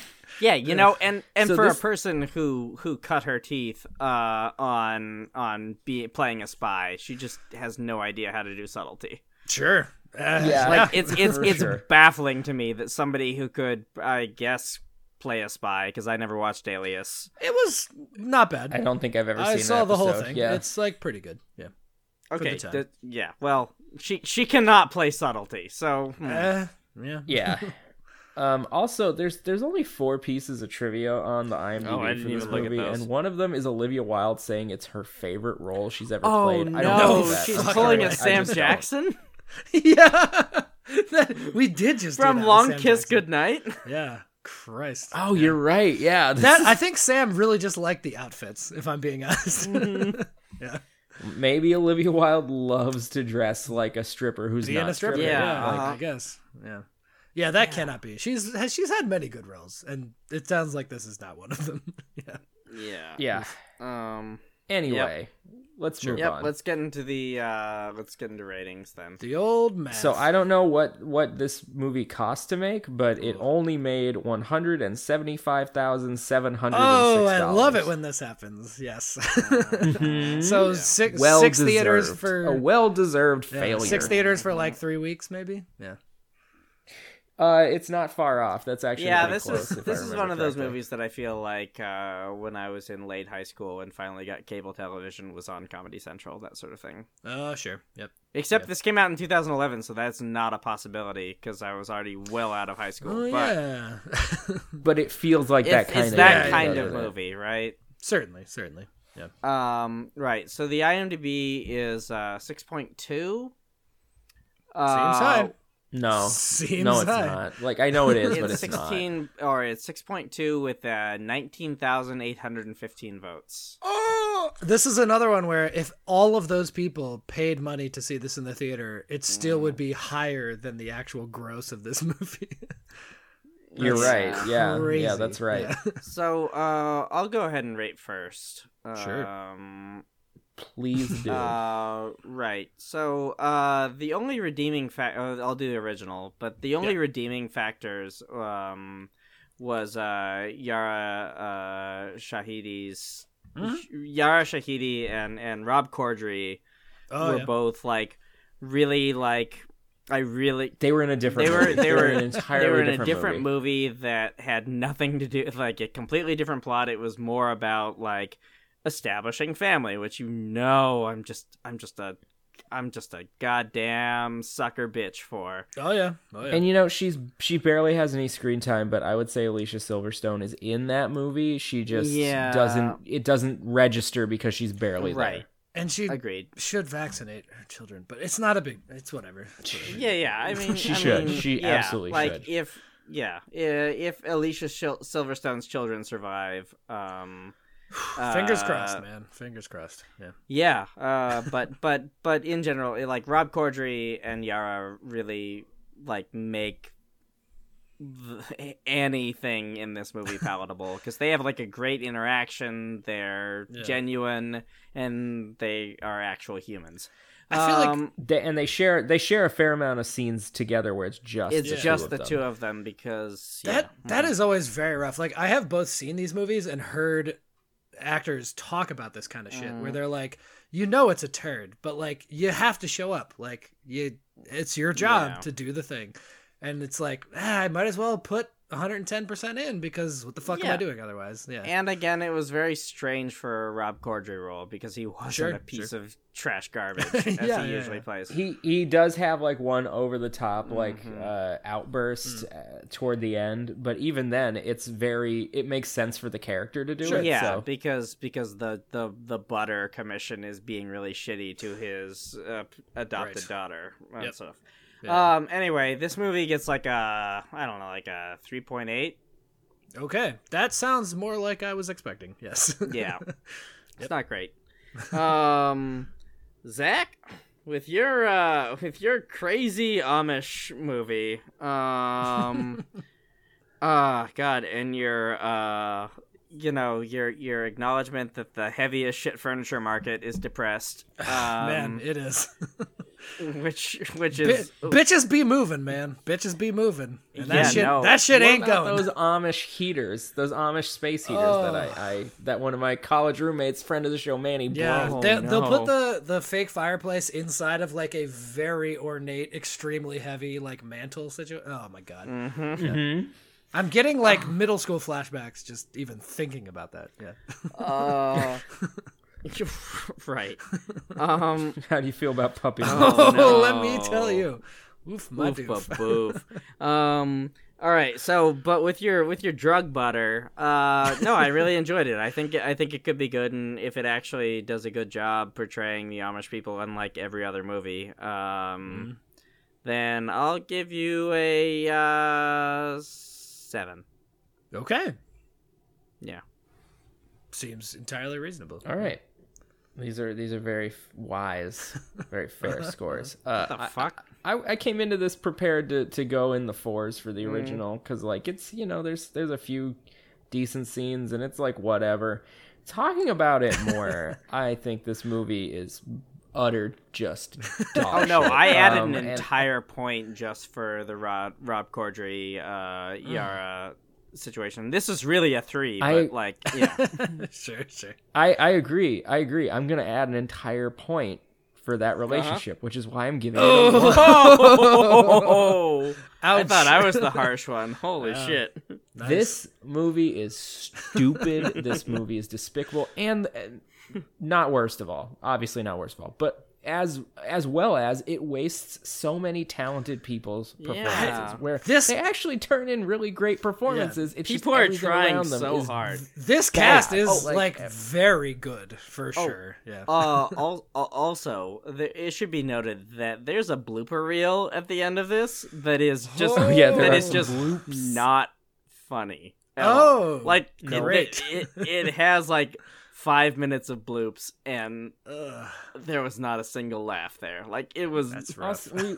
Speaker 4: yeah. You know, and and
Speaker 3: So
Speaker 4: for
Speaker 3: this-
Speaker 4: a person who who cut her teeth uh, on on be, playing a spy, she just has no idea how to do subtlety.
Speaker 5: sure. Uh,
Speaker 3: Yeah.
Speaker 4: Like it's it's
Speaker 3: For
Speaker 4: it's
Speaker 3: sure.
Speaker 4: baffling to me that somebody who could, I guess, play a spy because I never watched Alias.
Speaker 5: It was not bad.
Speaker 3: I don't think I've ever
Speaker 5: I
Speaker 3: seen.
Speaker 5: saw
Speaker 3: an
Speaker 5: the whole
Speaker 3: episode.
Speaker 5: thing.
Speaker 3: Yeah,
Speaker 5: It's like pretty good. Yeah. the
Speaker 4: Okay,
Speaker 5: time.
Speaker 4: that- yeah. Well, she she cannot play subtlety, so hmm.
Speaker 5: Uh, yeah.
Speaker 3: yeah. Um, also, there's there's only four pieces of trivia on the IMDb
Speaker 4: Oh, I
Speaker 3: for
Speaker 4: didn't
Speaker 3: this
Speaker 4: even look at
Speaker 3: movie,
Speaker 4: those.
Speaker 3: and one of them is Olivia Wilde saying it's her favorite role she's ever
Speaker 4: Oh
Speaker 3: played.
Speaker 4: no,
Speaker 3: I don't believe
Speaker 5: know
Speaker 3: that.
Speaker 4: she's
Speaker 3: I'm
Speaker 4: pulling
Speaker 3: sorry.
Speaker 4: a
Speaker 3: I
Speaker 4: Sam
Speaker 3: just don't.
Speaker 4: Jackson
Speaker 5: yeah. That- we did just do
Speaker 4: from
Speaker 5: that with
Speaker 4: Long
Speaker 5: Sam
Speaker 4: Kiss
Speaker 5: Jackson.
Speaker 4: Goodnight.
Speaker 5: Yeah. Christ.
Speaker 3: Oh, you're right. Yeah, this-
Speaker 5: That I think Sam really just liked the outfits. If I'm being honest.
Speaker 4: Mm-hmm.
Speaker 3: maybe Olivia Wilde loves to dress like a stripper who's
Speaker 5: Being
Speaker 3: not
Speaker 5: a stripper.
Speaker 4: Yeah,
Speaker 5: Yeah.
Speaker 4: uh-huh.
Speaker 5: like, I guess. Yeah. Yeah, that cannot be. She's has, she's had many good roles, and it sounds like this is not one of them. yeah.
Speaker 4: Yeah.
Speaker 3: Yeah.
Speaker 4: Um.
Speaker 3: Anyway, let's move
Speaker 4: Yep.
Speaker 3: on.
Speaker 4: Let's get into the uh. Let's get into ratings then.
Speaker 5: The old man.
Speaker 3: So I don't know what what this movie cost to make, but it only made one hundred and seventy five thousand seven hundred.
Speaker 5: Oh, I love it when this happens. Yes. so six
Speaker 3: well
Speaker 5: six theaters
Speaker 3: deserved.
Speaker 5: for
Speaker 3: a well deserved
Speaker 5: Yeah,
Speaker 3: failure.
Speaker 5: Six theaters for like three weeks, maybe. Yeah.
Speaker 3: uh, it's not far off. That's actually
Speaker 4: Yeah.
Speaker 3: pretty
Speaker 4: This
Speaker 3: close, if
Speaker 4: is
Speaker 3: I
Speaker 4: this is
Speaker 3: remember
Speaker 4: one of those
Speaker 3: correctly.
Speaker 4: movies that I feel like uh, when I was in late high school and finally got cable television was on Comedy Central that sort of thing.
Speaker 5: Oh, sure. Yep.
Speaker 4: Except this came out in 2011, so that's not a possibility because I was already well out of high school.
Speaker 5: Oh,
Speaker 4: but
Speaker 5: yeah.
Speaker 3: but it feels like
Speaker 4: it's,
Speaker 3: that kind
Speaker 4: it's
Speaker 3: of
Speaker 4: that
Speaker 5: yeah,
Speaker 4: kind
Speaker 5: yeah,
Speaker 4: of
Speaker 5: yeah.
Speaker 4: movie, right?
Speaker 5: certainly, certainly. Yeah.
Speaker 4: Um, right. So the IMDb is uh, 6.2. uh,
Speaker 5: Seems high.
Speaker 3: Uh, No,
Speaker 5: Seems
Speaker 3: no, it's
Speaker 5: high.
Speaker 3: not. Like I know it is, but
Speaker 4: It's
Speaker 3: it's not.
Speaker 4: 16 or it's 6.2 with uh, 19,815 votes.
Speaker 5: Oh, this is another one where if all of those people paid money to see this in the theater, it still
Speaker 3: Mm.
Speaker 5: would be higher than the actual gross of this movie.
Speaker 3: You're right.
Speaker 4: That's
Speaker 3: Yeah, yeah,
Speaker 5: Crazy.
Speaker 3: that's right.
Speaker 5: Yeah.
Speaker 4: So uh, I'll go ahead and rate first.
Speaker 5: Sure.
Speaker 4: Um,
Speaker 3: Please do.
Speaker 4: Uh, right. So, uh, the only redeeming fact, uh, I'll do the original, but the only redeeming factors, um, was, uh, Yara, uh, Shahidi's,
Speaker 5: Mm-hmm.
Speaker 4: Yara Shahidi and, and Rob Corddry
Speaker 5: Oh,
Speaker 4: were
Speaker 5: yeah.
Speaker 4: both, like, really, like, I really,
Speaker 3: they were in a different.
Speaker 4: they were-
Speaker 3: movie.
Speaker 4: they were-
Speaker 3: in an
Speaker 4: they
Speaker 3: entirely
Speaker 4: they were in
Speaker 3: different
Speaker 4: a different
Speaker 3: movie.
Speaker 4: movie. that had nothing to do like a completely different plot. It was more about like establishing family, which you know I'm just I'm just a I'm just a goddamn sucker bitch for.
Speaker 5: oh yeah. Oh yeah.
Speaker 3: And you know, she's she barely has any screen time, but I would say Alicia Silverstone is in that movie. She just
Speaker 4: Yeah.
Speaker 3: doesn't it doesn't register because she's barely
Speaker 4: Right.
Speaker 5: And she
Speaker 4: Agreed.
Speaker 5: should vaccinate her children, but it's not a big. It's whatever. It's whatever.
Speaker 4: Yeah, yeah. I mean,
Speaker 3: She
Speaker 4: I
Speaker 3: should.
Speaker 4: mean,
Speaker 3: She
Speaker 4: yeah,
Speaker 3: absolutely
Speaker 4: like,
Speaker 3: should.
Speaker 4: if yeah, i- if Alicia Shil- Silverstone's children survive, um,
Speaker 5: Fingers
Speaker 4: uh,
Speaker 5: crossed, man. Fingers crossed. Yeah.
Speaker 4: Yeah, uh, but but but in general, it- like Rob Corddry and Yara really like make th- anything in this movie palatable because they have like a great interaction. They're
Speaker 5: Yeah.
Speaker 4: genuine and they are actual humans. Um,
Speaker 5: I feel like-
Speaker 3: They, and they share they share a fair amount of scenes together where it's just
Speaker 4: it's
Speaker 5: the two
Speaker 4: just
Speaker 3: of
Speaker 4: the
Speaker 3: them.
Speaker 4: two of them because yeah. Mm-hmm. mm.
Speaker 5: That that is always very rough. Like I have both seen these movies and heard actors talk about this kind of shit
Speaker 4: Mm.
Speaker 5: where they're like, you know it's a turd, but like you have to show up. Like you it's your job
Speaker 4: Yeah.
Speaker 5: to do the thing. And it's like, ah, I might as well put 110% in because what the fuck am
Speaker 4: Yeah.
Speaker 5: I doing otherwise? Yeah.
Speaker 4: And again, it was very strange for a Rob Corddry role because he wasn't
Speaker 5: Sure,
Speaker 4: a piece of trash garbage as
Speaker 5: Yeah,
Speaker 4: he
Speaker 5: yeah,
Speaker 4: usually
Speaker 5: yeah.
Speaker 4: plays.
Speaker 3: he he does have like one over the
Speaker 4: Mm-hmm.
Speaker 3: top like uh outburst
Speaker 4: Mm.
Speaker 3: uh, toward the end but even then it's very it makes sense for the character to do it
Speaker 4: yeah,
Speaker 3: so.
Speaker 4: because because the, the the butter commission is being really shitty to his uh, p- adopted
Speaker 5: Right.
Speaker 4: daughter and
Speaker 5: Yep.
Speaker 4: stuff.
Speaker 5: Yeah.
Speaker 4: Um. Anyway, this movie gets like a I don't know, like a three point eight.
Speaker 5: okay. That sounds more like I was expecting. Yes.
Speaker 4: Yeah, it's not great. Um, Zach, with your uh, with your crazy Amish movie, um, ah, God, and your uh, you know, your your acknowledgement that the heaviest shit furniture market is depressed. Um,
Speaker 5: man, it is.
Speaker 4: which which
Speaker 5: Bi-
Speaker 4: is oh.
Speaker 5: bitches be moving, man. Bitches be moving. And that
Speaker 4: Yeah,
Speaker 5: shit
Speaker 4: no.
Speaker 5: that shit
Speaker 3: What
Speaker 5: ain't
Speaker 3: about
Speaker 5: going.
Speaker 3: those Amish heaters, those Amish space heaters that
Speaker 4: Oh.
Speaker 3: I, I that one of my college roommates, friend of the show Manny,
Speaker 5: Yeah,
Speaker 3: blew.
Speaker 5: they, they'll
Speaker 4: no.
Speaker 5: put the the fake fireplace inside of like a very ornate, extremely heavy like mantle situation. Oh my god,
Speaker 4: Mm.
Speaker 3: Mhm.
Speaker 5: I'm getting like middle school flashbacks just even thinking about that. Yeah,
Speaker 4: uh, right. Um,
Speaker 3: How do you feel about puppy? mills?
Speaker 5: oh,
Speaker 4: no.
Speaker 5: let me tell you, oof, my
Speaker 4: Oof,
Speaker 5: doof.
Speaker 4: ba boof. um all right so but with your with your drug butter uh no i really enjoyed it i think i think it could be good and if it actually does a good job portraying the amish people unlike every other movie um
Speaker 3: Mm-hmm.
Speaker 4: then i'll give you a uh seven
Speaker 5: okay,
Speaker 4: yeah Uh,
Speaker 5: seems entirely reasonable.
Speaker 3: All right, these are these are very f- wise, very fair scores. Uh,
Speaker 4: the
Speaker 3: I-
Speaker 4: fuck
Speaker 3: I, I came into this prepared to, to go in the fours for
Speaker 4: Mm.
Speaker 3: the original because like it's you know there's there's a few decent scenes and it's like whatever. Talking about it more, I think this movie is utter just.
Speaker 4: Oh
Speaker 3: Dog
Speaker 4: no!
Speaker 3: shit.
Speaker 4: I added
Speaker 3: Um,
Speaker 4: an
Speaker 3: and-
Speaker 4: entire point just for the Rob Rob Corddry uh, Yara situation. This is really a three, but
Speaker 3: Mm. I-
Speaker 4: like, yeah,
Speaker 5: sure, sure.
Speaker 3: I, I agree. I agree. I'm gonna add an entire point for that
Speaker 4: Uh-huh.
Speaker 3: relationship, which is why I'm giving it a one.
Speaker 4: Oh, I
Speaker 5: Ouch.
Speaker 4: thought I was the harsh one. Holy shit!
Speaker 3: This movie is stupid. this movie is despicable, and uh, not worst of all. Obviously, not worst of all, but as as well as it wastes so many talented people's performances
Speaker 4: Yeah.
Speaker 3: where
Speaker 5: This-
Speaker 3: they actually turn in really great performances. It's just
Speaker 4: People are
Speaker 3: everything
Speaker 4: trying
Speaker 3: around them
Speaker 4: so
Speaker 3: is-
Speaker 4: hard.
Speaker 5: This cast
Speaker 3: Oh,
Speaker 5: is
Speaker 3: like- Oh,
Speaker 5: like, very good for sure. Yeah.
Speaker 4: uh, al- al- also, there, it should be noted that there's a blooper reel at the end of this that is just
Speaker 5: Oh,
Speaker 3: yeah, there
Speaker 4: that
Speaker 3: are
Speaker 4: is
Speaker 3: some
Speaker 4: just
Speaker 3: bloops.
Speaker 4: not funny. at all.
Speaker 5: Oh,
Speaker 4: like it-
Speaker 5: great.
Speaker 4: It, it, it has like five minutes of bloops, and
Speaker 5: Ugh,
Speaker 4: there was not a single laugh there. Like it was,
Speaker 5: that's rough.
Speaker 3: Also, we-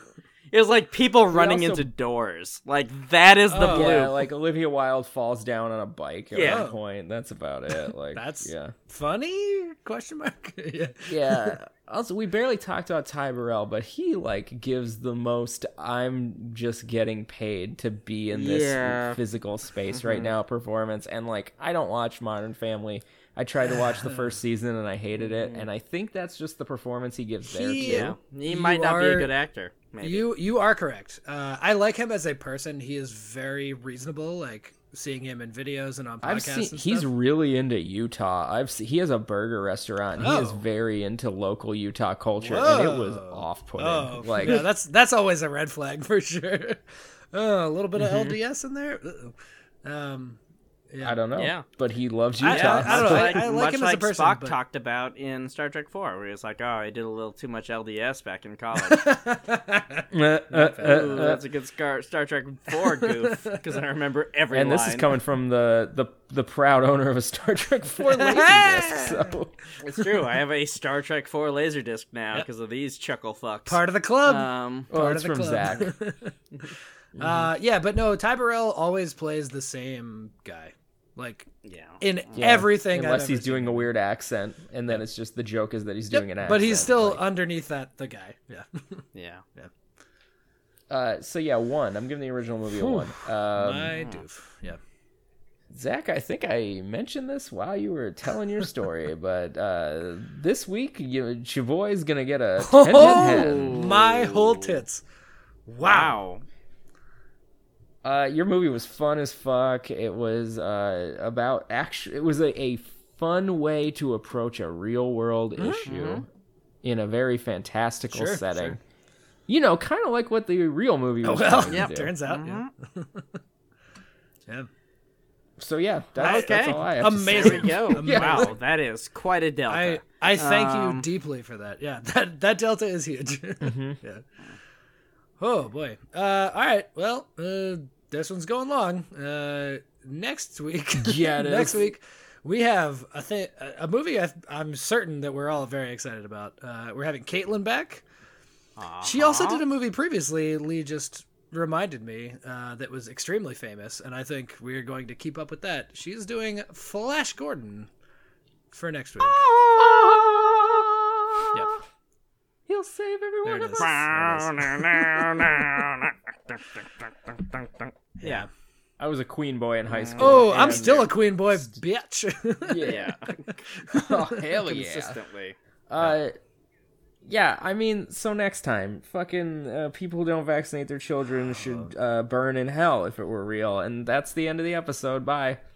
Speaker 4: it was like people running
Speaker 3: also-
Speaker 4: into doors. Like that is the
Speaker 5: Oh.
Speaker 4: bloop.
Speaker 3: yeah, like Olivia Wilde falls down on a bike at
Speaker 4: Yeah.
Speaker 3: one point. That's about it. Like
Speaker 5: That's
Speaker 3: yeah.
Speaker 5: funny? Question mark. yeah.
Speaker 3: Yeah. Also, we barely talked about Ty Burrell, but he like gives the most. I'm just getting paid to be in this
Speaker 4: Yeah.
Speaker 3: physical space right now performance, and like I don't watch Modern Family. I tried to watch the first season and I hated it, and I think that's just the performance he gives there
Speaker 5: He-
Speaker 3: too.
Speaker 4: Yeah, he
Speaker 5: You
Speaker 4: might not be a
Speaker 5: are-
Speaker 4: good actor. Maybe.
Speaker 5: You you are correct. Uh, I like him as a person. He is very reasonable. Like seeing him in videos and on podcasts.
Speaker 3: I've seen
Speaker 5: and
Speaker 3: he's
Speaker 5: stuff.
Speaker 3: really into Utah. I've se- he has a burger restaurant. And He is
Speaker 5: Oh.
Speaker 3: very into local Utah culture, and it was
Speaker 5: Whoa.
Speaker 3: off putting.
Speaker 5: Oh,
Speaker 3: like
Speaker 5: yeah, that's that's always a red flag for sure. Oh, a little bit of LDS in there. Uh-oh. Um,
Speaker 3: Mm-hmm. I don't know,
Speaker 4: Yeah.
Speaker 3: but he loves
Speaker 5: I-
Speaker 3: Utah.
Speaker 5: I don't know.
Speaker 3: so-
Speaker 5: I- I like
Speaker 4: much
Speaker 5: him as a
Speaker 4: like
Speaker 5: person,
Speaker 4: Spock
Speaker 5: but-
Speaker 4: talked about in Star Trek Four, where he was like, "Oh, I did a little too much LDS back in college."
Speaker 3: Uh, uh, uh,
Speaker 4: Ooh,
Speaker 3: uh,
Speaker 4: that's a good Scar- Star Trek Four goof because I remember every.
Speaker 3: and this is
Speaker 4: line.
Speaker 3: coming from the the, the proud owner of a Star Trek Four lazy disc. So
Speaker 4: It's true. I have a Star Trek Four laserdisc now because of these chuckle fucks.
Speaker 3: Uh,
Speaker 5: Part of the club.
Speaker 4: um,
Speaker 3: well,
Speaker 5: Part
Speaker 3: Oh, it's
Speaker 5: of
Speaker 3: from
Speaker 5: the
Speaker 3: Zach.
Speaker 5: club. Uh, yeah, but no, Ty Burrell always plays the same guy, like
Speaker 4: Yeah.
Speaker 5: in
Speaker 3: Yeah.
Speaker 5: everything. I've
Speaker 3: Unless he's
Speaker 5: ever
Speaker 3: doing
Speaker 5: seen.
Speaker 3: a weird accent, and then it's just the joke is that he's doing an accent.
Speaker 5: but he's still
Speaker 3: like-
Speaker 5: underneath that the guy. Yeah,
Speaker 4: Yeah.
Speaker 3: uh, so yeah, one. I'm giving the original movie a one. Um,
Speaker 5: my doof. Yeah,
Speaker 3: Zach, I think I mentioned this while you were telling your story, but uh, this week you, Chavoy's gonna get a 10
Speaker 5: oh, my whole tits. Wow.
Speaker 4: Wow.
Speaker 3: Uh, your movie was fun as fuck. It was uh, about actually, it was a, a fun way to approach a real world issue in a very fantastical
Speaker 5: Sure,
Speaker 3: setting.
Speaker 5: sure.
Speaker 3: You know, kind of like what the real movie was.
Speaker 5: Well,
Speaker 3: trying
Speaker 4: Yep. Mm-hmm.
Speaker 3: to do.
Speaker 5: turns out. Yeah. yeah.
Speaker 3: So yeah, that's, that's
Speaker 4: Okay.
Speaker 3: all I have to say.
Speaker 5: Amazing.
Speaker 4: There we go.
Speaker 5: Yeah.
Speaker 4: Wow, that is quite a delta.
Speaker 5: I I thank
Speaker 4: Um,
Speaker 5: you deeply for that. Yeah, that that delta is huge. yeah. Oh boy. Uh, all right. Well, uh, this one's going long. Uh, next week.
Speaker 3: Yeah, it
Speaker 5: next
Speaker 3: is.
Speaker 5: week. We have a thing, a a movie I, I'm certain that we're all very excited about. Uh, we're having Caitlin back. She also
Speaker 3: Uh-huh.
Speaker 5: did a movie previously. Lee just reminded me uh, that was extremely famous, and I think we're going to keep up with that. She's doing Flash Gordon for next week. Yep.
Speaker 3: He'll save
Speaker 5: There
Speaker 3: everyone.
Speaker 5: it is. There it is.
Speaker 4: a. yeah.
Speaker 3: I was a Queen boy in high school.
Speaker 5: Oh, I'm
Speaker 3: and-
Speaker 5: still a queen boy, bitch.
Speaker 4: Yeah.
Speaker 3: Oh, hell yeah.
Speaker 4: Consistently.
Speaker 3: Uh, yeah, I mean, so next time, fucking uh, people who don't vaccinate their children should uh, burn in hell if it were real. And that's the end of the episode. Bye.